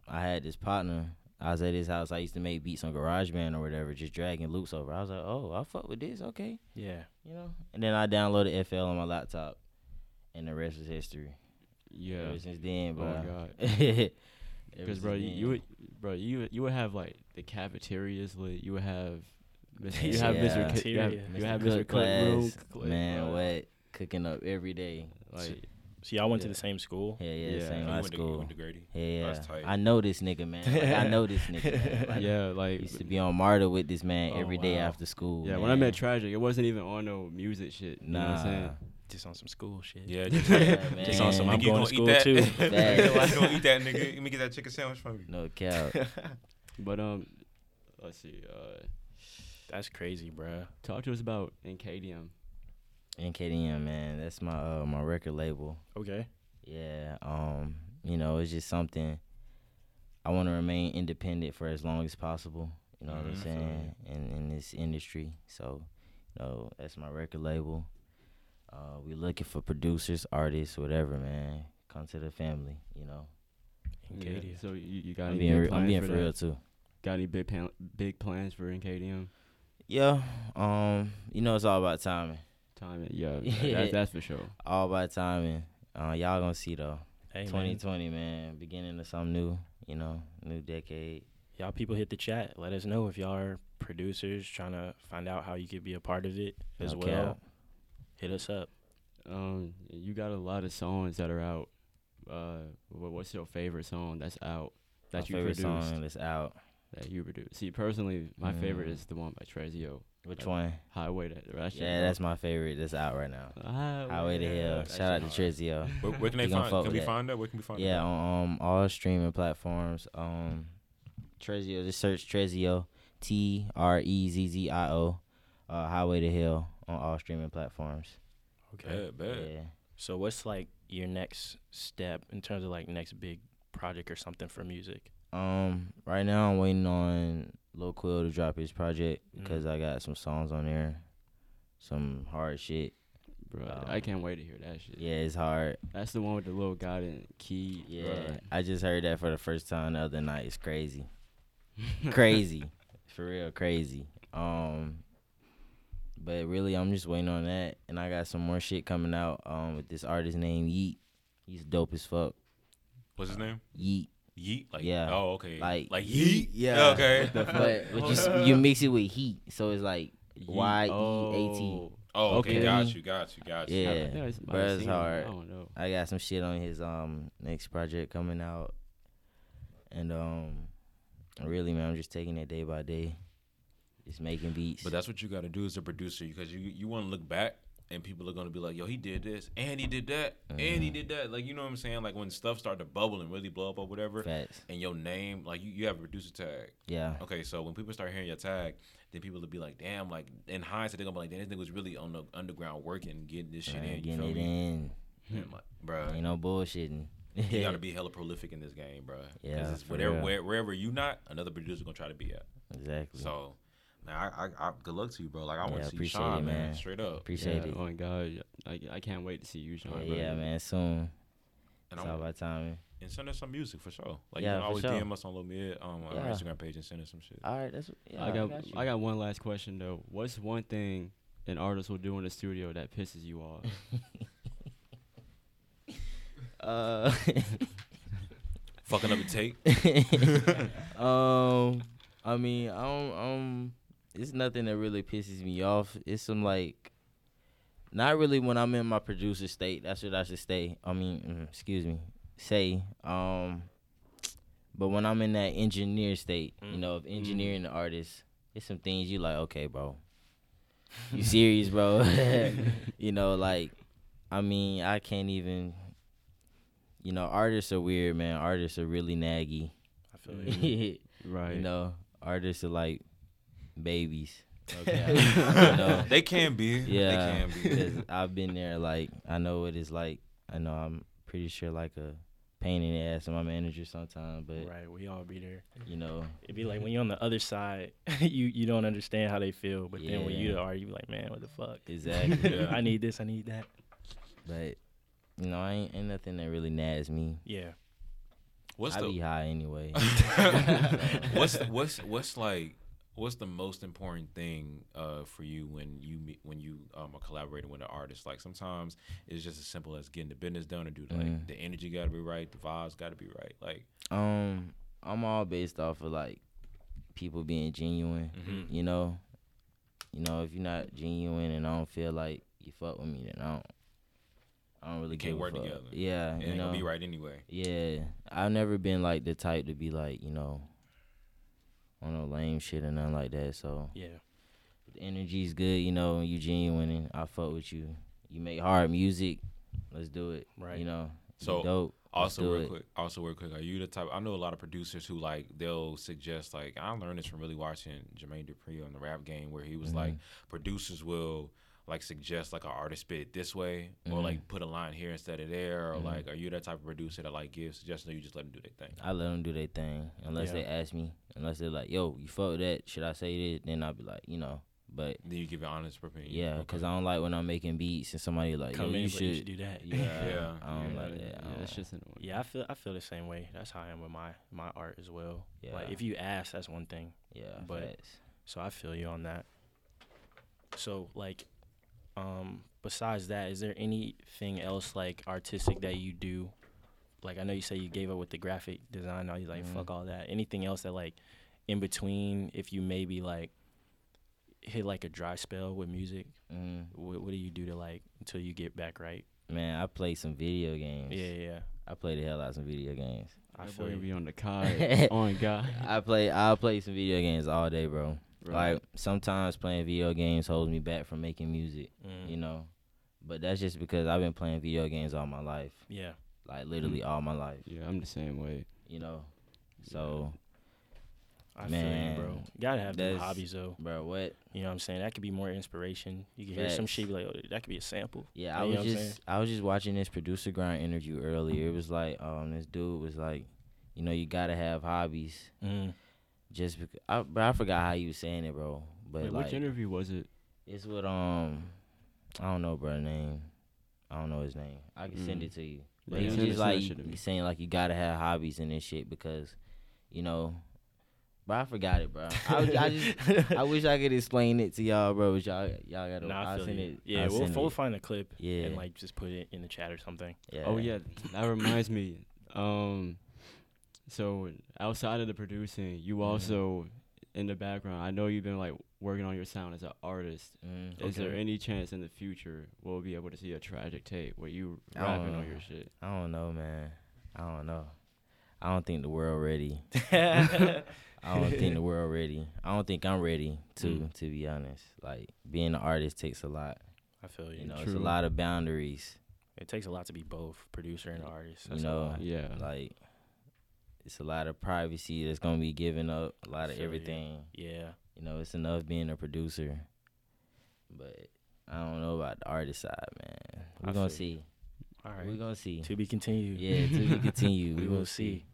Speaker 4: I had this partner. I was at his house. I used to make beats on GarageBand or whatever, just dragging loops over. I was like, oh, I fuck with this, okay,
Speaker 1: Yeah.
Speaker 4: you know. And then I downloaded FL on my laptop, and the rest is history.
Speaker 2: Yeah.
Speaker 4: Ever since then,
Speaker 2: Oh
Speaker 4: bro.
Speaker 2: my
Speaker 4: (laughs)
Speaker 2: god. Because bro, you, you would, bro, you would- you would have like the cafeterias lit. You would have, Mr. you have Mr. Cook- you have,
Speaker 1: Cafeteria.
Speaker 2: you have Mr. Cook room. Cook-
Speaker 4: man,
Speaker 2: bro,
Speaker 4: what cooking up every day.
Speaker 2: Like,
Speaker 1: So y'all went to
Speaker 2: Yeah.
Speaker 1: the same school.
Speaker 4: Yeah, yeah,
Speaker 2: Yeah.
Speaker 4: same
Speaker 3: Oh, You
Speaker 4: high
Speaker 3: went to- you
Speaker 4: school.
Speaker 3: went to Grady.
Speaker 4: Yeah,
Speaker 3: That's tight.
Speaker 4: I know this nigga, man. Like, I know this nigga. Man. (laughs)
Speaker 2: (laughs)
Speaker 4: Like,
Speaker 2: yeah, like,
Speaker 4: Used to be on Marta with this man
Speaker 1: Oh,
Speaker 4: every day
Speaker 1: wow.
Speaker 4: after school.
Speaker 2: yeah. When I
Speaker 4: man.
Speaker 2: met Tragic, it wasn't even on no music shit. You know what I'm saying?
Speaker 4: Nah.
Speaker 1: Just on some school shit.
Speaker 3: Yeah,
Speaker 2: (laughs)
Speaker 3: just,
Speaker 4: (laughs) Yeah,
Speaker 1: Just on some.
Speaker 4: man.
Speaker 1: I'm
Speaker 3: Nigga,
Speaker 1: going to
Speaker 3: you
Speaker 1: school
Speaker 3: gonna eat (laughs)
Speaker 1: too.
Speaker 3: that?
Speaker 4: Facts.
Speaker 3: you gonna eat that nigga? Let me get that chicken sandwich from you.
Speaker 4: no cap.
Speaker 2: But um, let's see. Uh,
Speaker 1: That's crazy, bruh.
Speaker 2: talk to us about NKDM.
Speaker 4: NKDM, man. That's my uh, my record label.
Speaker 1: Okay.
Speaker 4: Yeah. Um. You know, it's just something. I want to remain independent for as long as possible. You know
Speaker 2: Mm,
Speaker 4: what I'm
Speaker 3: Mhm.
Speaker 4: saying? In in this industry, so you know that's my record label. Uh, we looking for producers, artists, whatever, man. Come to the family. You know,
Speaker 2: Yeah.
Speaker 1: Encadia.
Speaker 2: So you, you got
Speaker 4: I'm
Speaker 2: any
Speaker 4: being
Speaker 2: big
Speaker 4: re-
Speaker 2: plans
Speaker 4: I'm being
Speaker 2: for
Speaker 4: for
Speaker 2: that?
Speaker 4: real too.
Speaker 2: Got any big plan- big plans for NKDM?
Speaker 4: Yeah. Um. You know, it's all about timing.
Speaker 2: Timing,
Speaker 4: (laughs)
Speaker 2: yeah,
Speaker 4: Yeah.
Speaker 2: That, that's for sure.
Speaker 4: All about timing. Uh, y'all gonna see though.
Speaker 1: Hey, man.
Speaker 4: 2020, man. Beginning of something new. You know, new decade.
Speaker 1: Y'all people hit the chat. Let us know if y'all are producers trying to find out how you could be a part of it as
Speaker 4: No
Speaker 1: well.
Speaker 4: cap.
Speaker 1: Hit us up.
Speaker 2: Um, you got a lot of songs that are out. Uh, wha- what's your favorite song that's out
Speaker 4: My
Speaker 2: that you
Speaker 4: favorite
Speaker 2: produced?
Speaker 4: song that's out.
Speaker 2: That you produced. See, personally, my favorite
Speaker 4: Mm.
Speaker 2: is the one by Trezio,
Speaker 4: Which
Speaker 2: That-
Speaker 4: one?
Speaker 2: Highway. That, that shit,
Speaker 4: Yeah,
Speaker 2: bro.
Speaker 4: that's my favorite. That's out right now.
Speaker 2: Highway,
Speaker 4: Highway to Hell.
Speaker 2: Oh, that
Speaker 4: Shout
Speaker 2: shit
Speaker 4: out to Trizio.
Speaker 3: Where, where can they
Speaker 4: You gonna
Speaker 3: find?
Speaker 4: fuck
Speaker 3: Can
Speaker 4: with
Speaker 3: we
Speaker 4: that.
Speaker 3: find that? Where can we find
Speaker 4: Yeah,
Speaker 3: that?
Speaker 4: on um, all streaming platforms. Um, Trezio. Just search Trezio. T R E Z Z I O. Uh, Highway to Hell on all streaming platforms.
Speaker 3: Yeah, bad.
Speaker 4: Yeah.
Speaker 1: So what's like your next step in terms of like next big project or something for music?
Speaker 4: Um, right now I'm waiting on Lil Quill to drop his project
Speaker 1: Mm.
Speaker 4: because I got some songs on there, some hard shit.
Speaker 2: bro.
Speaker 4: Um,
Speaker 2: I can't wait to hear that shit.
Speaker 4: Yeah, it's hard.
Speaker 2: That's the one with the little guy in key.
Speaker 4: Yeah,
Speaker 2: bruh.
Speaker 4: I just heard that for the first time the other night. It's crazy,
Speaker 2: (laughs)
Speaker 4: crazy, for real, crazy. Um, but really, I'm just waiting on that, and I got some more shit coming out. Um, with this artist named Yeet. He's dope as fuck.
Speaker 3: What's his name?
Speaker 4: Yeet.
Speaker 3: Yeet. Like,
Speaker 4: Yeah.
Speaker 3: Oh, okay.
Speaker 4: Like-
Speaker 3: like Yeet.
Speaker 4: Yeet, yeah.
Speaker 3: Okay.
Speaker 4: But, but you s- you mix it with heat, so it's like
Speaker 2: Ye-
Speaker 4: Y E A T.
Speaker 2: oh.
Speaker 3: (laughs) Oh, okay.
Speaker 4: Okay.
Speaker 3: Got you. Got you. Got you.
Speaker 2: I- I
Speaker 4: Yeah,
Speaker 2: think I s- might
Speaker 4: bruh,
Speaker 2: have
Speaker 4: it's
Speaker 2: seen it.
Speaker 4: hard.
Speaker 2: I don't know.
Speaker 4: I got some shit on his um next project coming out, and um, really, man, I'm just taking it day by day, just making beats.
Speaker 3: But that's what you got to do as a producer because you you want to look back and people are going to be like, yo, he did this and he did that and
Speaker 4: Mm-hmm.
Speaker 3: he did that. Like, you know what I'm saying? Like, when stuff start to bubble and really blow up or whatever,
Speaker 4: facts.
Speaker 3: and your name, like, you, you have a producer tag.
Speaker 4: Yeah,
Speaker 3: Okay, so when people start hearing your tag, then people will be like, damn, like, in hindsight, they're going to be like, damn, this nigga was really on the underground working, getting this shit
Speaker 4: man,
Speaker 3: in. You
Speaker 4: getting
Speaker 3: feel
Speaker 4: it
Speaker 3: me?
Speaker 4: in.
Speaker 3: And, like, bruh,
Speaker 4: Ain't no bullshitting.
Speaker 3: you got to be hella prolific in this game, bruh. 'Cause
Speaker 4: Yeah,
Speaker 3: it's
Speaker 4: for
Speaker 3: whatever,
Speaker 4: real.
Speaker 3: where, wherever you not, another producer going to try to be at.
Speaker 4: (laughs) exactly.
Speaker 3: So, man, I, I, I, good luck to you, bro. Like, I want
Speaker 4: Yeah,
Speaker 3: to see you
Speaker 4: appreciate
Speaker 3: shine,
Speaker 4: it,
Speaker 3: man.
Speaker 4: man.
Speaker 3: Straight up.
Speaker 4: Appreciate
Speaker 2: Yeah,
Speaker 4: it.
Speaker 2: Oh my god, I, I can't wait to see you, Sean.
Speaker 4: Yeah,
Speaker 2: bro.
Speaker 4: yeah, man. Soon.
Speaker 3: And
Speaker 4: it's
Speaker 3: I'm
Speaker 4: all about timing.
Speaker 3: and send us some music for sure. Like you
Speaker 4: Yeah,
Speaker 3: can
Speaker 4: for
Speaker 3: always
Speaker 4: sure.
Speaker 3: DM us on Lil Mid um, on
Speaker 4: Yeah.
Speaker 3: our Instagram page and send us some shit.
Speaker 4: All right, that's yeah.
Speaker 2: I got I got one last question though. What's one thing an artist will do in the studio that pisses you off?
Speaker 4: Uh,
Speaker 3: Fucking up the tape.
Speaker 4: (laughs)
Speaker 3: (laughs)
Speaker 4: Uh,
Speaker 2: (laughs)
Speaker 4: um, I mean, I don't, um, it's nothing that really pisses me off. It's some like, not really when I'm in my producer state. That's what I should stay. I mean, mm, excuse me, say, um, but when I'm in that engineer state, you know, of engineering the artist, it's some things you like. Okay, bro, you serious, bro? (laughs) you know, like, I mean, I can't even. You know, artists are weird, man. Artists are really naggy.
Speaker 1: I feel you.
Speaker 4: (laughs)
Speaker 1: (laughs)
Speaker 4: (laughs) you
Speaker 2: right.
Speaker 4: know, artists are like babies.
Speaker 3: (laughs)
Speaker 4: (laughs)
Speaker 3: they can be.
Speaker 4: Yeah,
Speaker 3: They can be.
Speaker 4: because I've been there. Like I know what it's like. I know I'm pretty sure like a pain in the ass of my manager sometimes, but
Speaker 1: Right, we all be there.
Speaker 4: you know,
Speaker 1: It'd be like when you're on the other side, (laughs) you you don't understand how they feel, but then when
Speaker 4: Yeah.
Speaker 1: you are, you be like, man, what the
Speaker 4: (laughs)
Speaker 1: fuck?
Speaker 3: (laughs)
Speaker 4: exactly.
Speaker 3: Yeah.
Speaker 1: (laughs) I need this, I need that.
Speaker 4: but you know, I ain't, ain't nothing that really nags me.
Speaker 1: Yeah,
Speaker 3: What's
Speaker 4: I
Speaker 3: the
Speaker 4: be high
Speaker 3: (laughs)
Speaker 4: anyway. (laughs)
Speaker 3: what's what's what's like what's the most important thing uh, for you when you meet- when you um, are collaborating with an artist? Like sometimes it's just as simple as getting the business done or do like
Speaker 4: Mm.
Speaker 3: the energy got to be right, the vibes got to be right. Like
Speaker 4: Um, I'm all based off of like people being genuine.
Speaker 3: Mm-hmm.
Speaker 4: You know, you know, if you're not genuine and I don't feel like you fuck with me, then I don't. I don't really
Speaker 3: can't
Speaker 4: give a
Speaker 3: work
Speaker 4: fuck.
Speaker 3: together.
Speaker 4: Yeah,
Speaker 3: it
Speaker 4: you
Speaker 3: ain't
Speaker 4: know.
Speaker 3: gonna be right anyway.
Speaker 4: Yeah, I've never been like the type to be like you know. On no lame shit or nothing like that. So
Speaker 1: yeah,
Speaker 4: the energy's good, you know. You genuine, and I fuck with you. You make hard music. Let's do it.
Speaker 1: Right.
Speaker 4: You know. you
Speaker 3: So,
Speaker 4: dope. Let's
Speaker 3: Also,
Speaker 4: do
Speaker 3: real
Speaker 4: it.
Speaker 3: quick. Also, real quick. Are you the type? I know a lot of producers who like they'll suggest like I learned this from really watching Jermaine Dupri on the rap game where he was
Speaker 4: Mm-hmm.
Speaker 3: like producers will like suggest like an artist spit it this way or like put a line here instead of there or like are you that type of producer that like gives suggestions or you just let them do their thing?
Speaker 4: I let them do their thing unless
Speaker 1: Yeah.
Speaker 4: they ask me. Unless they're like, "Yo, you fuck with that? Should I say this?" Then I'll be like, you know. But
Speaker 3: Then you give your honest opinion.
Speaker 4: yeah, because I don't like when I'm making beats and somebody like,
Speaker 1: come
Speaker 4: "Yo,
Speaker 1: in,
Speaker 4: you
Speaker 1: but you should
Speaker 4: should."
Speaker 1: do that.
Speaker 4: (laughs) Yeah,
Speaker 1: (laughs)
Speaker 3: Yeah.
Speaker 4: I don't
Speaker 2: Yeah,
Speaker 4: like that. I
Speaker 2: yeah,
Speaker 4: don't-
Speaker 2: it's just annoying.
Speaker 1: Yeah, I feel I feel the same way. That's how I am with my my art as well. Like
Speaker 4: Yeah.
Speaker 1: if you ask, that's one thing.
Speaker 4: yeah,
Speaker 1: but-
Speaker 4: facts.
Speaker 1: So I feel you on that. So like, um, besides that, is there anything else like artistic that you do? Like I know you say you gave up with the graphic design. Now you like fuck all that. Anything else that like in between? If you maybe like hit like a dry spell with music,
Speaker 4: Mm.
Speaker 1: what, what do you do to like until you get back right?
Speaker 4: Man, I play some video games.
Speaker 1: Yeah, yeah. yeah.
Speaker 4: I play the hell out of some video games.
Speaker 1: I
Speaker 2: That
Speaker 1: feel
Speaker 2: boy
Speaker 1: you.
Speaker 2: be on
Speaker 4: (laughs)
Speaker 2: the car, on God.
Speaker 4: I play. I play some video games all day, bro.
Speaker 2: (laughs) Right.
Speaker 4: Like sometimes playing video games holds me back from making music.
Speaker 1: Mm.
Speaker 4: You know, but that's just because I've been playing video games all my life.
Speaker 1: Yeah,
Speaker 4: Like literally all my life.
Speaker 2: Yeah, I'm the same way.
Speaker 4: You know. So,
Speaker 1: I
Speaker 4: Man,
Speaker 1: feel you, bro. Gotta have them
Speaker 4: that's-
Speaker 1: hobbies though.
Speaker 4: bro, what?
Speaker 1: You know what I'm saying? That could be more inspiration. You could hear some
Speaker 4: Facts.
Speaker 1: shit be like, oh, that could be a sample.
Speaker 4: Yeah, I
Speaker 1: You know
Speaker 4: was
Speaker 1: what I'm saying?
Speaker 4: just I was just watching this producer grind interview earlier. It was like um this dude was like, you know, you gotta have hobbies.
Speaker 1: Mm.
Speaker 4: Just because I, but I forgot how you was saying it, bro. But
Speaker 2: Wait,
Speaker 4: like,
Speaker 2: which interview was it?
Speaker 4: it's with um, I don't know, bro. Name, I don't know his name. I can send
Speaker 2: Mm.
Speaker 4: it to you. But
Speaker 2: Yeah,
Speaker 4: he was
Speaker 2: send it-
Speaker 4: just
Speaker 2: send that
Speaker 4: like
Speaker 2: shit to me.
Speaker 4: you saying like you gotta have hobbies and this shit because, you know, bro. I forgot it, bro. I, was-
Speaker 2: (laughs)
Speaker 1: (laughs)
Speaker 4: I just I wish I could explain it to y'all, bro. But y'all y'all gotta.
Speaker 1: Nah, I
Speaker 4: I'll
Speaker 1: feel
Speaker 4: send
Speaker 1: you.
Speaker 4: it.
Speaker 1: Yeah,
Speaker 4: I'll
Speaker 1: we'll,
Speaker 4: send
Speaker 1: we'll
Speaker 4: it.
Speaker 1: find a clip
Speaker 4: Yeah.
Speaker 1: and like just put it in the chat or
Speaker 4: (laughs)
Speaker 1: something. (laughs)
Speaker 2: Oh yeah, that reminds me. Um, so outside of the producing,
Speaker 4: Mm-hmm.
Speaker 2: you also in the background. I know you've been like working on your sound as an artist.
Speaker 4: Mm.
Speaker 2: Is there
Speaker 1: Okay.
Speaker 2: any chance in the future we'll be able to see a tragic tape where you
Speaker 4: I
Speaker 2: rapping
Speaker 4: don't
Speaker 2: on
Speaker 4: know.
Speaker 2: your shit?
Speaker 4: I don't know, man. I don't know. I don't think the world ready. I
Speaker 1: (laughs)
Speaker 4: don't think the world ready. I don't think I'm ready to
Speaker 1: Mm.
Speaker 4: to be honest. Like being an artist takes a lot.
Speaker 1: I feel you.
Speaker 4: You know, it's a
Speaker 2: True.
Speaker 4: lot of boundaries.
Speaker 1: it takes a lot to be both producer and artist. That's
Speaker 4: you
Speaker 1: a
Speaker 4: know,
Speaker 1: lot.
Speaker 2: Yeah.
Speaker 4: like it's a lot of privacy that's gonna be given up. A lot of
Speaker 1: Feel you.
Speaker 4: everything.
Speaker 1: yeah,
Speaker 4: You know, it's enough being a producer, but I don't know about the artist side, man. We're
Speaker 1: I
Speaker 4: gonna
Speaker 1: feel
Speaker 4: see.
Speaker 1: all
Speaker 4: We're
Speaker 1: right.
Speaker 4: gonna see.
Speaker 1: To be continued.
Speaker 4: Yeah, till we
Speaker 1: (laughs)
Speaker 4: continue,
Speaker 1: we
Speaker 4: we
Speaker 1: will
Speaker 4: gonna
Speaker 1: see.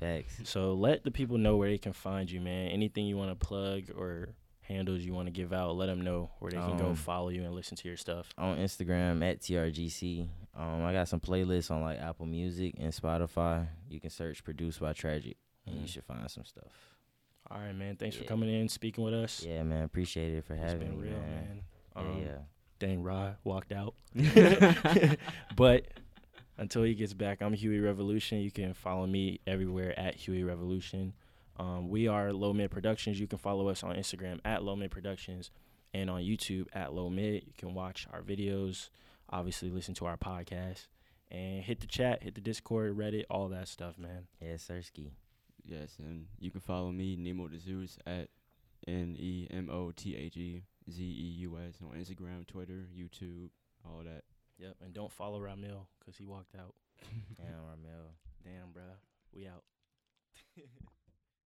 Speaker 4: Facts.
Speaker 1: So let the people know where they can find you, man. Anything you want to plug or handles you want to give out, let them know where they can go
Speaker 4: Um,
Speaker 1: follow you and listen to your stuff.
Speaker 4: on Instagram at TRGC. Um, I got some playlists on like Apple Music and Spotify. You can search "Produced by Tragic" and you
Speaker 1: Mhm.
Speaker 4: should find some stuff.
Speaker 1: All right, man. Thanks for
Speaker 4: Yeah.
Speaker 1: coming in, speaking with us.
Speaker 4: Yeah, man. Appreciate it for
Speaker 1: it's
Speaker 4: having
Speaker 1: been
Speaker 4: me,
Speaker 1: real,
Speaker 4: man.
Speaker 1: man. Um,
Speaker 4: yeah,
Speaker 1: dang Rod walked
Speaker 4: (laughs)
Speaker 1: out. (laughs) but until he gets back, I'm Huey Revolution. You can follow me everywhere at Huey Revolution. Um, we are Low Mid Productions. You can follow us on Instagram at Low Mid Productions and on YouTube at Low Mid. You can watch our videos, obviously listen to our podcast, and hit the chat, hit the Discord, Reddit, all that stuff, man. (laughs)
Speaker 4: yeah, Sersky.
Speaker 2: Yes, and you can follow me Nemo the Zeus at N E M O T H E Z E U S on Instagram, Twitter, YouTube, all that.
Speaker 1: Yep. And don't follow Ramil because he walked out.
Speaker 4: Damn, Ramel.
Speaker 1: Damn, bruh. We out.